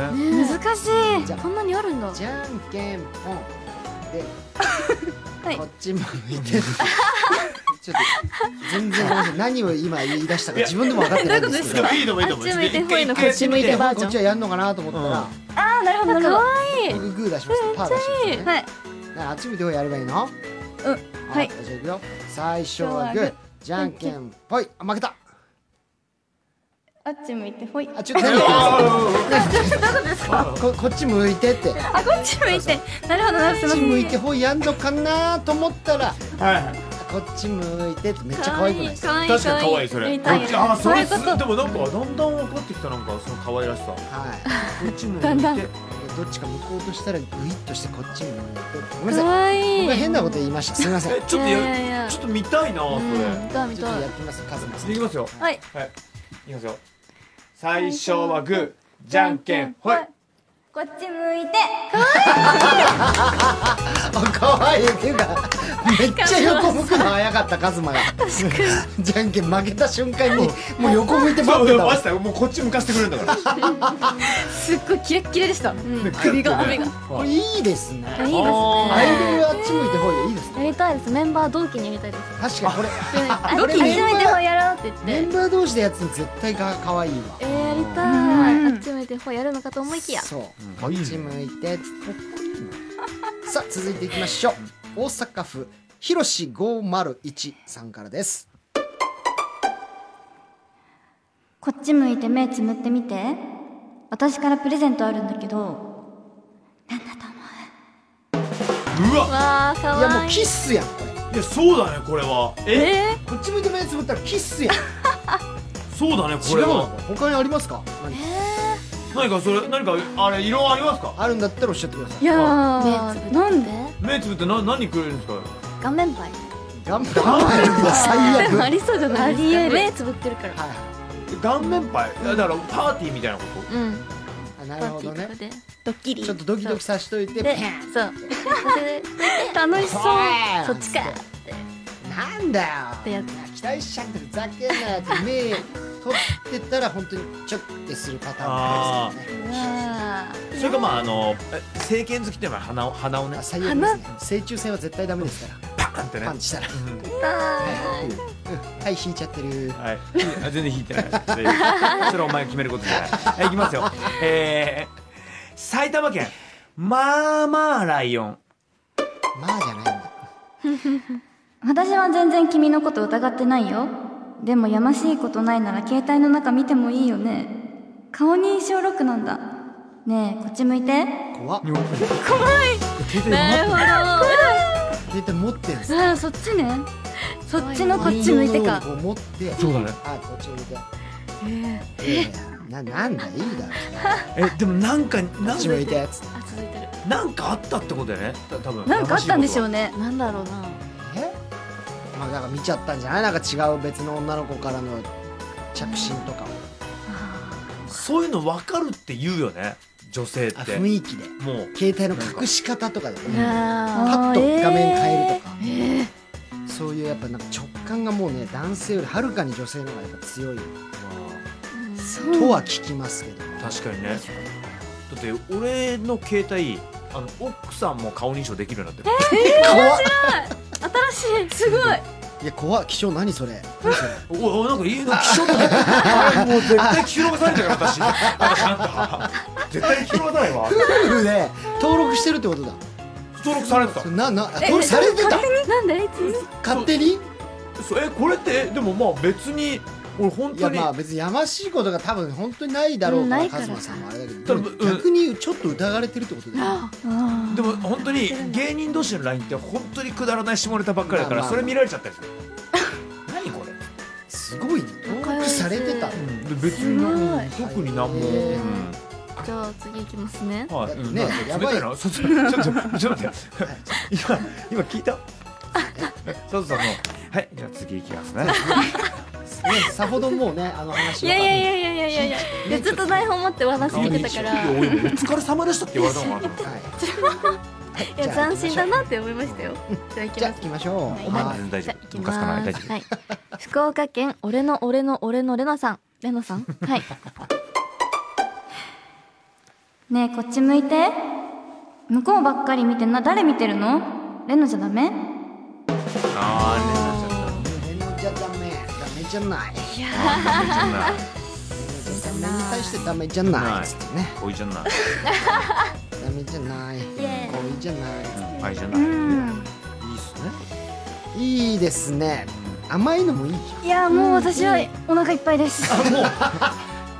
[SPEAKER 2] ー難しい
[SPEAKER 1] じゃあ
[SPEAKER 5] こんなにあるんだ
[SPEAKER 1] じゃんけんぽんで、
[SPEAKER 2] はい
[SPEAKER 1] こっち向いてちょっと全然ごめんなさい何を今言い出したか自分でも分かってないんですけど
[SPEAKER 3] いいと思いいと思
[SPEAKER 5] あっち向いて
[SPEAKER 3] 一回
[SPEAKER 5] ほいの
[SPEAKER 3] 一回
[SPEAKER 5] こっち向いてば
[SPEAKER 1] こっちはやんのかなと思ったら、
[SPEAKER 2] あーなるほどなるほどは
[SPEAKER 1] グーグー出しましたパー出しましたね
[SPEAKER 2] い
[SPEAKER 1] だからあっち向いてほいやればいいの
[SPEAKER 2] うんはい
[SPEAKER 1] じゃあいくよ最初はグーじゃんけんぽいあ負けた
[SPEAKER 2] あっち向いてほい
[SPEAKER 1] あちょっと何 やってるここっち向いてってこ
[SPEAKER 2] あこっち向いてなるほどなるほ
[SPEAKER 1] っ
[SPEAKER 2] ど
[SPEAKER 1] ち
[SPEAKER 2] すいません
[SPEAKER 1] 向いてほいやんのかなと思ったら
[SPEAKER 3] はい
[SPEAKER 1] こっち向いてってめっちゃ可愛くないですか
[SPEAKER 5] わい
[SPEAKER 3] 確かに可愛いそれ。
[SPEAKER 5] 可愛い
[SPEAKER 3] あ、それ
[SPEAKER 2] そういうこと
[SPEAKER 3] でもなんかだんだん分かってきたなんかその可愛らしさ。こ
[SPEAKER 1] はい
[SPEAKER 3] っち向いて。
[SPEAKER 5] だんだん
[SPEAKER 1] どっちか向こうとしたらグイッとしてこっち向いてごめんな
[SPEAKER 5] か
[SPEAKER 1] さい
[SPEAKER 5] わいい
[SPEAKER 1] 僕が変なこと言いましたすみません
[SPEAKER 3] え
[SPEAKER 1] ちょ、
[SPEAKER 3] ちょっと
[SPEAKER 5] いやいやい
[SPEAKER 3] や
[SPEAKER 5] や
[SPEAKER 3] ちょっと見たいなそ
[SPEAKER 5] うん見たい見
[SPEAKER 1] っと
[SPEAKER 5] た
[SPEAKER 1] や
[SPEAKER 5] い
[SPEAKER 1] ってみますカズマさん
[SPEAKER 3] れ。いきますよ。
[SPEAKER 2] はい
[SPEAKER 3] はい。いきますよ。最初はグー、じゃんけん、ほい。
[SPEAKER 2] こっち向いて
[SPEAKER 1] あ可愛いっていうかめっちゃ横向くの早かったカズマがじゃんけん負けた瞬間にもう横向いて
[SPEAKER 3] そ
[SPEAKER 1] 待っ
[SPEAKER 3] うで
[SPEAKER 1] てた
[SPEAKER 3] もマ
[SPEAKER 1] わ
[SPEAKER 3] ジだよもうこっち向かしてくれるんだから。
[SPEAKER 2] すっごいキレッキレでした、首が雨が
[SPEAKER 1] これいいですね
[SPEAKER 5] いい
[SPEAKER 1] ア
[SPEAKER 5] ですね
[SPEAKER 1] イドルあっち向いてほいいいですね
[SPEAKER 5] やりたいですメンバー同期にやりたいです
[SPEAKER 1] 確かにこれ
[SPEAKER 5] 同期に
[SPEAKER 1] め
[SPEAKER 5] 向い
[SPEAKER 1] ん
[SPEAKER 5] てほいやろうって
[SPEAKER 1] メ
[SPEAKER 5] 言って
[SPEAKER 1] ンバー同士でやつ絶対が可愛いわ
[SPEAKER 5] えーやりた
[SPEAKER 2] う
[SPEAKER 5] い
[SPEAKER 2] ん
[SPEAKER 5] あっち向いてほいやるのかと思いきや
[SPEAKER 1] そうこ
[SPEAKER 3] うん
[SPEAKER 1] っち向いて さあ続いていきましょう大阪府ひろし501さんからです
[SPEAKER 2] こっち向いて目つむってみて私からプレゼントあるんだけどなんだと思う
[SPEAKER 3] うわ
[SPEAKER 2] わあか
[SPEAKER 1] いやも
[SPEAKER 2] わ
[SPEAKER 1] う
[SPEAKER 2] いい
[SPEAKER 1] キッスやんこれ
[SPEAKER 3] いやそうだねこれはえ
[SPEAKER 2] え
[SPEAKER 1] こっち向いて目つぶったらキッスやん
[SPEAKER 3] そうだねこ
[SPEAKER 1] 違
[SPEAKER 3] れ
[SPEAKER 1] うの
[SPEAKER 3] は
[SPEAKER 1] 他にありますか何か
[SPEAKER 3] 何かそれ何かあれ色ありますか
[SPEAKER 1] あるんだったらおっしゃってください
[SPEAKER 11] いや
[SPEAKER 2] 目つぶっ
[SPEAKER 11] ー
[SPEAKER 2] て
[SPEAKER 11] なんで
[SPEAKER 3] 目つぶってな何くれるんですか
[SPEAKER 2] 顔面パイ
[SPEAKER 1] 頑張れ 最悪
[SPEAKER 11] でもありそうじゃ
[SPEAKER 2] あ
[SPEAKER 11] ないですか
[SPEAKER 2] りえる目つぶってるから
[SPEAKER 1] は
[SPEAKER 3] 顔面パイいやだからパーティーみたいなこ
[SPEAKER 2] うん
[SPEAKER 1] いあな
[SPEAKER 2] パ
[SPEAKER 1] る
[SPEAKER 2] ー
[SPEAKER 1] ほ
[SPEAKER 2] テ
[SPEAKER 1] ど
[SPEAKER 2] ィー
[SPEAKER 1] ね
[SPEAKER 2] とかで
[SPEAKER 11] ドッキリ
[SPEAKER 1] ちょっとドキドキさしといて
[SPEAKER 2] で
[SPEAKER 1] ペン
[SPEAKER 2] そう
[SPEAKER 11] 楽しそう
[SPEAKER 1] パーン
[SPEAKER 2] そっちかっ
[SPEAKER 1] なんだよ
[SPEAKER 2] てやつ
[SPEAKER 1] 期待しちゃってるざけんなやつ目取ってたら本当にチョッてするパターンですよね
[SPEAKER 3] とそれかまああのえ政権好きっていうのは鼻を鼻をね
[SPEAKER 1] あ最悪ですね正中線は絶対ダメですから
[SPEAKER 3] パーンってね
[SPEAKER 1] パンチしたら
[SPEAKER 3] うん
[SPEAKER 1] はい引いちゃってる
[SPEAKER 3] はいあ全然引いてない全然それはお前が決めることじゃ ないはい行きますよえー埼玉県まあまあライオン
[SPEAKER 1] まあじゃないんだ
[SPEAKER 11] 私は全然君のこと疑ってないよでもやましいことないなら携帯の中見てもいいよね顔認証ロックなんだねえこっち向いて
[SPEAKER 1] 怖っ
[SPEAKER 2] なるほど
[SPEAKER 1] 絶対持ってんす
[SPEAKER 11] ああそっちねそっちのこっち向いてか
[SPEAKER 1] こう持って
[SPEAKER 3] そうだね
[SPEAKER 1] あこっち向いてええななんだいいだろ
[SPEAKER 3] えでもなんか
[SPEAKER 1] こ
[SPEAKER 3] な
[SPEAKER 1] っ
[SPEAKER 3] ん
[SPEAKER 1] ち
[SPEAKER 3] か
[SPEAKER 1] 向いてやつって
[SPEAKER 2] あ続いてる
[SPEAKER 3] なんかあったってことだよねた多分
[SPEAKER 11] なんかあったんでしょ
[SPEAKER 3] う
[SPEAKER 11] うね
[SPEAKER 2] なんだろうな
[SPEAKER 1] えまあなんか見ちゃったんじゃないなんか違う別の女の子からの着信とかを
[SPEAKER 3] そういうの分かるって言うよね女性って
[SPEAKER 1] あ雰囲気で
[SPEAKER 3] もう
[SPEAKER 1] 携帯の隠し方とかでねパッ
[SPEAKER 2] あ
[SPEAKER 1] と画面変えるとか、
[SPEAKER 2] え
[SPEAKER 1] そういうやっぱなんか直感がもうね男性よりはるかに女性の方がやっぱ強いとは聞きますけど
[SPEAKER 3] 確かにねだって俺の携帯あの奥さんも顔認証できるようになってる、
[SPEAKER 1] 怖っ
[SPEAKER 11] 新しいすごい
[SPEAKER 1] いや怖っ貴重何それ何それ
[SPEAKER 3] おいおいなんか家の気象と かもう絶対聞き逃されてるから私私なんか絶対聞き逃さないわ
[SPEAKER 1] 夫婦で登録してるってことだ
[SPEAKER 3] 登録されてた
[SPEAKER 1] それななあ登録されてた
[SPEAKER 11] なんでいつ
[SPEAKER 1] 勝手に
[SPEAKER 3] そうえこれってでもまあ別に俺本
[SPEAKER 1] い
[SPEAKER 3] 当
[SPEAKER 1] や
[SPEAKER 3] に、
[SPEAKER 1] まあ別にやましいことが多分本当にないだろうから
[SPEAKER 2] うんないから
[SPEAKER 1] カズマさんもあれだけどでも
[SPEAKER 3] 多分うん
[SPEAKER 1] 逆にちょっと疑われてるってことだよね
[SPEAKER 3] でも本当に芸人同士の LINE って本当にくだらない下ネタばっかりだか
[SPEAKER 1] ま
[SPEAKER 3] ら
[SPEAKER 1] あまあ
[SPEAKER 3] それ見られちゃったりする何これ
[SPEAKER 1] すごいね登録されてた
[SPEAKER 3] うんで別にうん特に何
[SPEAKER 1] へ
[SPEAKER 3] も、
[SPEAKER 1] ー
[SPEAKER 3] うん
[SPEAKER 2] ーじゃあ次いきますね
[SPEAKER 3] はい、
[SPEAKER 1] だって
[SPEAKER 3] うん
[SPEAKER 1] ね
[SPEAKER 3] なんか
[SPEAKER 1] や
[SPEAKER 3] 冷
[SPEAKER 1] ばい
[SPEAKER 3] たいな、そちょっと、ちょっと、ちょっと待って、今、今聞いた。佐藤さんの、はい、じゃあ、次いきますね。
[SPEAKER 1] ねさほどもうねあの話
[SPEAKER 2] い
[SPEAKER 1] は
[SPEAKER 2] やいやいやいやいやいやいやいやずっと台本持って話聞いてたから
[SPEAKER 3] いや俺もお疲れ様でしたって言われたのかなと思っ
[SPEAKER 1] はい
[SPEAKER 2] いや斬新だなって思いましたよ。じゃあ行き
[SPEAKER 1] じゃあ行
[SPEAKER 2] ます。
[SPEAKER 1] きましょう
[SPEAKER 2] い
[SPEAKER 3] て。お前も全然大丈夫。ムカつかない、大丈
[SPEAKER 2] はい。福岡県俺の俺の俺のレナさん。レナさん。はい。
[SPEAKER 11] ねえこっち向いて向こうばっかり見てんな誰見てるのレノじゃダメ
[SPEAKER 3] 夫。ああ、
[SPEAKER 1] 全然じゃダメダメじゃない
[SPEAKER 3] ね、じゃない。
[SPEAKER 1] ダメに対してダメじゃないっつってね
[SPEAKER 3] おいじゃない。
[SPEAKER 1] ダメじゃないこいじゃない
[SPEAKER 3] うん愛じゃない。いいっすね。
[SPEAKER 1] いいですね甘いのもいい
[SPEAKER 11] いやもう私はお腹いっぱいです
[SPEAKER 1] やっ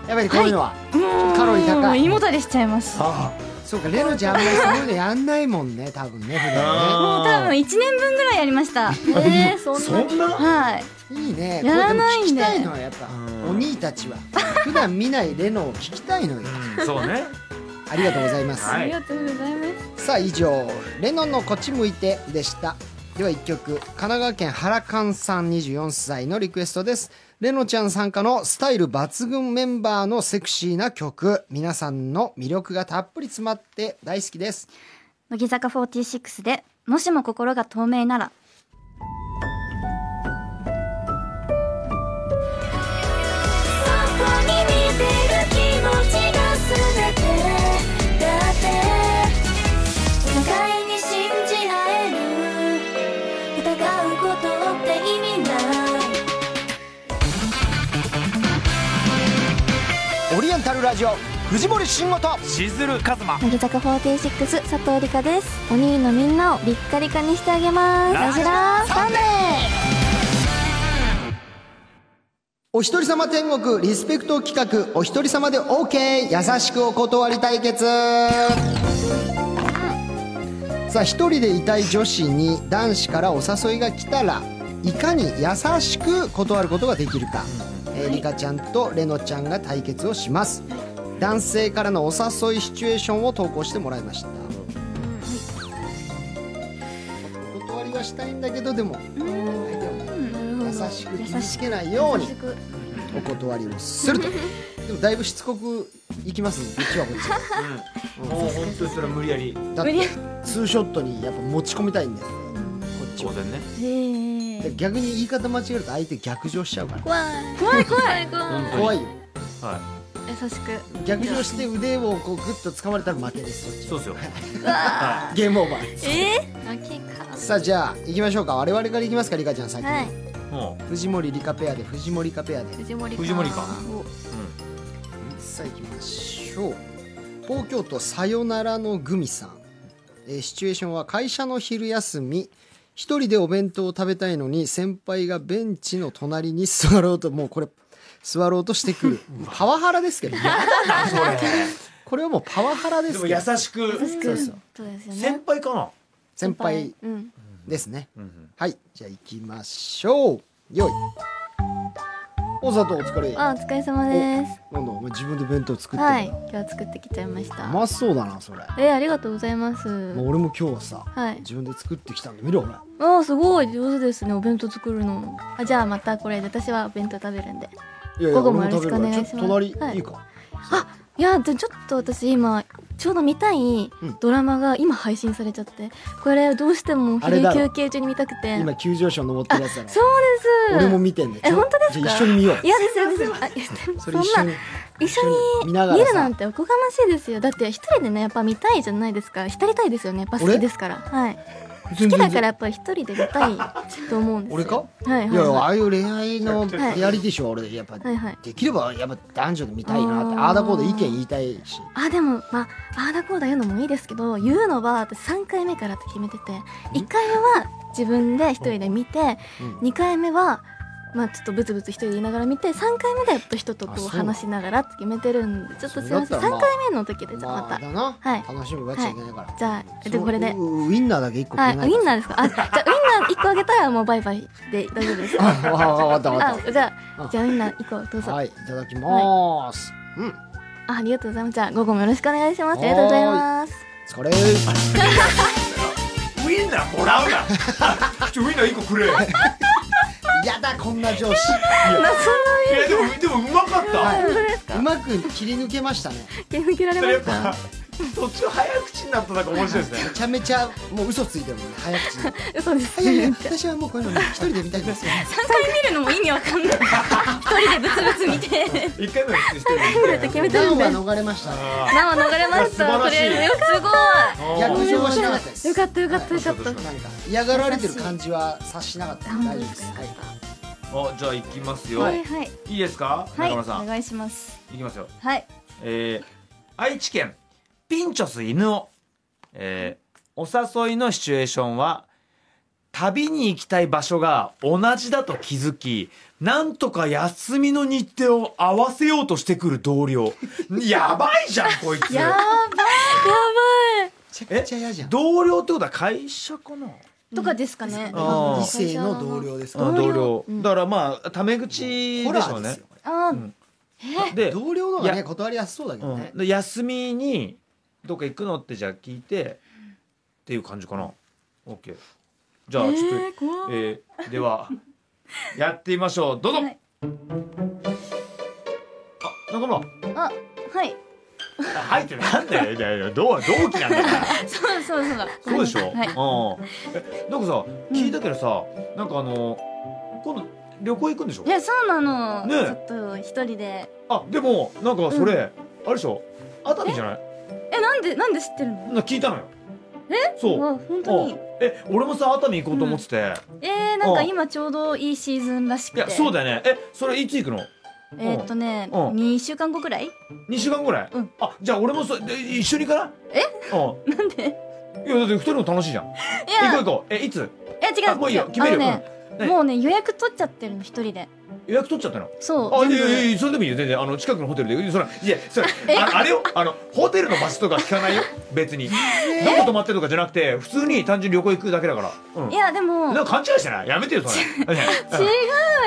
[SPEAKER 1] ぱりこういうのは
[SPEAKER 11] もう
[SPEAKER 1] カロリー高い
[SPEAKER 11] 胃もたれしちゃいますもう
[SPEAKER 3] あ
[SPEAKER 1] そうかレノちゃんあんまりそういうのやんないもんね多分ね普段
[SPEAKER 3] あ。
[SPEAKER 11] 多分1年分ぐらいやりました
[SPEAKER 2] えー、そん
[SPEAKER 3] そ
[SPEAKER 2] な。
[SPEAKER 3] んな。
[SPEAKER 11] はい
[SPEAKER 1] ねいいね
[SPEAKER 11] やらないんで
[SPEAKER 1] これでも聞きたいのはやっぱ
[SPEAKER 3] うん
[SPEAKER 1] お兄たちは普段見ないレノを聞きたいのよ
[SPEAKER 3] うんそうね。
[SPEAKER 1] ありがとうございます
[SPEAKER 3] はい。
[SPEAKER 11] とうございます
[SPEAKER 1] さあ以上「レノンのこっち向いて」でしたでは1曲神奈川県原寛さん24歳のリクエストですレノちゃん参加のスタイル抜群メンバーのセクシーな曲皆さんの魅力がたっぷり詰まって大好きです
[SPEAKER 11] 乃木坂46で「もしも心が透明なら
[SPEAKER 9] そこに似てる気持ちが全てだってお互いに信じ合える疑うことって意味ない
[SPEAKER 1] オリエンタルラジオ藤森慎吾と
[SPEAKER 3] しずるかずま。
[SPEAKER 2] 乃木坂46佐藤理香です。おにぎりのみんなをリッカリカにしてあげます。ラジラーサンデ
[SPEAKER 1] お一人様天国リスペクト企画お一人様で OK 優しくお断り対決さあ一人でいたい女子に男子からお誘いが来たらいかに優しく断ることができるか、えーリカちゃんとレノちゃんが対決をします男性からのお誘いシチュエーションを投稿してもらいました、お断りはしたいんだけどでも相手を優しく傷つけないようにお断りをするとでもだいぶしつこくいきますねこっちはこっちで
[SPEAKER 3] うんもう本当にそれは無理やり
[SPEAKER 1] だってツーショットにやっぱ持ち込みたいんだよねこっち
[SPEAKER 3] 当
[SPEAKER 1] は
[SPEAKER 3] 然ね
[SPEAKER 1] で逆に言い方間違えると相手逆上しちゃうから
[SPEAKER 5] 怖い怖い怖い怖い
[SPEAKER 3] 本当に
[SPEAKER 1] 怖いよ
[SPEAKER 3] は
[SPEAKER 5] 優しく
[SPEAKER 1] 逆上して腕をこうグッと掴まれたら負けです
[SPEAKER 3] い
[SPEAKER 1] そ
[SPEAKER 3] そう
[SPEAKER 1] っ
[SPEAKER 3] ですよ
[SPEAKER 1] ちゲームオーバーです
[SPEAKER 5] 負けか
[SPEAKER 1] さあじゃあ行きましょうか我々から行きますかリカちゃん先に、
[SPEAKER 5] はい
[SPEAKER 3] も
[SPEAKER 1] 藤森リカペアで藤森リカペアで
[SPEAKER 5] 藤森か
[SPEAKER 3] 藤森か
[SPEAKER 1] さあ行きましょう東京都さよならのグミさん、えーシチュエーションは会社の昼休み一人でお弁当を食べたいのに先輩がベンチの隣に座ろうともうこれ座ろうとしてくるパワハラですけどねこれはもうパワハラで
[SPEAKER 3] うですも
[SPEAKER 1] けど
[SPEAKER 3] 優しく
[SPEAKER 1] そうそう
[SPEAKER 5] そうですよね
[SPEAKER 3] 先輩かな
[SPEAKER 1] 先輩
[SPEAKER 5] うん
[SPEAKER 1] ですね
[SPEAKER 3] うん
[SPEAKER 1] はいじゃあ行きましょうよい大里お疲れ
[SPEAKER 5] あお疲れ様です
[SPEAKER 1] なんだお前自分で弁当作ってる、
[SPEAKER 5] はい今日作ってきちゃいまし
[SPEAKER 1] う
[SPEAKER 5] た
[SPEAKER 1] まそうだなそれ、まあ、
[SPEAKER 5] えーありがとうございます
[SPEAKER 1] 俺も今日はさ
[SPEAKER 5] はい
[SPEAKER 1] 自分で作ってきたんで見ろほら
[SPEAKER 5] あーすごい上手ですねお弁当作るのあじゃあまたこれで私はお弁当食べるんで
[SPEAKER 1] いやいや
[SPEAKER 5] 午後も
[SPEAKER 1] 俺食べるから
[SPEAKER 5] よろしく
[SPEAKER 1] ちょっ
[SPEAKER 5] お
[SPEAKER 1] と
[SPEAKER 5] 願い
[SPEAKER 1] 隣
[SPEAKER 5] しますはい
[SPEAKER 1] いいか、
[SPEAKER 5] いやでちょっと私今ちょうど見たい
[SPEAKER 1] うん
[SPEAKER 5] ドラマが今配信されちゃってこれどうしても
[SPEAKER 1] あれ
[SPEAKER 5] 昼
[SPEAKER 1] だろ
[SPEAKER 5] 休憩中に見たくて
[SPEAKER 1] 今急上昇登ってるやつだろ
[SPEAKER 5] そうです
[SPEAKER 1] 俺も見てんだよ
[SPEAKER 5] え本当ですか
[SPEAKER 1] じゃあ一緒に見よう
[SPEAKER 5] いやですよですよあいやでも
[SPEAKER 1] そ
[SPEAKER 5] そ
[SPEAKER 1] れ一緒
[SPEAKER 5] ん
[SPEAKER 1] に
[SPEAKER 5] な一緒に
[SPEAKER 1] 見なが
[SPEAKER 5] 見
[SPEAKER 1] ら
[SPEAKER 5] るな
[SPEAKER 1] さ
[SPEAKER 5] んておこがましいですよだって一人でねやっぱ見たいじゃないですか浸りたいですよねやっぱ好
[SPEAKER 1] 俺
[SPEAKER 5] きですからはい好
[SPEAKER 1] 全
[SPEAKER 5] き
[SPEAKER 1] 然
[SPEAKER 5] だからやっぱり一人で見たいと思うんですよ
[SPEAKER 1] 俺か
[SPEAKER 5] はい
[SPEAKER 1] いやいやあ
[SPEAKER 5] は
[SPEAKER 1] あいう恋愛の
[SPEAKER 5] はい
[SPEAKER 1] リアリティショーは俺やっぱ、
[SPEAKER 5] いはいはい
[SPEAKER 1] できればやっぱ男女で見たいなって
[SPEAKER 5] あー
[SPEAKER 1] ああだこうで意見言いたいし
[SPEAKER 5] あでもまあああだこうだ言うのもいいですけど言うのは私3回目からって決めてて1回目は自分で一人で見て
[SPEAKER 1] うん
[SPEAKER 5] 2回目はまあちょっとブツブツ一人で言いながら見て3回目でやっと人と
[SPEAKER 1] あそ
[SPEAKER 5] こ
[SPEAKER 1] う
[SPEAKER 5] う話しながらって決めてるんでちょっとすいません
[SPEAKER 1] それだったらま
[SPEAKER 5] 3
[SPEAKER 1] あ
[SPEAKER 5] 回目の時でじゃあ
[SPEAKER 1] ま
[SPEAKER 5] ま
[SPEAKER 1] あ
[SPEAKER 5] た
[SPEAKER 1] だな、
[SPEAKER 5] はい
[SPEAKER 1] 楽しみがちゃいけないから、
[SPEAKER 5] じゃあ
[SPEAKER 1] そ
[SPEAKER 5] で
[SPEAKER 1] の
[SPEAKER 5] これで
[SPEAKER 1] ウウインナーだけ一個
[SPEAKER 5] は
[SPEAKER 1] ないい
[SPEAKER 5] ウインナーですかあじゃあウインナー1個あげたらもうバイバイで大丈夫です
[SPEAKER 1] あわわわかったわかっ
[SPEAKER 5] あじゃ
[SPEAKER 1] あ
[SPEAKER 5] あじゃあウインナー1個どう
[SPEAKER 1] た
[SPEAKER 5] ぞ
[SPEAKER 1] はいいただきます、うん
[SPEAKER 5] あありがとうございますじゃあ午後もよろしくお願いしますありがとうございます
[SPEAKER 1] 疲れ
[SPEAKER 3] ウインナーもらうなちょウインナー一個くれいや
[SPEAKER 1] やだこんな上司
[SPEAKER 3] でもでもうまかった
[SPEAKER 1] うまく切り抜けましたね
[SPEAKER 5] ゲーム切られ
[SPEAKER 3] そ
[SPEAKER 5] ま
[SPEAKER 3] れやっ
[SPEAKER 5] した
[SPEAKER 3] ぱ途中早口になったなんか面白いですね
[SPEAKER 1] めちゃめちゃもう嘘ついてるもんね早口に
[SPEAKER 5] 嘘です
[SPEAKER 1] いやいや私はもうこういうの一人で見たいんですよ
[SPEAKER 2] 3回見るのも意味わかんない 一人でブツブツ見て
[SPEAKER 3] 一回目の人
[SPEAKER 5] だって
[SPEAKER 3] に
[SPEAKER 5] 決めて
[SPEAKER 1] ダ
[SPEAKER 5] る
[SPEAKER 1] ウ
[SPEAKER 5] ん
[SPEAKER 1] ン
[SPEAKER 5] で
[SPEAKER 1] は逃れましたね
[SPEAKER 3] あ
[SPEAKER 2] 生逃れまし
[SPEAKER 3] 素晴
[SPEAKER 2] た
[SPEAKER 3] らし
[SPEAKER 2] とり
[SPEAKER 3] い
[SPEAKER 2] あえずよくすごい
[SPEAKER 1] 逆
[SPEAKER 3] ー
[SPEAKER 1] 上はしなかったです
[SPEAKER 5] よかったよかったよかっ
[SPEAKER 3] は
[SPEAKER 5] た
[SPEAKER 3] い
[SPEAKER 1] なんか嫌がられてる感じは察しなかったんで大丈夫ですはい
[SPEAKER 3] あじゃあ行きますよ
[SPEAKER 2] はいはい
[SPEAKER 3] いいですか
[SPEAKER 2] はい
[SPEAKER 3] 中村さん
[SPEAKER 2] お願いします
[SPEAKER 3] 行きますよ
[SPEAKER 2] はい
[SPEAKER 3] えー愛知県ピンチョス犬を、えーお誘いのシチュエーションは旅に行きたい場所が同じだと気づきなんとか休みの日程を合わせようとしてくる同僚やばいじゃんこいつ
[SPEAKER 1] めちゃくちゃ嫌じゃん
[SPEAKER 3] 同僚ってことは会社かな
[SPEAKER 2] とかですかね
[SPEAKER 3] あ
[SPEAKER 1] 異
[SPEAKER 3] ー
[SPEAKER 1] 性の同僚ですか
[SPEAKER 3] あ
[SPEAKER 1] ら
[SPEAKER 3] 同僚、だからまあタメ口でし
[SPEAKER 1] ホラ
[SPEAKER 3] ょ
[SPEAKER 1] ー
[SPEAKER 3] う
[SPEAKER 1] で
[SPEAKER 3] ね
[SPEAKER 1] すよこ
[SPEAKER 2] あ
[SPEAKER 3] ん
[SPEAKER 2] ー
[SPEAKER 1] れ
[SPEAKER 3] で
[SPEAKER 1] 同僚の方が
[SPEAKER 3] い
[SPEAKER 1] ね
[SPEAKER 3] や
[SPEAKER 1] 断りやすそうだけどね
[SPEAKER 3] うんで休みにどっか行くのってじゃあ聞いてっていう感じかな OK じゃあちょっと、えーではやってみましょうどうぞ、
[SPEAKER 2] はい
[SPEAKER 3] あ中村
[SPEAKER 2] あはい
[SPEAKER 3] 入ってなんだよいやいや同同期なんだよ
[SPEAKER 2] そうそうそうだ
[SPEAKER 3] そうでしょ、
[SPEAKER 2] はい
[SPEAKER 3] うんえなんかさ聞いたけどさ、なんかあの今度旅行行くんでしょ
[SPEAKER 2] いやそうなの
[SPEAKER 3] ねえ
[SPEAKER 2] ちょっと一人で
[SPEAKER 3] あでもなんかそれ、あれでしょ熱海じゃない
[SPEAKER 2] えなんでなんで知ってるの
[SPEAKER 3] なんか聞いたのよえ
[SPEAKER 2] あ
[SPEAKER 3] そう
[SPEAKER 2] 本当に
[SPEAKER 3] うんえ俺もさ熱海行こうと思ってて、
[SPEAKER 2] えー、なん
[SPEAKER 3] あ
[SPEAKER 2] か今ちょうどいいシーズンらしく
[SPEAKER 3] い
[SPEAKER 2] て
[SPEAKER 3] やそうだよねえそれいつ行くの
[SPEAKER 2] えーっとね
[SPEAKER 3] うん
[SPEAKER 2] 2週間後くらい
[SPEAKER 3] 2週間ぐらい、
[SPEAKER 2] うん
[SPEAKER 3] あじゃあ俺もそで一緒に行かないえう
[SPEAKER 2] なんで
[SPEAKER 3] んいやだって二人も楽しいじゃん行
[SPEAKER 2] いや
[SPEAKER 3] こう行こうえいつ
[SPEAKER 2] いや違う
[SPEAKER 3] あもういいよ
[SPEAKER 2] 違
[SPEAKER 3] 決める
[SPEAKER 2] あのね
[SPEAKER 3] うんね
[SPEAKER 2] もうね予約取っちゃってるの一人で
[SPEAKER 3] え
[SPEAKER 14] 予約取っちゃったの
[SPEAKER 2] そう
[SPEAKER 3] あ
[SPEAKER 2] 全部
[SPEAKER 3] いやいやいやそれでもいいよ全然あの近くのホテルでそれいやそれああれよあのホテルのバスとか聞かないよ別にどこ泊まってとかじゃなくて普通に単純に旅行行くだけだからうん
[SPEAKER 2] いやでも違う
[SPEAKER 3] なんか勘違いしてないやめてよそれね
[SPEAKER 2] よ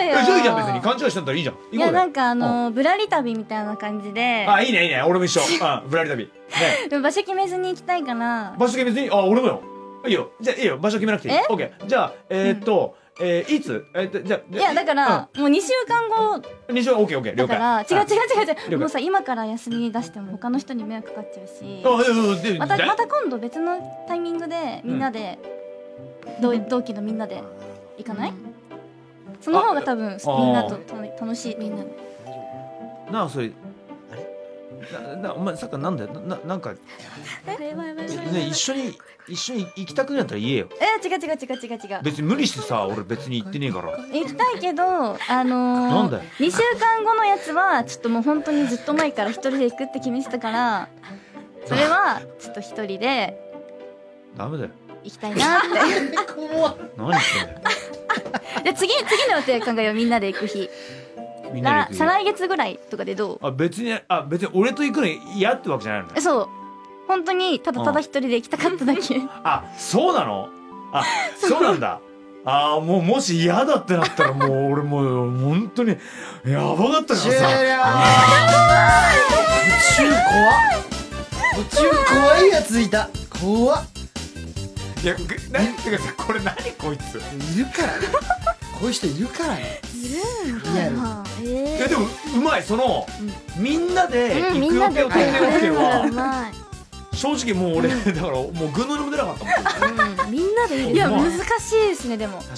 [SPEAKER 3] えそういいじゃん別に勘違いしてんだったらいいじゃん
[SPEAKER 2] い
[SPEAKER 3] 行こ
[SPEAKER 2] や
[SPEAKER 3] う
[SPEAKER 2] な
[SPEAKER 3] よ
[SPEAKER 2] んかあのぶらり旅みたいな感じで
[SPEAKER 3] あいいねいいね俺も 一緒うんぶらり旅ね
[SPEAKER 2] でも場所決めずに行きたいから
[SPEAKER 3] 場所決めずにあ俺もよいいよじゃあいいよ場所決めなくていい
[SPEAKER 2] え
[SPEAKER 3] OK じゃあえーっとえーいつえーっとじゃあ
[SPEAKER 2] いやだからもう2週間後
[SPEAKER 3] 西は OKOK
[SPEAKER 2] だ
[SPEAKER 3] 了解
[SPEAKER 2] から違う
[SPEAKER 3] うん
[SPEAKER 2] 違う違う違
[SPEAKER 3] 了解
[SPEAKER 2] うもうさ今から休み出しても他の人に迷惑かかっちゃうし
[SPEAKER 3] あいやいやで
[SPEAKER 2] また
[SPEAKER 3] だい
[SPEAKER 2] また今度別のタイミングでみんなで、同同期のみんなで行かない、その方が多分みんなとと楽しいみんな
[SPEAKER 14] なあそれあれななお前さっきからなんだよなななんかね一緒に一緒に行きたくなったら言えよ
[SPEAKER 2] えー違う違う違う違う違う
[SPEAKER 14] 別に無理してさ俺別に行ってねえから
[SPEAKER 2] 行きたいけどあ
[SPEAKER 14] なん
[SPEAKER 2] の
[SPEAKER 14] だよ
[SPEAKER 2] ー、2週間後のやつはちょっともう本当にずっと前から一人で行くって決めてた からそれはちょっと一人で
[SPEAKER 14] ダメだよ
[SPEAKER 2] 行きたい なって
[SPEAKER 14] 何してんだよ
[SPEAKER 2] で次次の予定考えようみんなで行く日
[SPEAKER 14] みんなで行
[SPEAKER 2] な
[SPEAKER 14] くよ
[SPEAKER 2] 再来月ぐらいとかでどう
[SPEAKER 14] あ別にあ別に俺と行くの嫌ってわけじゃないのね
[SPEAKER 2] えそう本当にただただ一人で行きたかっただけ
[SPEAKER 14] あそうなのあそうなんだあーもうもし嫌だってなったらも う俺もう本当にやばかったから
[SPEAKER 1] 終了
[SPEAKER 14] さ
[SPEAKER 1] 宇宙怖っ宇宙怖いやついた怖っ
[SPEAKER 3] いやぐなんていうかさこれ何こいつ
[SPEAKER 1] いるからねこういう人いるからねリ アル
[SPEAKER 3] いやでもうまいその、みんなで
[SPEAKER 5] うん
[SPEAKER 3] 行
[SPEAKER 5] み
[SPEAKER 3] く
[SPEAKER 5] ん
[SPEAKER 3] 予
[SPEAKER 5] な
[SPEAKER 3] 定
[SPEAKER 5] で
[SPEAKER 3] を決めようっていうの
[SPEAKER 5] う
[SPEAKER 3] は
[SPEAKER 5] まい
[SPEAKER 3] 正直もう俺、だからもう群のにも出なかったもん確か
[SPEAKER 5] みんなでいい
[SPEAKER 2] いや
[SPEAKER 3] うまい
[SPEAKER 2] 難しいですねでも
[SPEAKER 3] に
[SPEAKER 2] ち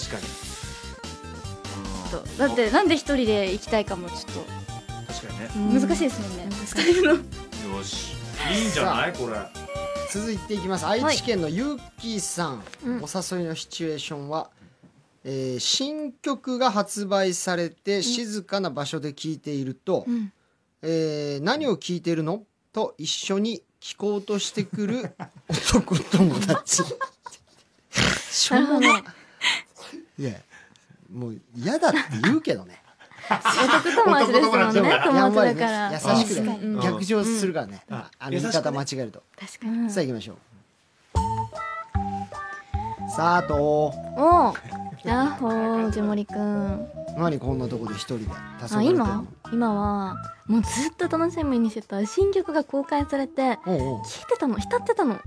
[SPEAKER 2] ょっとだってなんで一人で行きたいかもちょっと
[SPEAKER 3] 確かにね
[SPEAKER 2] 難しいですもんね二人の
[SPEAKER 3] よしいいんじゃないこれ
[SPEAKER 1] 続いていきます愛知県のゆうきさん、お誘いのシチュエーションは、えー新曲が発売されて静かな場所で聴いていると、えー何を聴いてるのと一緒に聴こうとしてく る男友達しょうもないいやもう嫌だって言うけど ね
[SPEAKER 2] 男友達ですもんね
[SPEAKER 1] いやあん
[SPEAKER 2] 友
[SPEAKER 1] まり
[SPEAKER 2] 達だ
[SPEAKER 1] ね
[SPEAKER 2] から
[SPEAKER 1] 優しく
[SPEAKER 2] 確か
[SPEAKER 1] ね
[SPEAKER 2] にうん
[SPEAKER 1] 逆上するからね、
[SPEAKER 3] ん
[SPEAKER 1] あの言い方間違えると、
[SPEAKER 2] 確かに
[SPEAKER 1] さあ行きましょうさあと
[SPEAKER 5] おうやっほー藤森くん
[SPEAKER 1] 何こんなとこで一人で黄昏
[SPEAKER 5] あ
[SPEAKER 1] れてんの
[SPEAKER 5] 今今はもうずっと楽しみにしてた新曲が公開されて
[SPEAKER 1] おうおう
[SPEAKER 5] 聴いてたの浸ってたの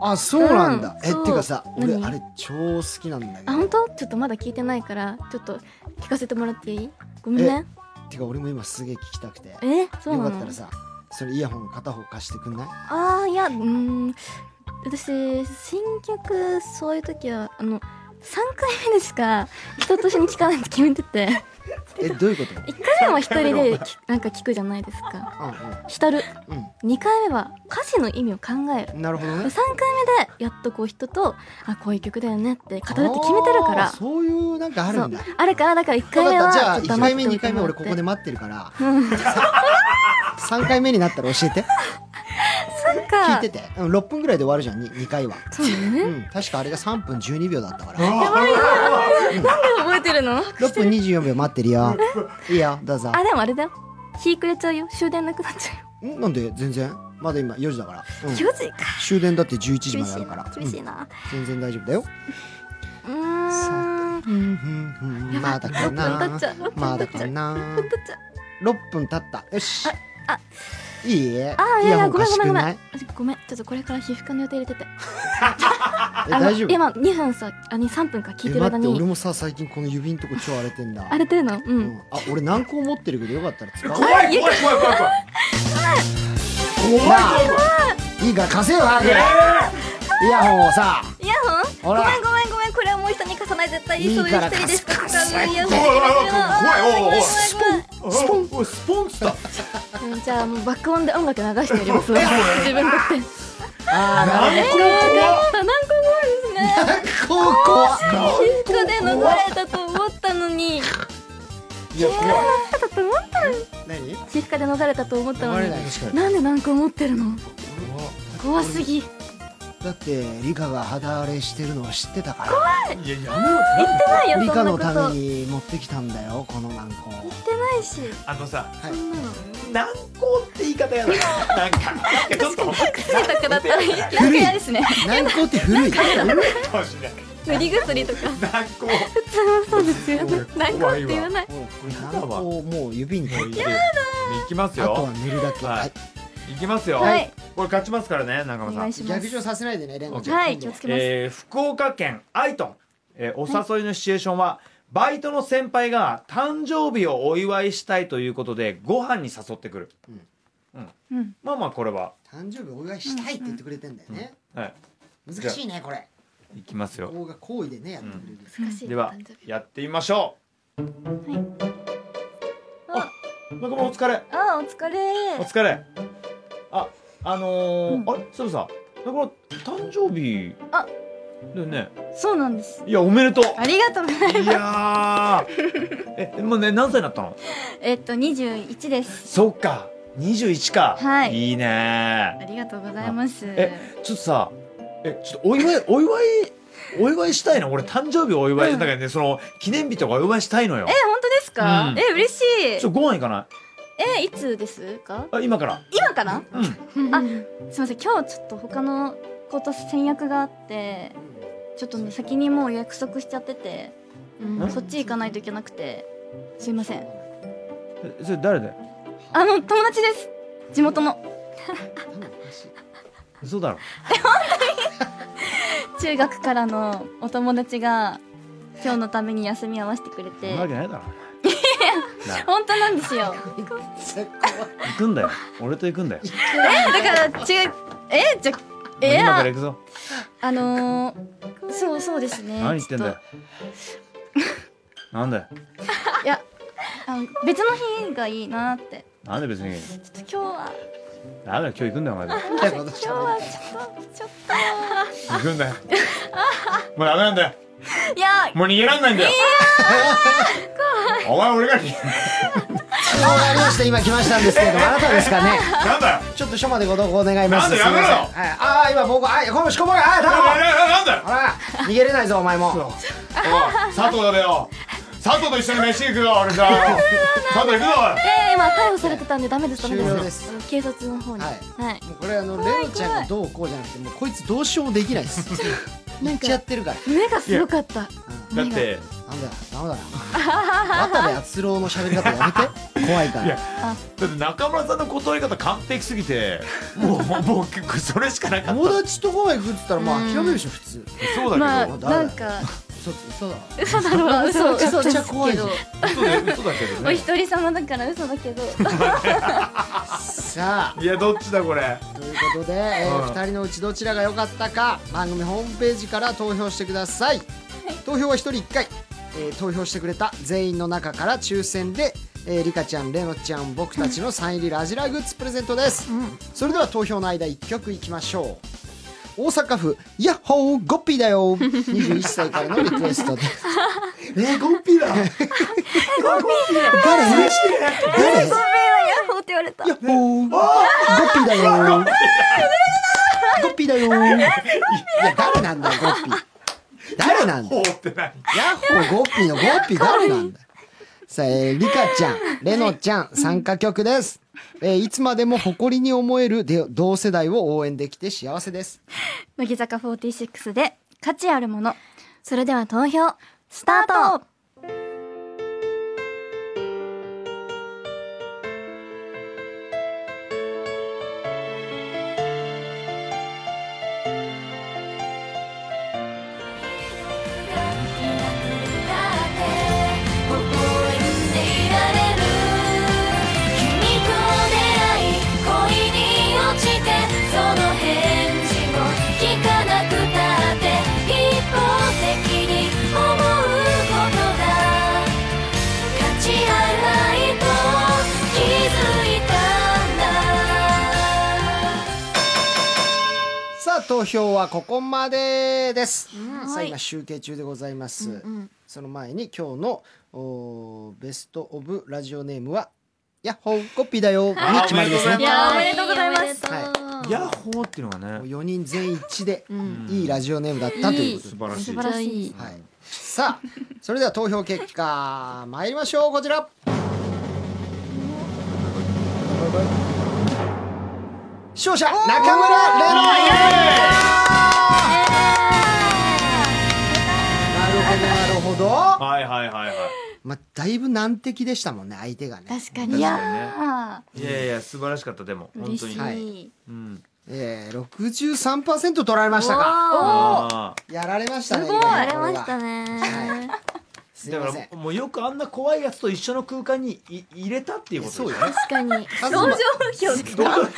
[SPEAKER 1] あそうなんだ、
[SPEAKER 5] うん
[SPEAKER 1] え
[SPEAKER 5] そう
[SPEAKER 1] ってかさ俺
[SPEAKER 5] 何
[SPEAKER 1] あれ超好きなんだけど
[SPEAKER 5] あ本当ちょっとまだ聞いてないからちょっと聞かせてもらっていいごめんね
[SPEAKER 1] てか俺も今すげえ聞きたくて
[SPEAKER 5] えそう
[SPEAKER 1] よか
[SPEAKER 5] な
[SPEAKER 1] った
[SPEAKER 5] の
[SPEAKER 1] らさそれイヤホン片方貸してく んない
[SPEAKER 5] あーいやうーん私新曲そういう時はあの3回目でしか人と一緒に聴かないって決めてて
[SPEAKER 1] えどういうこと
[SPEAKER 5] 1回目は1人できなんか聴くじゃないですか浸る
[SPEAKER 1] うんうん
[SPEAKER 5] 2回目は歌詞の意味を考える
[SPEAKER 1] うんなるほど
[SPEAKER 5] 3
[SPEAKER 1] ね
[SPEAKER 5] 回目でやっとこう人とあこういう曲だよねって語るって決めてるか
[SPEAKER 1] あ
[SPEAKER 5] ら
[SPEAKER 1] ーそういうなんかあるんだ
[SPEAKER 5] そうあるからだから1
[SPEAKER 1] 分
[SPEAKER 5] 回目
[SPEAKER 1] かった
[SPEAKER 5] は
[SPEAKER 1] じゃあ
[SPEAKER 5] ちょっと
[SPEAKER 1] 1
[SPEAKER 5] 黙っ
[SPEAKER 1] 回
[SPEAKER 5] て
[SPEAKER 1] 目
[SPEAKER 5] おい
[SPEAKER 1] 2
[SPEAKER 5] て
[SPEAKER 1] 回
[SPEAKER 5] も
[SPEAKER 1] 目
[SPEAKER 5] ら
[SPEAKER 1] 俺
[SPEAKER 5] っ
[SPEAKER 1] こ
[SPEAKER 5] て
[SPEAKER 1] こで待ってる から3回目になったら教えて
[SPEAKER 5] なんか
[SPEAKER 1] 聞いてて、うん、6分ぐらいで終わるじゃん 2, 回は、
[SPEAKER 5] そうだ
[SPEAKER 1] う
[SPEAKER 5] ね
[SPEAKER 1] ん、確かあれが3分12秒だったから
[SPEAKER 5] 覚えてるの
[SPEAKER 1] 6分24秒待ってる よいいよどうぞ
[SPEAKER 5] あでもあれだよ日暮れちゃうよ終電なくなっちゃ
[SPEAKER 1] んなんで全然まだ今4時だから、うん
[SPEAKER 5] うよ4時か
[SPEAKER 1] 終電だって11時
[SPEAKER 5] 厳
[SPEAKER 1] まで
[SPEAKER 5] し
[SPEAKER 1] あ
[SPEAKER 5] い
[SPEAKER 1] るから
[SPEAKER 5] な厳しいな
[SPEAKER 1] うん全然大丈夫だよ
[SPEAKER 5] うーん
[SPEAKER 1] うんうんうんまだか
[SPEAKER 5] 分経っ
[SPEAKER 1] な
[SPEAKER 5] ちゃう
[SPEAKER 1] まだか な
[SPEAKER 5] 取っちゃう
[SPEAKER 1] 6分経ったよし
[SPEAKER 5] あ
[SPEAKER 1] いいえ
[SPEAKER 5] あい
[SPEAKER 1] イ
[SPEAKER 5] や
[SPEAKER 1] ヤ
[SPEAKER 5] い
[SPEAKER 1] ホ
[SPEAKER 5] や
[SPEAKER 1] ン
[SPEAKER 5] ごめん
[SPEAKER 1] 貸し
[SPEAKER 5] ご
[SPEAKER 1] てくん
[SPEAKER 5] めんごめ
[SPEAKER 1] ない
[SPEAKER 5] んごめんちょっとこれから皮膚科の予定入れてて
[SPEAKER 1] え
[SPEAKER 5] あの
[SPEAKER 1] 大丈夫
[SPEAKER 5] 今2分さあに3分か
[SPEAKER 1] え
[SPEAKER 5] 聞いてる間
[SPEAKER 1] 待って俺
[SPEAKER 5] に
[SPEAKER 1] もさ最近この指んとこ超荒れてんだ
[SPEAKER 5] 荒れてるのう
[SPEAKER 1] うんんあ俺軟膏持ってるけどよかったら使う
[SPEAKER 3] 怖い怖い怖い怖い怖い怖い怖い
[SPEAKER 1] なあいいから貸せよ早くイヤホンをさ
[SPEAKER 5] イヤホ
[SPEAKER 1] ほ
[SPEAKER 5] ン
[SPEAKER 1] ら
[SPEAKER 5] ごめんごめんこれはもう人に貸さない絶対
[SPEAKER 1] いいから貸す
[SPEAKER 5] か使うイヤホン
[SPEAKER 3] 怖い怖い
[SPEAKER 1] おいスポン
[SPEAKER 3] おいスポンスだ
[SPEAKER 5] うんじゃあもう爆音で音楽流してやりますわ自分だってえ
[SPEAKER 1] あー
[SPEAKER 3] 何これ
[SPEAKER 5] ーよかった何個もあるんですね
[SPEAKER 1] 軟膏怖っ
[SPEAKER 5] 皮膚科で逃れたと思ったのに
[SPEAKER 1] いや怖い
[SPEAKER 5] だと思ったのに
[SPEAKER 1] 何
[SPEAKER 5] 皮膚科で逃れたと思ったの
[SPEAKER 1] 壊れ
[SPEAKER 5] に
[SPEAKER 1] ない確かに
[SPEAKER 5] なんで何個持ってるの怖すぎ
[SPEAKER 1] だって理科が肌荒れしてるのを知ってたか
[SPEAKER 15] いややめろってなんで
[SPEAKER 2] ない
[SPEAKER 1] ら
[SPEAKER 2] よ
[SPEAKER 1] 理科
[SPEAKER 2] そんな
[SPEAKER 1] の
[SPEAKER 2] こと
[SPEAKER 1] ために持ってきたんだよこの難航
[SPEAKER 2] ないし
[SPEAKER 15] あのさ
[SPEAKER 1] はい
[SPEAKER 15] 難航って言い方やだななんかなんかちょっと
[SPEAKER 2] 薬とかだったら
[SPEAKER 15] なん
[SPEAKER 2] なんか嫌ですね
[SPEAKER 1] 難航って古い
[SPEAKER 15] かもしれない
[SPEAKER 2] 塗り薬とか
[SPEAKER 15] 難航
[SPEAKER 2] そうですよ何個
[SPEAKER 15] 怖
[SPEAKER 2] っ
[SPEAKER 15] いわ
[SPEAKER 2] て言わない
[SPEAKER 1] 難航もう指に
[SPEAKER 15] もうい
[SPEAKER 1] 取っ
[SPEAKER 15] い
[SPEAKER 1] て
[SPEAKER 15] で
[SPEAKER 1] あ
[SPEAKER 15] いきます
[SPEAKER 1] と
[SPEAKER 15] よ
[SPEAKER 1] は寝るだけ
[SPEAKER 15] はい
[SPEAKER 1] はい
[SPEAKER 15] いきますよ、
[SPEAKER 2] はい
[SPEAKER 15] これ勝ちますからね中
[SPEAKER 2] お
[SPEAKER 15] 間さ
[SPEAKER 2] 願
[SPEAKER 15] ん
[SPEAKER 2] いしま
[SPEAKER 1] 逆
[SPEAKER 2] す
[SPEAKER 1] 上させないでねレンガちゃん
[SPEAKER 2] はい
[SPEAKER 1] 今
[SPEAKER 2] 気
[SPEAKER 1] 度
[SPEAKER 2] を
[SPEAKER 1] は
[SPEAKER 2] つけます、
[SPEAKER 3] えー福岡県アイトン、えーお誘いのシチュエーションは、バイトの先輩が誕生日をお祝いしたいということでご飯に誘ってくる、うん
[SPEAKER 2] うん
[SPEAKER 3] まあまあこれは、
[SPEAKER 1] 誕生日お祝いしたいって言ってくれてんだよね
[SPEAKER 3] は
[SPEAKER 1] 難しいねこれ
[SPEAKER 3] い、いきますよ
[SPEAKER 1] ここが好意でねやってくれる
[SPEAKER 3] ではやってみましょう、
[SPEAKER 2] はい
[SPEAKER 3] あ中村お疲れ
[SPEAKER 2] あーお疲
[SPEAKER 3] お
[SPEAKER 2] れ
[SPEAKER 3] 疲れああのーあれそうさ中村誕生日
[SPEAKER 2] あ
[SPEAKER 3] だよね
[SPEAKER 2] そうなんです
[SPEAKER 3] いやおめでとう
[SPEAKER 2] ありがとう ございます
[SPEAKER 3] いやーえもうね何歳になったの
[SPEAKER 2] えっと21です
[SPEAKER 3] そっか、二十一か。
[SPEAKER 2] はい
[SPEAKER 3] いいね
[SPEAKER 2] あ。りがとうございます
[SPEAKER 3] え、ちょっとさ、え、ちょっとお祝い、お祝い。お祝いしたいの、俺誕生日お祝いだからね、その記念日とかお祝いしたいのよ
[SPEAKER 2] え。本当ですか、
[SPEAKER 3] うん
[SPEAKER 2] え嬉しい
[SPEAKER 3] ちょっとご飯行かない。
[SPEAKER 2] えいつですか
[SPEAKER 3] あ、今から。
[SPEAKER 2] 今かな
[SPEAKER 3] うん。
[SPEAKER 2] あすいません今日ちょっと他の子と戦略があってちょっとね先にもう約束しちゃってて、
[SPEAKER 3] ん
[SPEAKER 2] そっち行かないといけなくてすいません
[SPEAKER 3] えそれ誰だよ。
[SPEAKER 2] あの友達です地元の
[SPEAKER 3] 嘘だろ。
[SPEAKER 2] 中学からのお友達が今日のために休み合わせてくれ
[SPEAKER 3] そ
[SPEAKER 2] て
[SPEAKER 3] んなわけないだろ。な
[SPEAKER 2] 本当なんですよ
[SPEAKER 3] あ行くんだよ。俺と行くんだよ。
[SPEAKER 2] えだから違うえじゃえ
[SPEAKER 3] 今から
[SPEAKER 2] や
[SPEAKER 3] 行くぞ。
[SPEAKER 2] あのー、そうそうですね
[SPEAKER 3] 何言ってんだよ。なんだよ。
[SPEAKER 2] いやあの別の日がいいなって
[SPEAKER 3] なんで別に。
[SPEAKER 2] ちょっと今日は
[SPEAKER 3] なんだよ、今日行くんだよ、お前。
[SPEAKER 1] みたいなことし
[SPEAKER 2] 今
[SPEAKER 1] た
[SPEAKER 2] 日
[SPEAKER 1] ね
[SPEAKER 2] はちょっとちょっ
[SPEAKER 3] 行くんだよ。もうダメなんだよ。
[SPEAKER 2] といや
[SPEAKER 3] もう逃げらんないんだよ。お前俺が逃げ
[SPEAKER 1] わかりました今来ましたんですけれどもあなたですかね
[SPEAKER 15] なんだよ
[SPEAKER 1] ちょっと署までご同行願いま
[SPEAKER 15] な
[SPEAKER 1] す
[SPEAKER 15] んでやめろよ
[SPEAKER 1] すいませんはい、ああ今僕あいこのしこぼれああ頼む
[SPEAKER 15] なんだよ
[SPEAKER 1] ほら逃げれないぞお前も
[SPEAKER 15] おい佐藤だべよ佐藤と一緒に飯行くよ俺じゃあ佐藤行くぞ
[SPEAKER 5] いやいや今逮捕されてたんでダメですダメで
[SPEAKER 1] 終了ですす
[SPEAKER 5] あの警察の方に
[SPEAKER 1] は
[SPEAKER 5] はい、
[SPEAKER 1] いもうこれあのレオちゃんがどうこうじゃなくてもうこいつどうしようもできないです言っちゃってるから
[SPEAKER 5] 目がすごかった
[SPEAKER 15] おいだって
[SPEAKER 1] なんだよダメだよ渡部篤郎の喋り方やめて怖いから
[SPEAKER 15] いやだって中村さんの断り方完璧すぎてもうもう結構それしかなかっ
[SPEAKER 1] 友
[SPEAKER 15] た
[SPEAKER 1] 達とご飯行くっつったらまあ諦めるでしょ普
[SPEAKER 15] そう
[SPEAKER 1] 通
[SPEAKER 15] だけど、
[SPEAKER 2] まあ
[SPEAKER 1] もう
[SPEAKER 2] なんか
[SPEAKER 1] 嘘嘘だ
[SPEAKER 2] 嘘だろう嘘
[SPEAKER 1] めちゃ
[SPEAKER 2] 嘘
[SPEAKER 1] く
[SPEAKER 2] で
[SPEAKER 1] ちゃ
[SPEAKER 2] す
[SPEAKER 1] 怖い
[SPEAKER 2] け
[SPEAKER 1] じゃ
[SPEAKER 2] ど
[SPEAKER 1] ん
[SPEAKER 15] 嘘だ嘘だけど
[SPEAKER 2] お
[SPEAKER 15] ね
[SPEAKER 2] 一人様だから嘘だけど
[SPEAKER 1] さあ
[SPEAKER 15] いやどっちだこれ
[SPEAKER 1] ということで、え
[SPEAKER 15] うん
[SPEAKER 1] ー、2人のうちどちらが良かったか番組ホームページから投票してください投票は1人1回、えー投票してくれた全員の中から抽選で、えー、リカちゃんレノちゃん僕たちのサイン入りラジラグッズプレゼントです、それでは投票の間1曲いきましょう大阪府ヤッホーゴッピーだ よ21歳からのリクエストです
[SPEAKER 15] えゴッピーだ
[SPEAKER 1] 誰誰
[SPEAKER 2] ごめんヤッホーって言われた
[SPEAKER 1] ヤッホーゴッピーだよゴッピーだよいや誰なんだよゴッピー誰なんだ
[SPEAKER 15] ほ
[SPEAKER 1] よ
[SPEAKER 15] うって何
[SPEAKER 1] ヤッホーゴッピーのゴッピー誰なんだよさあ、えー、リカちゃん、レノちゃん、参加曲です。えーいつまでも誇りに思えるで同世代を応援できて幸せです。
[SPEAKER 2] 乃木坂46で価値あるもの
[SPEAKER 5] それでは投票
[SPEAKER 2] スタート
[SPEAKER 9] だって微笑んでいられる君と出会い恋に落ちてその返事を聞かなくたって一方的に思うことが価値ある愛と気づいたんだ
[SPEAKER 1] さあ、投票はここまでです。さあ、
[SPEAKER 5] はい
[SPEAKER 1] 今集計中でございます。
[SPEAKER 5] うん
[SPEAKER 1] その前に今日のおーベストオブラジオネームはヤッホーコピーだよに決まりです
[SPEAKER 15] あ
[SPEAKER 1] ね
[SPEAKER 15] ーおめでとうございます
[SPEAKER 1] はい
[SPEAKER 3] ヤッホーっていうのがね
[SPEAKER 1] 4人全員一致で
[SPEAKER 2] うん
[SPEAKER 1] いいラジオネームだったということで
[SPEAKER 3] 素晴らし
[SPEAKER 2] 素
[SPEAKER 3] い
[SPEAKER 2] 晴らしい
[SPEAKER 1] はい、さあそれでは投票結果参りましょうこちら勝者中村玲奈なるほどなるほど
[SPEAKER 3] はいはいはいはい
[SPEAKER 1] まあだいぶ難敵でしたもんね相手がね、
[SPEAKER 2] 確か
[SPEAKER 3] い
[SPEAKER 2] に
[SPEAKER 3] や
[SPEAKER 11] あ
[SPEAKER 3] いやいや素晴らしかったでも本当に、
[SPEAKER 1] はい
[SPEAKER 11] い
[SPEAKER 3] うん
[SPEAKER 1] えー、63%取られましたか
[SPEAKER 2] お
[SPEAKER 3] ああ
[SPEAKER 1] やられましたね
[SPEAKER 2] すごい
[SPEAKER 1] 今ね
[SPEAKER 2] やれ
[SPEAKER 1] こ
[SPEAKER 2] ま
[SPEAKER 1] れは
[SPEAKER 2] したね
[SPEAKER 1] すい
[SPEAKER 3] だ
[SPEAKER 1] ません
[SPEAKER 3] からもうよくあんな怖いやつと一緒の空間にい入れたっていうこと
[SPEAKER 1] そう
[SPEAKER 3] で
[SPEAKER 1] よ
[SPEAKER 3] すね
[SPEAKER 1] ね
[SPEAKER 2] 確かに
[SPEAKER 1] カズマ
[SPEAKER 3] どう ぞ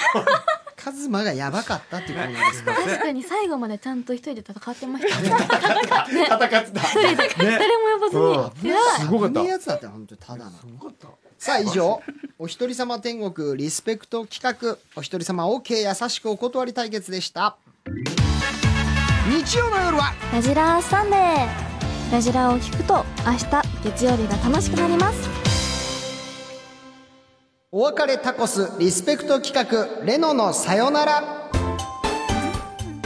[SPEAKER 1] カズマがやばかったっていうことなんですね
[SPEAKER 2] 確かに最後までちゃんと一人で戦って ましたね
[SPEAKER 4] 戦ってた
[SPEAKER 3] ね
[SPEAKER 2] 誰も呼ばずに
[SPEAKER 3] すごかっ
[SPEAKER 1] 危
[SPEAKER 3] た
[SPEAKER 1] ねえやつだって本当にただの
[SPEAKER 3] すごかった
[SPEAKER 1] さあ以上お一人様天国リスペクト企画お一人様 OK 優しくお断り対決でした日曜の夜は
[SPEAKER 2] ラジラーサンデーラジラーを聞くと明日月曜日が楽しくなります
[SPEAKER 1] お別れタコスリスペクト企画レノのさよなら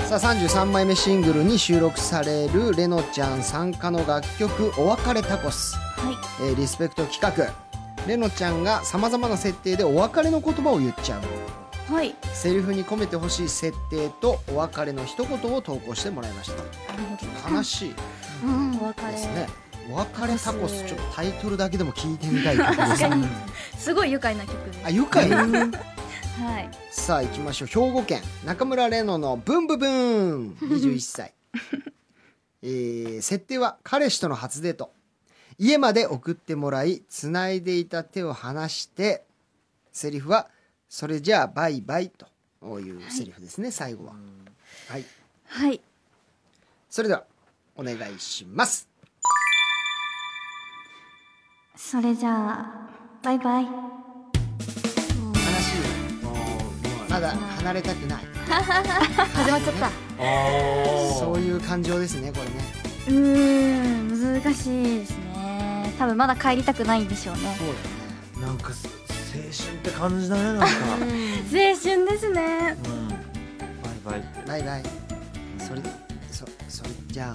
[SPEAKER 1] さあ33枚目シングルに収録されるレノちゃん参加の楽曲「お別れタコス」えーリスペクト企画レノちゃんがさまざまな設定でお別れの言葉を言っちゃう
[SPEAKER 11] はい
[SPEAKER 1] セリフに込めてほしい設定とお別れの一言を投稿してもらいました悲しい
[SPEAKER 2] うん
[SPEAKER 11] お別れ
[SPEAKER 1] で すねお別れタコスちょっとタイトルだけでも聞いてみたい曲です
[SPEAKER 11] 確か
[SPEAKER 1] ね
[SPEAKER 11] にすごい愉快な曲です
[SPEAKER 1] あ愉快
[SPEAKER 11] はい
[SPEAKER 1] さあ行きましょう兵庫県中村玲乃のブンブブーン21歳 えー設定は彼氏との初デート家まで送ってもらいつないでいた手を離してセリフは「それじゃあバイバイ」というセリフですね、最後ははい
[SPEAKER 11] はい
[SPEAKER 1] それではお願いします
[SPEAKER 6] それじゃあバイバイ
[SPEAKER 1] 悲しいもうまだ離れたくない
[SPEAKER 2] 始まっちゃった
[SPEAKER 1] そういう感情ですねこれね
[SPEAKER 11] うーん難しいですね多分まだ帰りたくないんでしょうね
[SPEAKER 1] そうだね
[SPEAKER 3] なんかす青春って感じだねなんか、
[SPEAKER 11] 青春ですね
[SPEAKER 3] うん、バイバイ
[SPEAKER 1] バイバイそれそそれじゃあ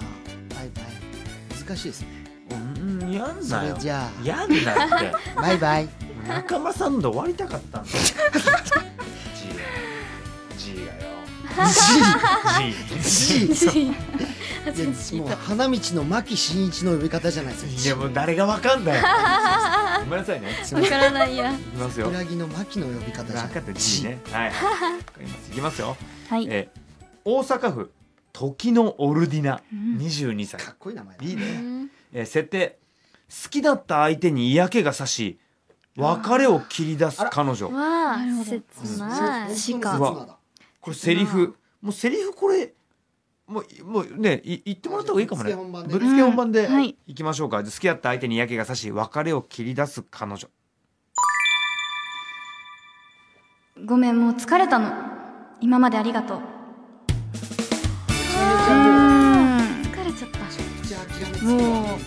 [SPEAKER 1] バイバイ難しいですね
[SPEAKER 3] うんやん
[SPEAKER 1] そ
[SPEAKER 3] な
[SPEAKER 1] れ
[SPEAKER 3] よ
[SPEAKER 1] じゃ
[SPEAKER 3] やんなって
[SPEAKER 1] あバイバ イ
[SPEAKER 3] 仲間さんと終わりたかったんだよ G が G がよ G
[SPEAKER 1] G いやもう花道の牧真一の呼び方じゃないです
[SPEAKER 3] い
[SPEAKER 1] よ
[SPEAKER 3] やもう誰がわかんないごめんなさいね
[SPEAKER 1] すいません
[SPEAKER 11] からないや
[SPEAKER 3] いきますよ
[SPEAKER 1] 桜木の牧の呼び方じゃ
[SPEAKER 3] 分
[SPEAKER 1] な
[SPEAKER 3] か
[SPEAKER 1] い
[SPEAKER 3] った G ねはいわかりますいきますよ
[SPEAKER 11] はい
[SPEAKER 3] えー大阪府時のオルディナ22歳
[SPEAKER 1] かっこいい名前だ
[SPEAKER 3] いいねえー設定好きだった相手に嫌気がさし別れを切り出す彼女
[SPEAKER 2] わあ
[SPEAKER 11] なるほど
[SPEAKER 2] 切ない
[SPEAKER 1] し
[SPEAKER 3] うわこれセリフもうセリフこれもうもうねい言ってもらった方がいいかもね
[SPEAKER 1] ぶっつけ本番で
[SPEAKER 3] ぶっつけ本番で
[SPEAKER 11] うんはい
[SPEAKER 3] いきましょうか付き合った相手に嫌気がさし別れを切り出す彼女
[SPEAKER 11] ごめんもう疲れたの今までありがとう
[SPEAKER 2] 疲れちゃった
[SPEAKER 1] 口諦めつけ
[SPEAKER 11] もう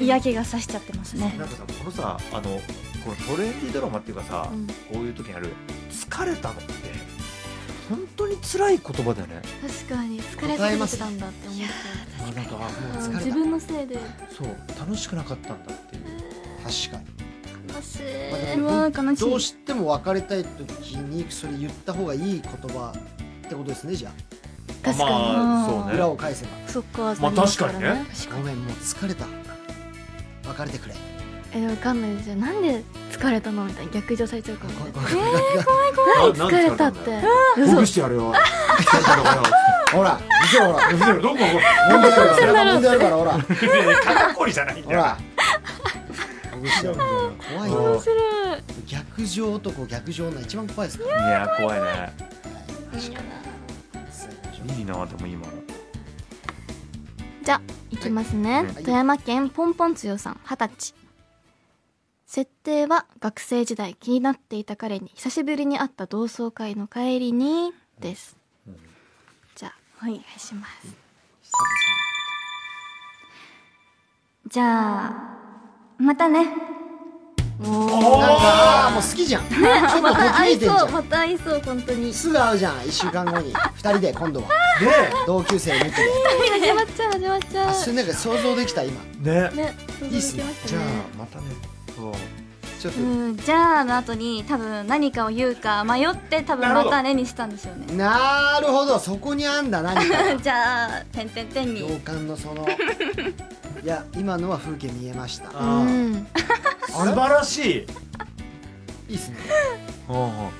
[SPEAKER 11] 嫌気がさしちゃってますね
[SPEAKER 3] なんかさこのさあのこのトレンディドラマっていうかさ、
[SPEAKER 2] うん
[SPEAKER 3] こういう時にある「疲れたの」って本当に辛い言葉だよね
[SPEAKER 2] 確かに疲れされてたんだって思っ
[SPEAKER 3] あなんかあもう
[SPEAKER 2] て
[SPEAKER 1] 疲れた
[SPEAKER 2] 自分のせいで
[SPEAKER 3] そう楽しくなかったんだっていう
[SPEAKER 1] 確かに
[SPEAKER 2] 悲し
[SPEAKER 1] まあで
[SPEAKER 11] う
[SPEAKER 1] も
[SPEAKER 11] わー悲し
[SPEAKER 1] どう
[SPEAKER 11] い
[SPEAKER 1] しても別れたい時にそれ言った方がいい言葉ってことですねじゃ
[SPEAKER 11] 確かに
[SPEAKER 3] まあそう
[SPEAKER 1] あ
[SPEAKER 3] ね
[SPEAKER 1] 裏を返せば
[SPEAKER 2] いそっか
[SPEAKER 3] まあ確かにね
[SPEAKER 2] ありま
[SPEAKER 1] ごめんもう疲れた別れてくれ
[SPEAKER 2] すからねえわかんないですよなんで疲れたのみたいな逆上されちゃうか もね
[SPEAKER 1] ごめんごめんごめん
[SPEAKER 3] な
[SPEAKER 2] 疲れたって
[SPEAKER 3] ほぐしてやるよ疲れたのかよ
[SPEAKER 1] ほら見せろほら
[SPEAKER 3] 嘘よどここ
[SPEAKER 1] 飲んでやるから飲んでやるから ほら
[SPEAKER 3] 肩こりじゃないん
[SPEAKER 1] ほ
[SPEAKER 3] だよ
[SPEAKER 1] らほぐしちゃう怖いよ逆上男逆上女一番怖いですから
[SPEAKER 3] いや怖いね
[SPEAKER 1] さあ行きましょ
[SPEAKER 3] いいなでも今の
[SPEAKER 2] じゃあいきますね、
[SPEAKER 1] はい
[SPEAKER 2] 富山県ポンポンつよさん二十歳設定は学生時代気になっていた彼に久しぶりに会った同窓会の帰りにです、じゃあ
[SPEAKER 11] はい
[SPEAKER 2] お願いします
[SPEAKER 11] じゃあまたね
[SPEAKER 1] なんかあーもう好きじゃん結構
[SPEAKER 5] ま
[SPEAKER 1] とき
[SPEAKER 5] た
[SPEAKER 1] め
[SPEAKER 5] 会
[SPEAKER 1] い
[SPEAKER 5] い
[SPEAKER 1] てんじゃ
[SPEAKER 5] そうんまた会いそう本当に
[SPEAKER 1] すぐ会うじゃん1週間後に2人で今度は同級生抜きで
[SPEAKER 5] 始まっちゃう始まっちゃ
[SPEAKER 1] あ
[SPEAKER 5] う
[SPEAKER 1] それなんか想像できた今
[SPEAKER 16] ね
[SPEAKER 5] ね
[SPEAKER 1] いいっすね
[SPEAKER 16] じゃあまたねそう
[SPEAKER 1] ちょっと
[SPEAKER 2] うん、じゃあの後に多分何かを言うか迷って多分
[SPEAKER 16] なるほ
[SPEAKER 2] ま
[SPEAKER 16] ど
[SPEAKER 2] たねにしたんですよね
[SPEAKER 1] なるほどそこにあんだ何 か
[SPEAKER 2] じゃあ「てんてんてん」
[SPEAKER 1] 共
[SPEAKER 2] に
[SPEAKER 1] 感のそのいや今のは風景見えました
[SPEAKER 5] う
[SPEAKER 16] あー
[SPEAKER 5] ん
[SPEAKER 16] 素晴らしい
[SPEAKER 1] いいっすね
[SPEAKER 3] あ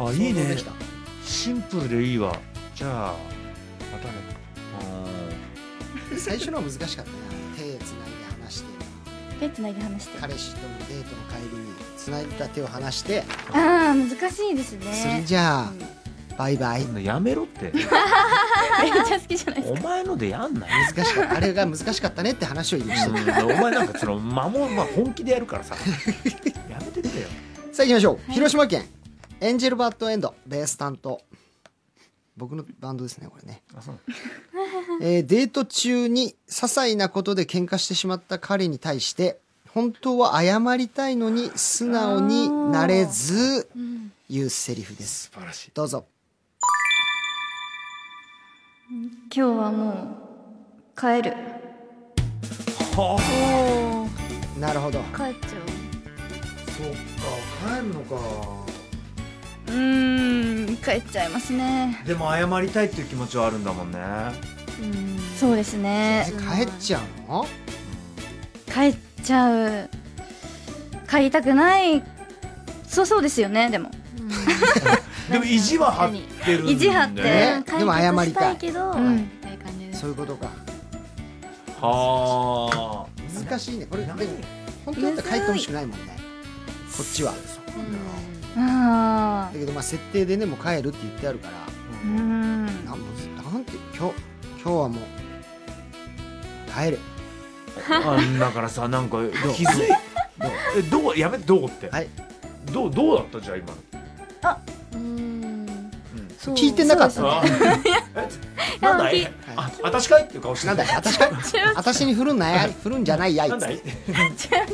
[SPEAKER 3] ああ
[SPEAKER 1] 想
[SPEAKER 3] いい
[SPEAKER 1] 像で
[SPEAKER 3] ね
[SPEAKER 1] きた
[SPEAKER 3] シンプルでいいわじゃあまたねう
[SPEAKER 1] 最初のは難しかったな手つないで話して
[SPEAKER 2] 手つないで話して
[SPEAKER 1] 彼氏とのデートの帰りにつないでた手を離して
[SPEAKER 2] ああ難しいです
[SPEAKER 1] それ
[SPEAKER 2] ね
[SPEAKER 1] じゃあバイバイ
[SPEAKER 3] ーんやめろっ て
[SPEAKER 2] めっちゃ好きじゃない
[SPEAKER 3] お前のでやんなよ
[SPEAKER 1] 難しかったあれが難しかったねって話を今して
[SPEAKER 3] う
[SPEAKER 1] る
[SPEAKER 3] んお前なんかその間も、まあ、本気でやる からさやめてくれよ
[SPEAKER 1] さあ行きましょう、広島県エンジェルバッドエンドベース担当僕のバンドですねこれね
[SPEAKER 3] あそう
[SPEAKER 1] えーデート中に些細なことで喧嘩してしまった彼に対して本当は謝りたいのに素直になれず言うセリフです
[SPEAKER 16] 素晴らしい
[SPEAKER 1] どうぞ
[SPEAKER 2] 今日はもう帰る
[SPEAKER 1] なるほど
[SPEAKER 5] 帰っちゃう
[SPEAKER 16] そっか帰るのか
[SPEAKER 2] うーん帰っちゃいますね
[SPEAKER 3] でも謝りたいっていう気持ちはあるんだもんね
[SPEAKER 2] そうですね
[SPEAKER 1] え帰っちゃうの
[SPEAKER 2] 帰っちゃう帰りたくないそうそうですよねでも
[SPEAKER 3] でも意地は張ってるんだよね
[SPEAKER 2] 意地張って
[SPEAKER 1] ねでも謝りたい
[SPEAKER 9] 解決けど、
[SPEAKER 2] ん
[SPEAKER 9] みたいな感じです
[SPEAKER 1] そういうことか
[SPEAKER 3] は
[SPEAKER 1] 難しいねこれでも本当だったら帰ってほしくないもんねこっちは
[SPEAKER 2] あ
[SPEAKER 1] だけどまあ設定でねもう帰るって言ってあるから
[SPEAKER 2] ーうーん
[SPEAKER 1] なんもなんて今日今日はもう帰る
[SPEAKER 3] ああだからさなんか気づいえどうやめてどうって、
[SPEAKER 1] はい
[SPEAKER 3] どうどうだったじゃあ今の
[SPEAKER 5] うんそう
[SPEAKER 1] 聞いてなかったね
[SPEAKER 3] あえなんだいあ私かいっていう顔して
[SPEAKER 1] なんだい私か私に振るんなや振るんじゃないやい
[SPEAKER 3] なんだい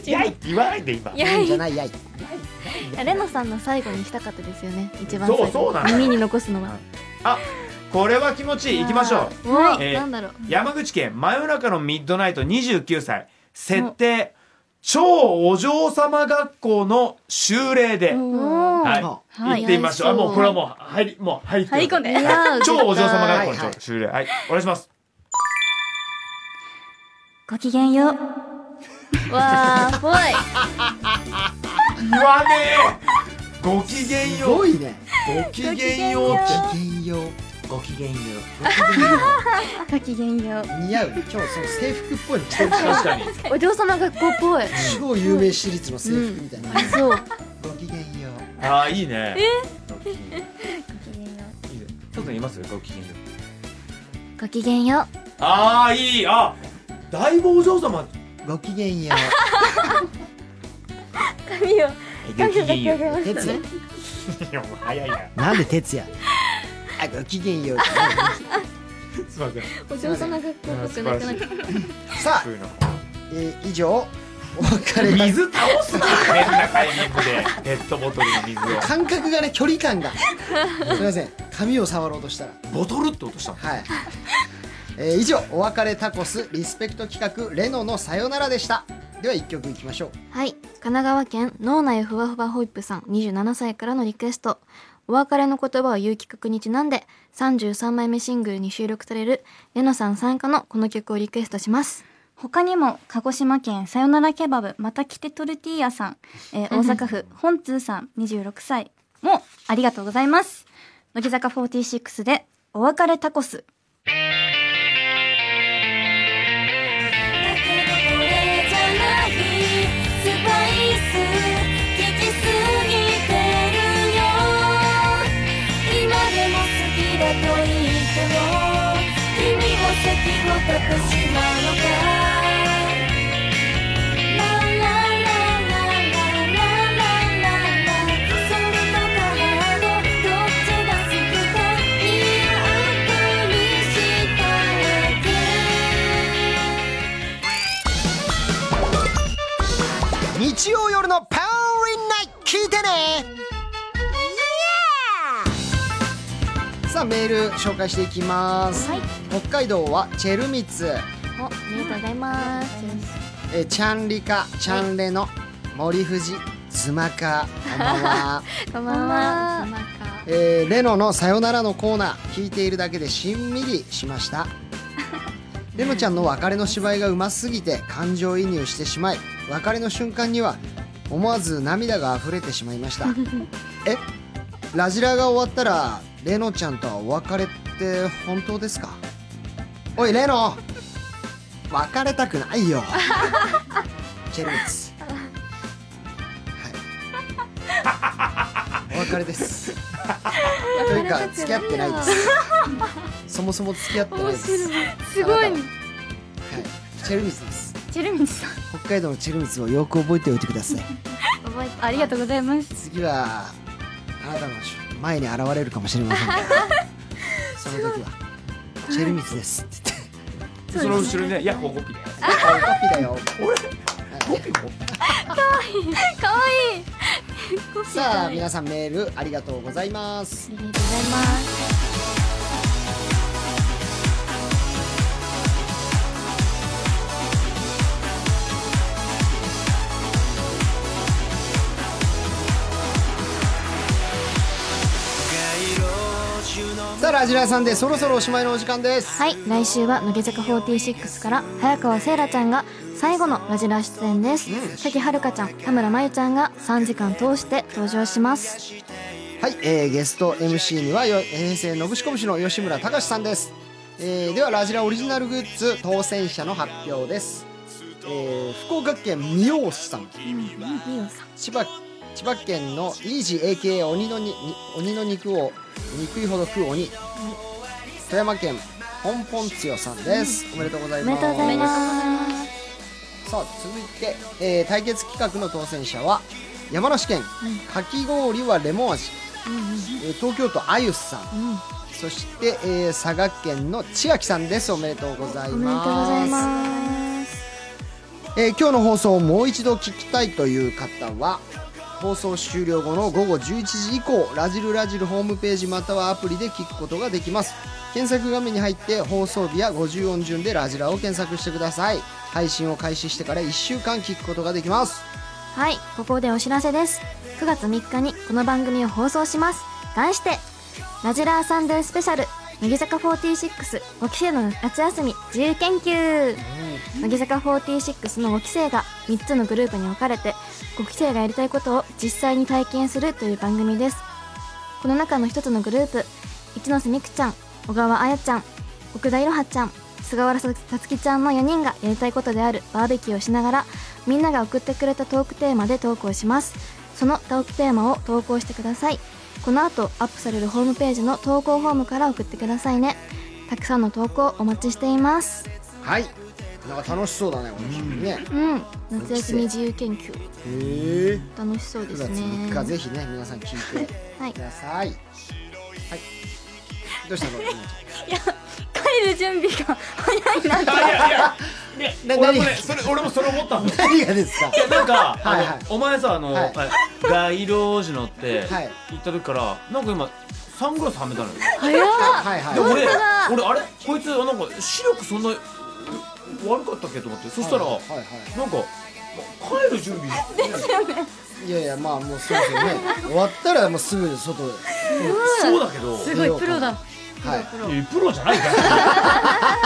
[SPEAKER 1] 振
[SPEAKER 3] やいって言わないで今
[SPEAKER 1] るんじゃないやい
[SPEAKER 5] レノさんの最後にしたかったですよね一番最後
[SPEAKER 3] そうそうなの
[SPEAKER 5] 耳に残すのは
[SPEAKER 3] これは気持ちいい行きましょう
[SPEAKER 5] わあ
[SPEAKER 3] えー
[SPEAKER 5] なんだろう
[SPEAKER 3] 山口県真夜中のミッドナイト29歳設定超お嬢様学校の修例で、
[SPEAKER 2] おー
[SPEAKER 3] はい、
[SPEAKER 1] は
[SPEAKER 2] はい
[SPEAKER 3] 行ってみましょうあもうこれはもう入りもう入ってくださ
[SPEAKER 2] 入
[SPEAKER 3] い
[SPEAKER 2] り込んで
[SPEAKER 3] 超お嬢様
[SPEAKER 1] が
[SPEAKER 3] 学校の修例はいお願いします
[SPEAKER 2] ごきげんよう
[SPEAKER 5] わあぽい
[SPEAKER 3] 言わねえごきげん
[SPEAKER 1] す
[SPEAKER 3] よう
[SPEAKER 1] ごいね
[SPEAKER 3] ごきげんようって
[SPEAKER 1] ごきげんよう
[SPEAKER 3] ごきげんよ
[SPEAKER 2] ごきげんよう
[SPEAKER 1] 似合う今日その制服っぽいの着てる
[SPEAKER 3] 確かに
[SPEAKER 5] お嬢様学校っぽい
[SPEAKER 1] 超有名私立の制服みたいな
[SPEAKER 5] そう
[SPEAKER 1] ごきげんよ
[SPEAKER 3] ああいいねごきげんよういいねちょっといますごきげんよう
[SPEAKER 5] ごきげんよ
[SPEAKER 3] ああいいあだいぶお嬢 様
[SPEAKER 1] うごきげんよ
[SPEAKER 3] ごきげんよう
[SPEAKER 1] う哲也
[SPEAKER 3] いやもう早いな
[SPEAKER 1] なんで哲也あごきげんよう
[SPEAKER 3] すいません
[SPEAKER 5] お嬢様学校っぽくなくなっちゃう
[SPEAKER 1] さあ
[SPEAKER 3] そういうの
[SPEAKER 1] えー以上お別れだ
[SPEAKER 3] 水倒すな変なタイミングでペットボトルの水を
[SPEAKER 1] 感覚がね距離感がすいません髪を触ろうとしたら
[SPEAKER 3] ボトルって音したの
[SPEAKER 1] はい。えー以上お別れタコスリスペクト企画レノのさよならでした。では一曲いきましょう。
[SPEAKER 5] はい神奈川県脳内ふわふわホイップさん27歳からのリクエストお別れの言葉を言う企画にちなんで33枚目シングルに収録されるレノさん参加のこの曲をリクエストします
[SPEAKER 2] 他にも鹿児島県さよならケバブまた来てトルティーヤさん、えー大阪府本通さん26歳もありがとうございます乃木坂46でお別れタコス
[SPEAKER 9] これじゃないスパイス効きすぎてるよ今でも好きだと言っても君は席を立ってしまうのかララララララララそれとからのどっちが好きか見合うにしただけ
[SPEAKER 1] 日曜夜のパ
[SPEAKER 17] 聞いてね
[SPEAKER 1] さあメール紹介していきます、
[SPEAKER 2] はい
[SPEAKER 1] 北海道はチェルミツ、
[SPEAKER 2] おありがとうございます
[SPEAKER 1] えーチャンリカチャンレノ、森藤妻かこんばんは、
[SPEAKER 2] こんばんは
[SPEAKER 1] えーレノの「さよなら」のコーナー聞いているだけでしんみりしましたレノちゃんの別れの芝居がうますぎて感情移入してしまい別れの瞬間には思わず涙が溢れてしまいましたえラジラが終わったらレノちゃんとはお別れって本当ですかおいレノ別れたくないよチェルミツはいお別れですというか付き合ってないですそもそも付き合ってないですすごいはいチェルミツです
[SPEAKER 11] チェルミツさん
[SPEAKER 1] 北海道のチェルミツをよく覚えておいてください
[SPEAKER 2] 覚えて
[SPEAKER 11] ありがとうございます
[SPEAKER 1] 次はあなたの前に現れるかもしれませんからその時は「チェルミツです」って言って
[SPEAKER 3] その後ろにねヤッホーコピーだよ
[SPEAKER 1] 「あおかぴだよ
[SPEAKER 4] コピーも」
[SPEAKER 1] さあ皆さんメールありがとうございます
[SPEAKER 2] ありがとうございます
[SPEAKER 1] さあラジラーさんでそろそろおしまいのお時間です
[SPEAKER 2] はい来週は乃木坂46から早川せいらちゃんが最後のラジラ出演です関はるかちゃん田村真由ちゃんが3時間通して登場します
[SPEAKER 1] はい、えーゲスト MC にはよ平成のぶしこぶしの吉村隆さんです、えーではラジラオリジナルグッズ当選者の発表です、えー福岡県三好さん千葉千葉県のイージー AKA 鬼のに鬼の肉を憎いほど食う鬼富山県ポンポンつよさんです、おめでとうござい
[SPEAKER 2] お
[SPEAKER 1] ます
[SPEAKER 2] めでとうございます
[SPEAKER 1] さあ続いて、えー対決企画の当選者は山梨県、かき氷はレモン味、えー東京都あゆさん、そして、えー佐賀県の千秋さんですおめでとうございます
[SPEAKER 2] おめでとうございます
[SPEAKER 1] えー今日の放送をもう一度聞きたいという方は放送終了後の午後11時以降ラジルラジルホームページまたはアプリで聞くことができます検索画面に入って放送日や50音順でラジラを検索してください配信を開始してから1週間聞くことができます
[SPEAKER 2] はい、ここでお知らせです。9月3日にこの番組を放送します。題して、ラジラーサンデースペシャル、乃木坂46、5期生の夏休み自由研究。乃木坂46の5期生が3つのグループに分かれて、5期生がやりたいことを実際に体験するという番組です。この中の一つのグループ、一ノ瀬美空ちゃん、小川彩ちゃん、奥田いろはちゃん、菅原さつきちゃんの4人がやりたいことであるバーベキューをしながら、みんなが送ってくれたトークテーマで投稿します。そのトークテーマを投稿してください。この後、アップされるホームページの投稿フォームから送ってくださいね。たくさんの投稿お待ちしています。
[SPEAKER 1] はいなんか楽しそうだねこの日ね
[SPEAKER 2] うん、夏休み自由研究。
[SPEAKER 1] へえ
[SPEAKER 2] 楽しそうで
[SPEAKER 1] 9
[SPEAKER 2] す
[SPEAKER 1] 月
[SPEAKER 2] ね。
[SPEAKER 1] 3日ぜひね皆さん聞いて
[SPEAKER 2] はい
[SPEAKER 1] く。ださいはい、どう したの
[SPEAKER 11] 帰る準備が早いなって
[SPEAKER 1] な
[SPEAKER 3] 俺も
[SPEAKER 1] 何
[SPEAKER 3] ねそれ俺もそれ思ったんだよ
[SPEAKER 1] 何がです か
[SPEAKER 3] いやなんか、
[SPEAKER 1] はいはい
[SPEAKER 3] あのお前さあの、
[SPEAKER 1] はい
[SPEAKER 3] 街路樹乗って
[SPEAKER 1] はい
[SPEAKER 3] 行った時から、なんか今サングラスはめたのよ
[SPEAKER 1] はいはい
[SPEAKER 3] で俺俺あれこいつなんか視力そんな悪かったっけと思ってそしたら、
[SPEAKER 1] はいはいはい
[SPEAKER 3] なんか帰る準備
[SPEAKER 1] いやいやまあもうそうですよね終わったらもうすぐ外へ
[SPEAKER 3] そうだけど
[SPEAKER 1] すごいプロだはい
[SPEAKER 3] いやプロじゃないから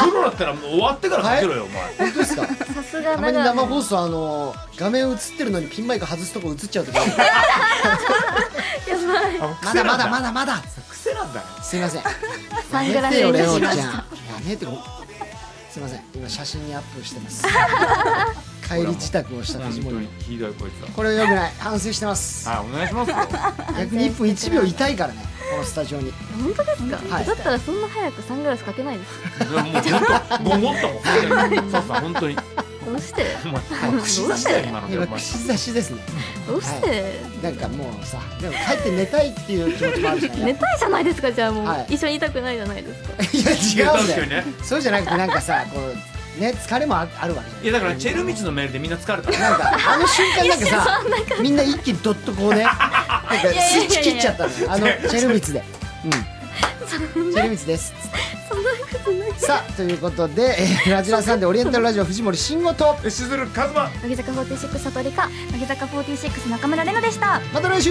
[SPEAKER 3] プロだったらもう終わってからかけろよ、
[SPEAKER 1] 本当です か
[SPEAKER 2] さすが
[SPEAKER 1] たまに
[SPEAKER 2] 長
[SPEAKER 1] 生
[SPEAKER 2] 野。
[SPEAKER 1] 放送あの画面映ってるのにピンマイク外すとこ映っちゃうとか
[SPEAKER 3] お前
[SPEAKER 1] まだまだまだまだ
[SPEAKER 3] 癖なんだよ
[SPEAKER 1] すいません
[SPEAKER 2] サング
[SPEAKER 1] や
[SPEAKER 2] ラス
[SPEAKER 1] めてよ
[SPEAKER 2] に
[SPEAKER 1] レオ
[SPEAKER 2] し
[SPEAKER 1] ンちゃ
[SPEAKER 2] ま
[SPEAKER 1] ん
[SPEAKER 2] し
[SPEAKER 1] や
[SPEAKER 2] た。
[SPEAKER 1] めてよすいません今写真にアップしてます帰り自宅をした
[SPEAKER 3] 本
[SPEAKER 1] 藤
[SPEAKER 3] 当
[SPEAKER 1] 森
[SPEAKER 3] にひどいこいつ
[SPEAKER 1] これ良くない反省してます
[SPEAKER 3] ははいお願いしますよ
[SPEAKER 1] 逆に1分1秒痛いからねこのスタジオに
[SPEAKER 2] 本当ですか、
[SPEAKER 1] はい
[SPEAKER 2] だったらそんな早くサングラスかけないです。
[SPEAKER 3] もうもっとごもっともんそうそう本当に
[SPEAKER 2] どうして
[SPEAKER 3] お前もう串刺したよ今ので お
[SPEAKER 1] 今
[SPEAKER 3] 前
[SPEAKER 1] 串刺しですね
[SPEAKER 2] どうして、
[SPEAKER 1] なんかもうさでも帰って寝たいっていう気持ちもあるじゃない
[SPEAKER 2] 寝たいじゃないですか、じゃあもう、
[SPEAKER 1] はい
[SPEAKER 2] 一緒にいたくないじゃないですか。
[SPEAKER 1] いや違うん
[SPEAKER 3] 確
[SPEAKER 1] だ
[SPEAKER 3] か
[SPEAKER 1] よ
[SPEAKER 3] にね
[SPEAKER 1] そうじゃなくてなんかさこうね疲れもああるわけじゃん
[SPEAKER 3] いやだからチェルミチのメールでみんな疲れた
[SPEAKER 1] なん かあの瞬間なんかさみんな一気にどっとこう ねなんかスイッチ切っちゃったのよあのチェルミツで、うん、チェルミツです さあということで、えーラジラさんでオリエンタルラジオ藤森慎吾と
[SPEAKER 4] しずるかずま
[SPEAKER 2] 乃木坂46悟りか
[SPEAKER 11] 乃木坂46中村玲奈でした
[SPEAKER 1] また来週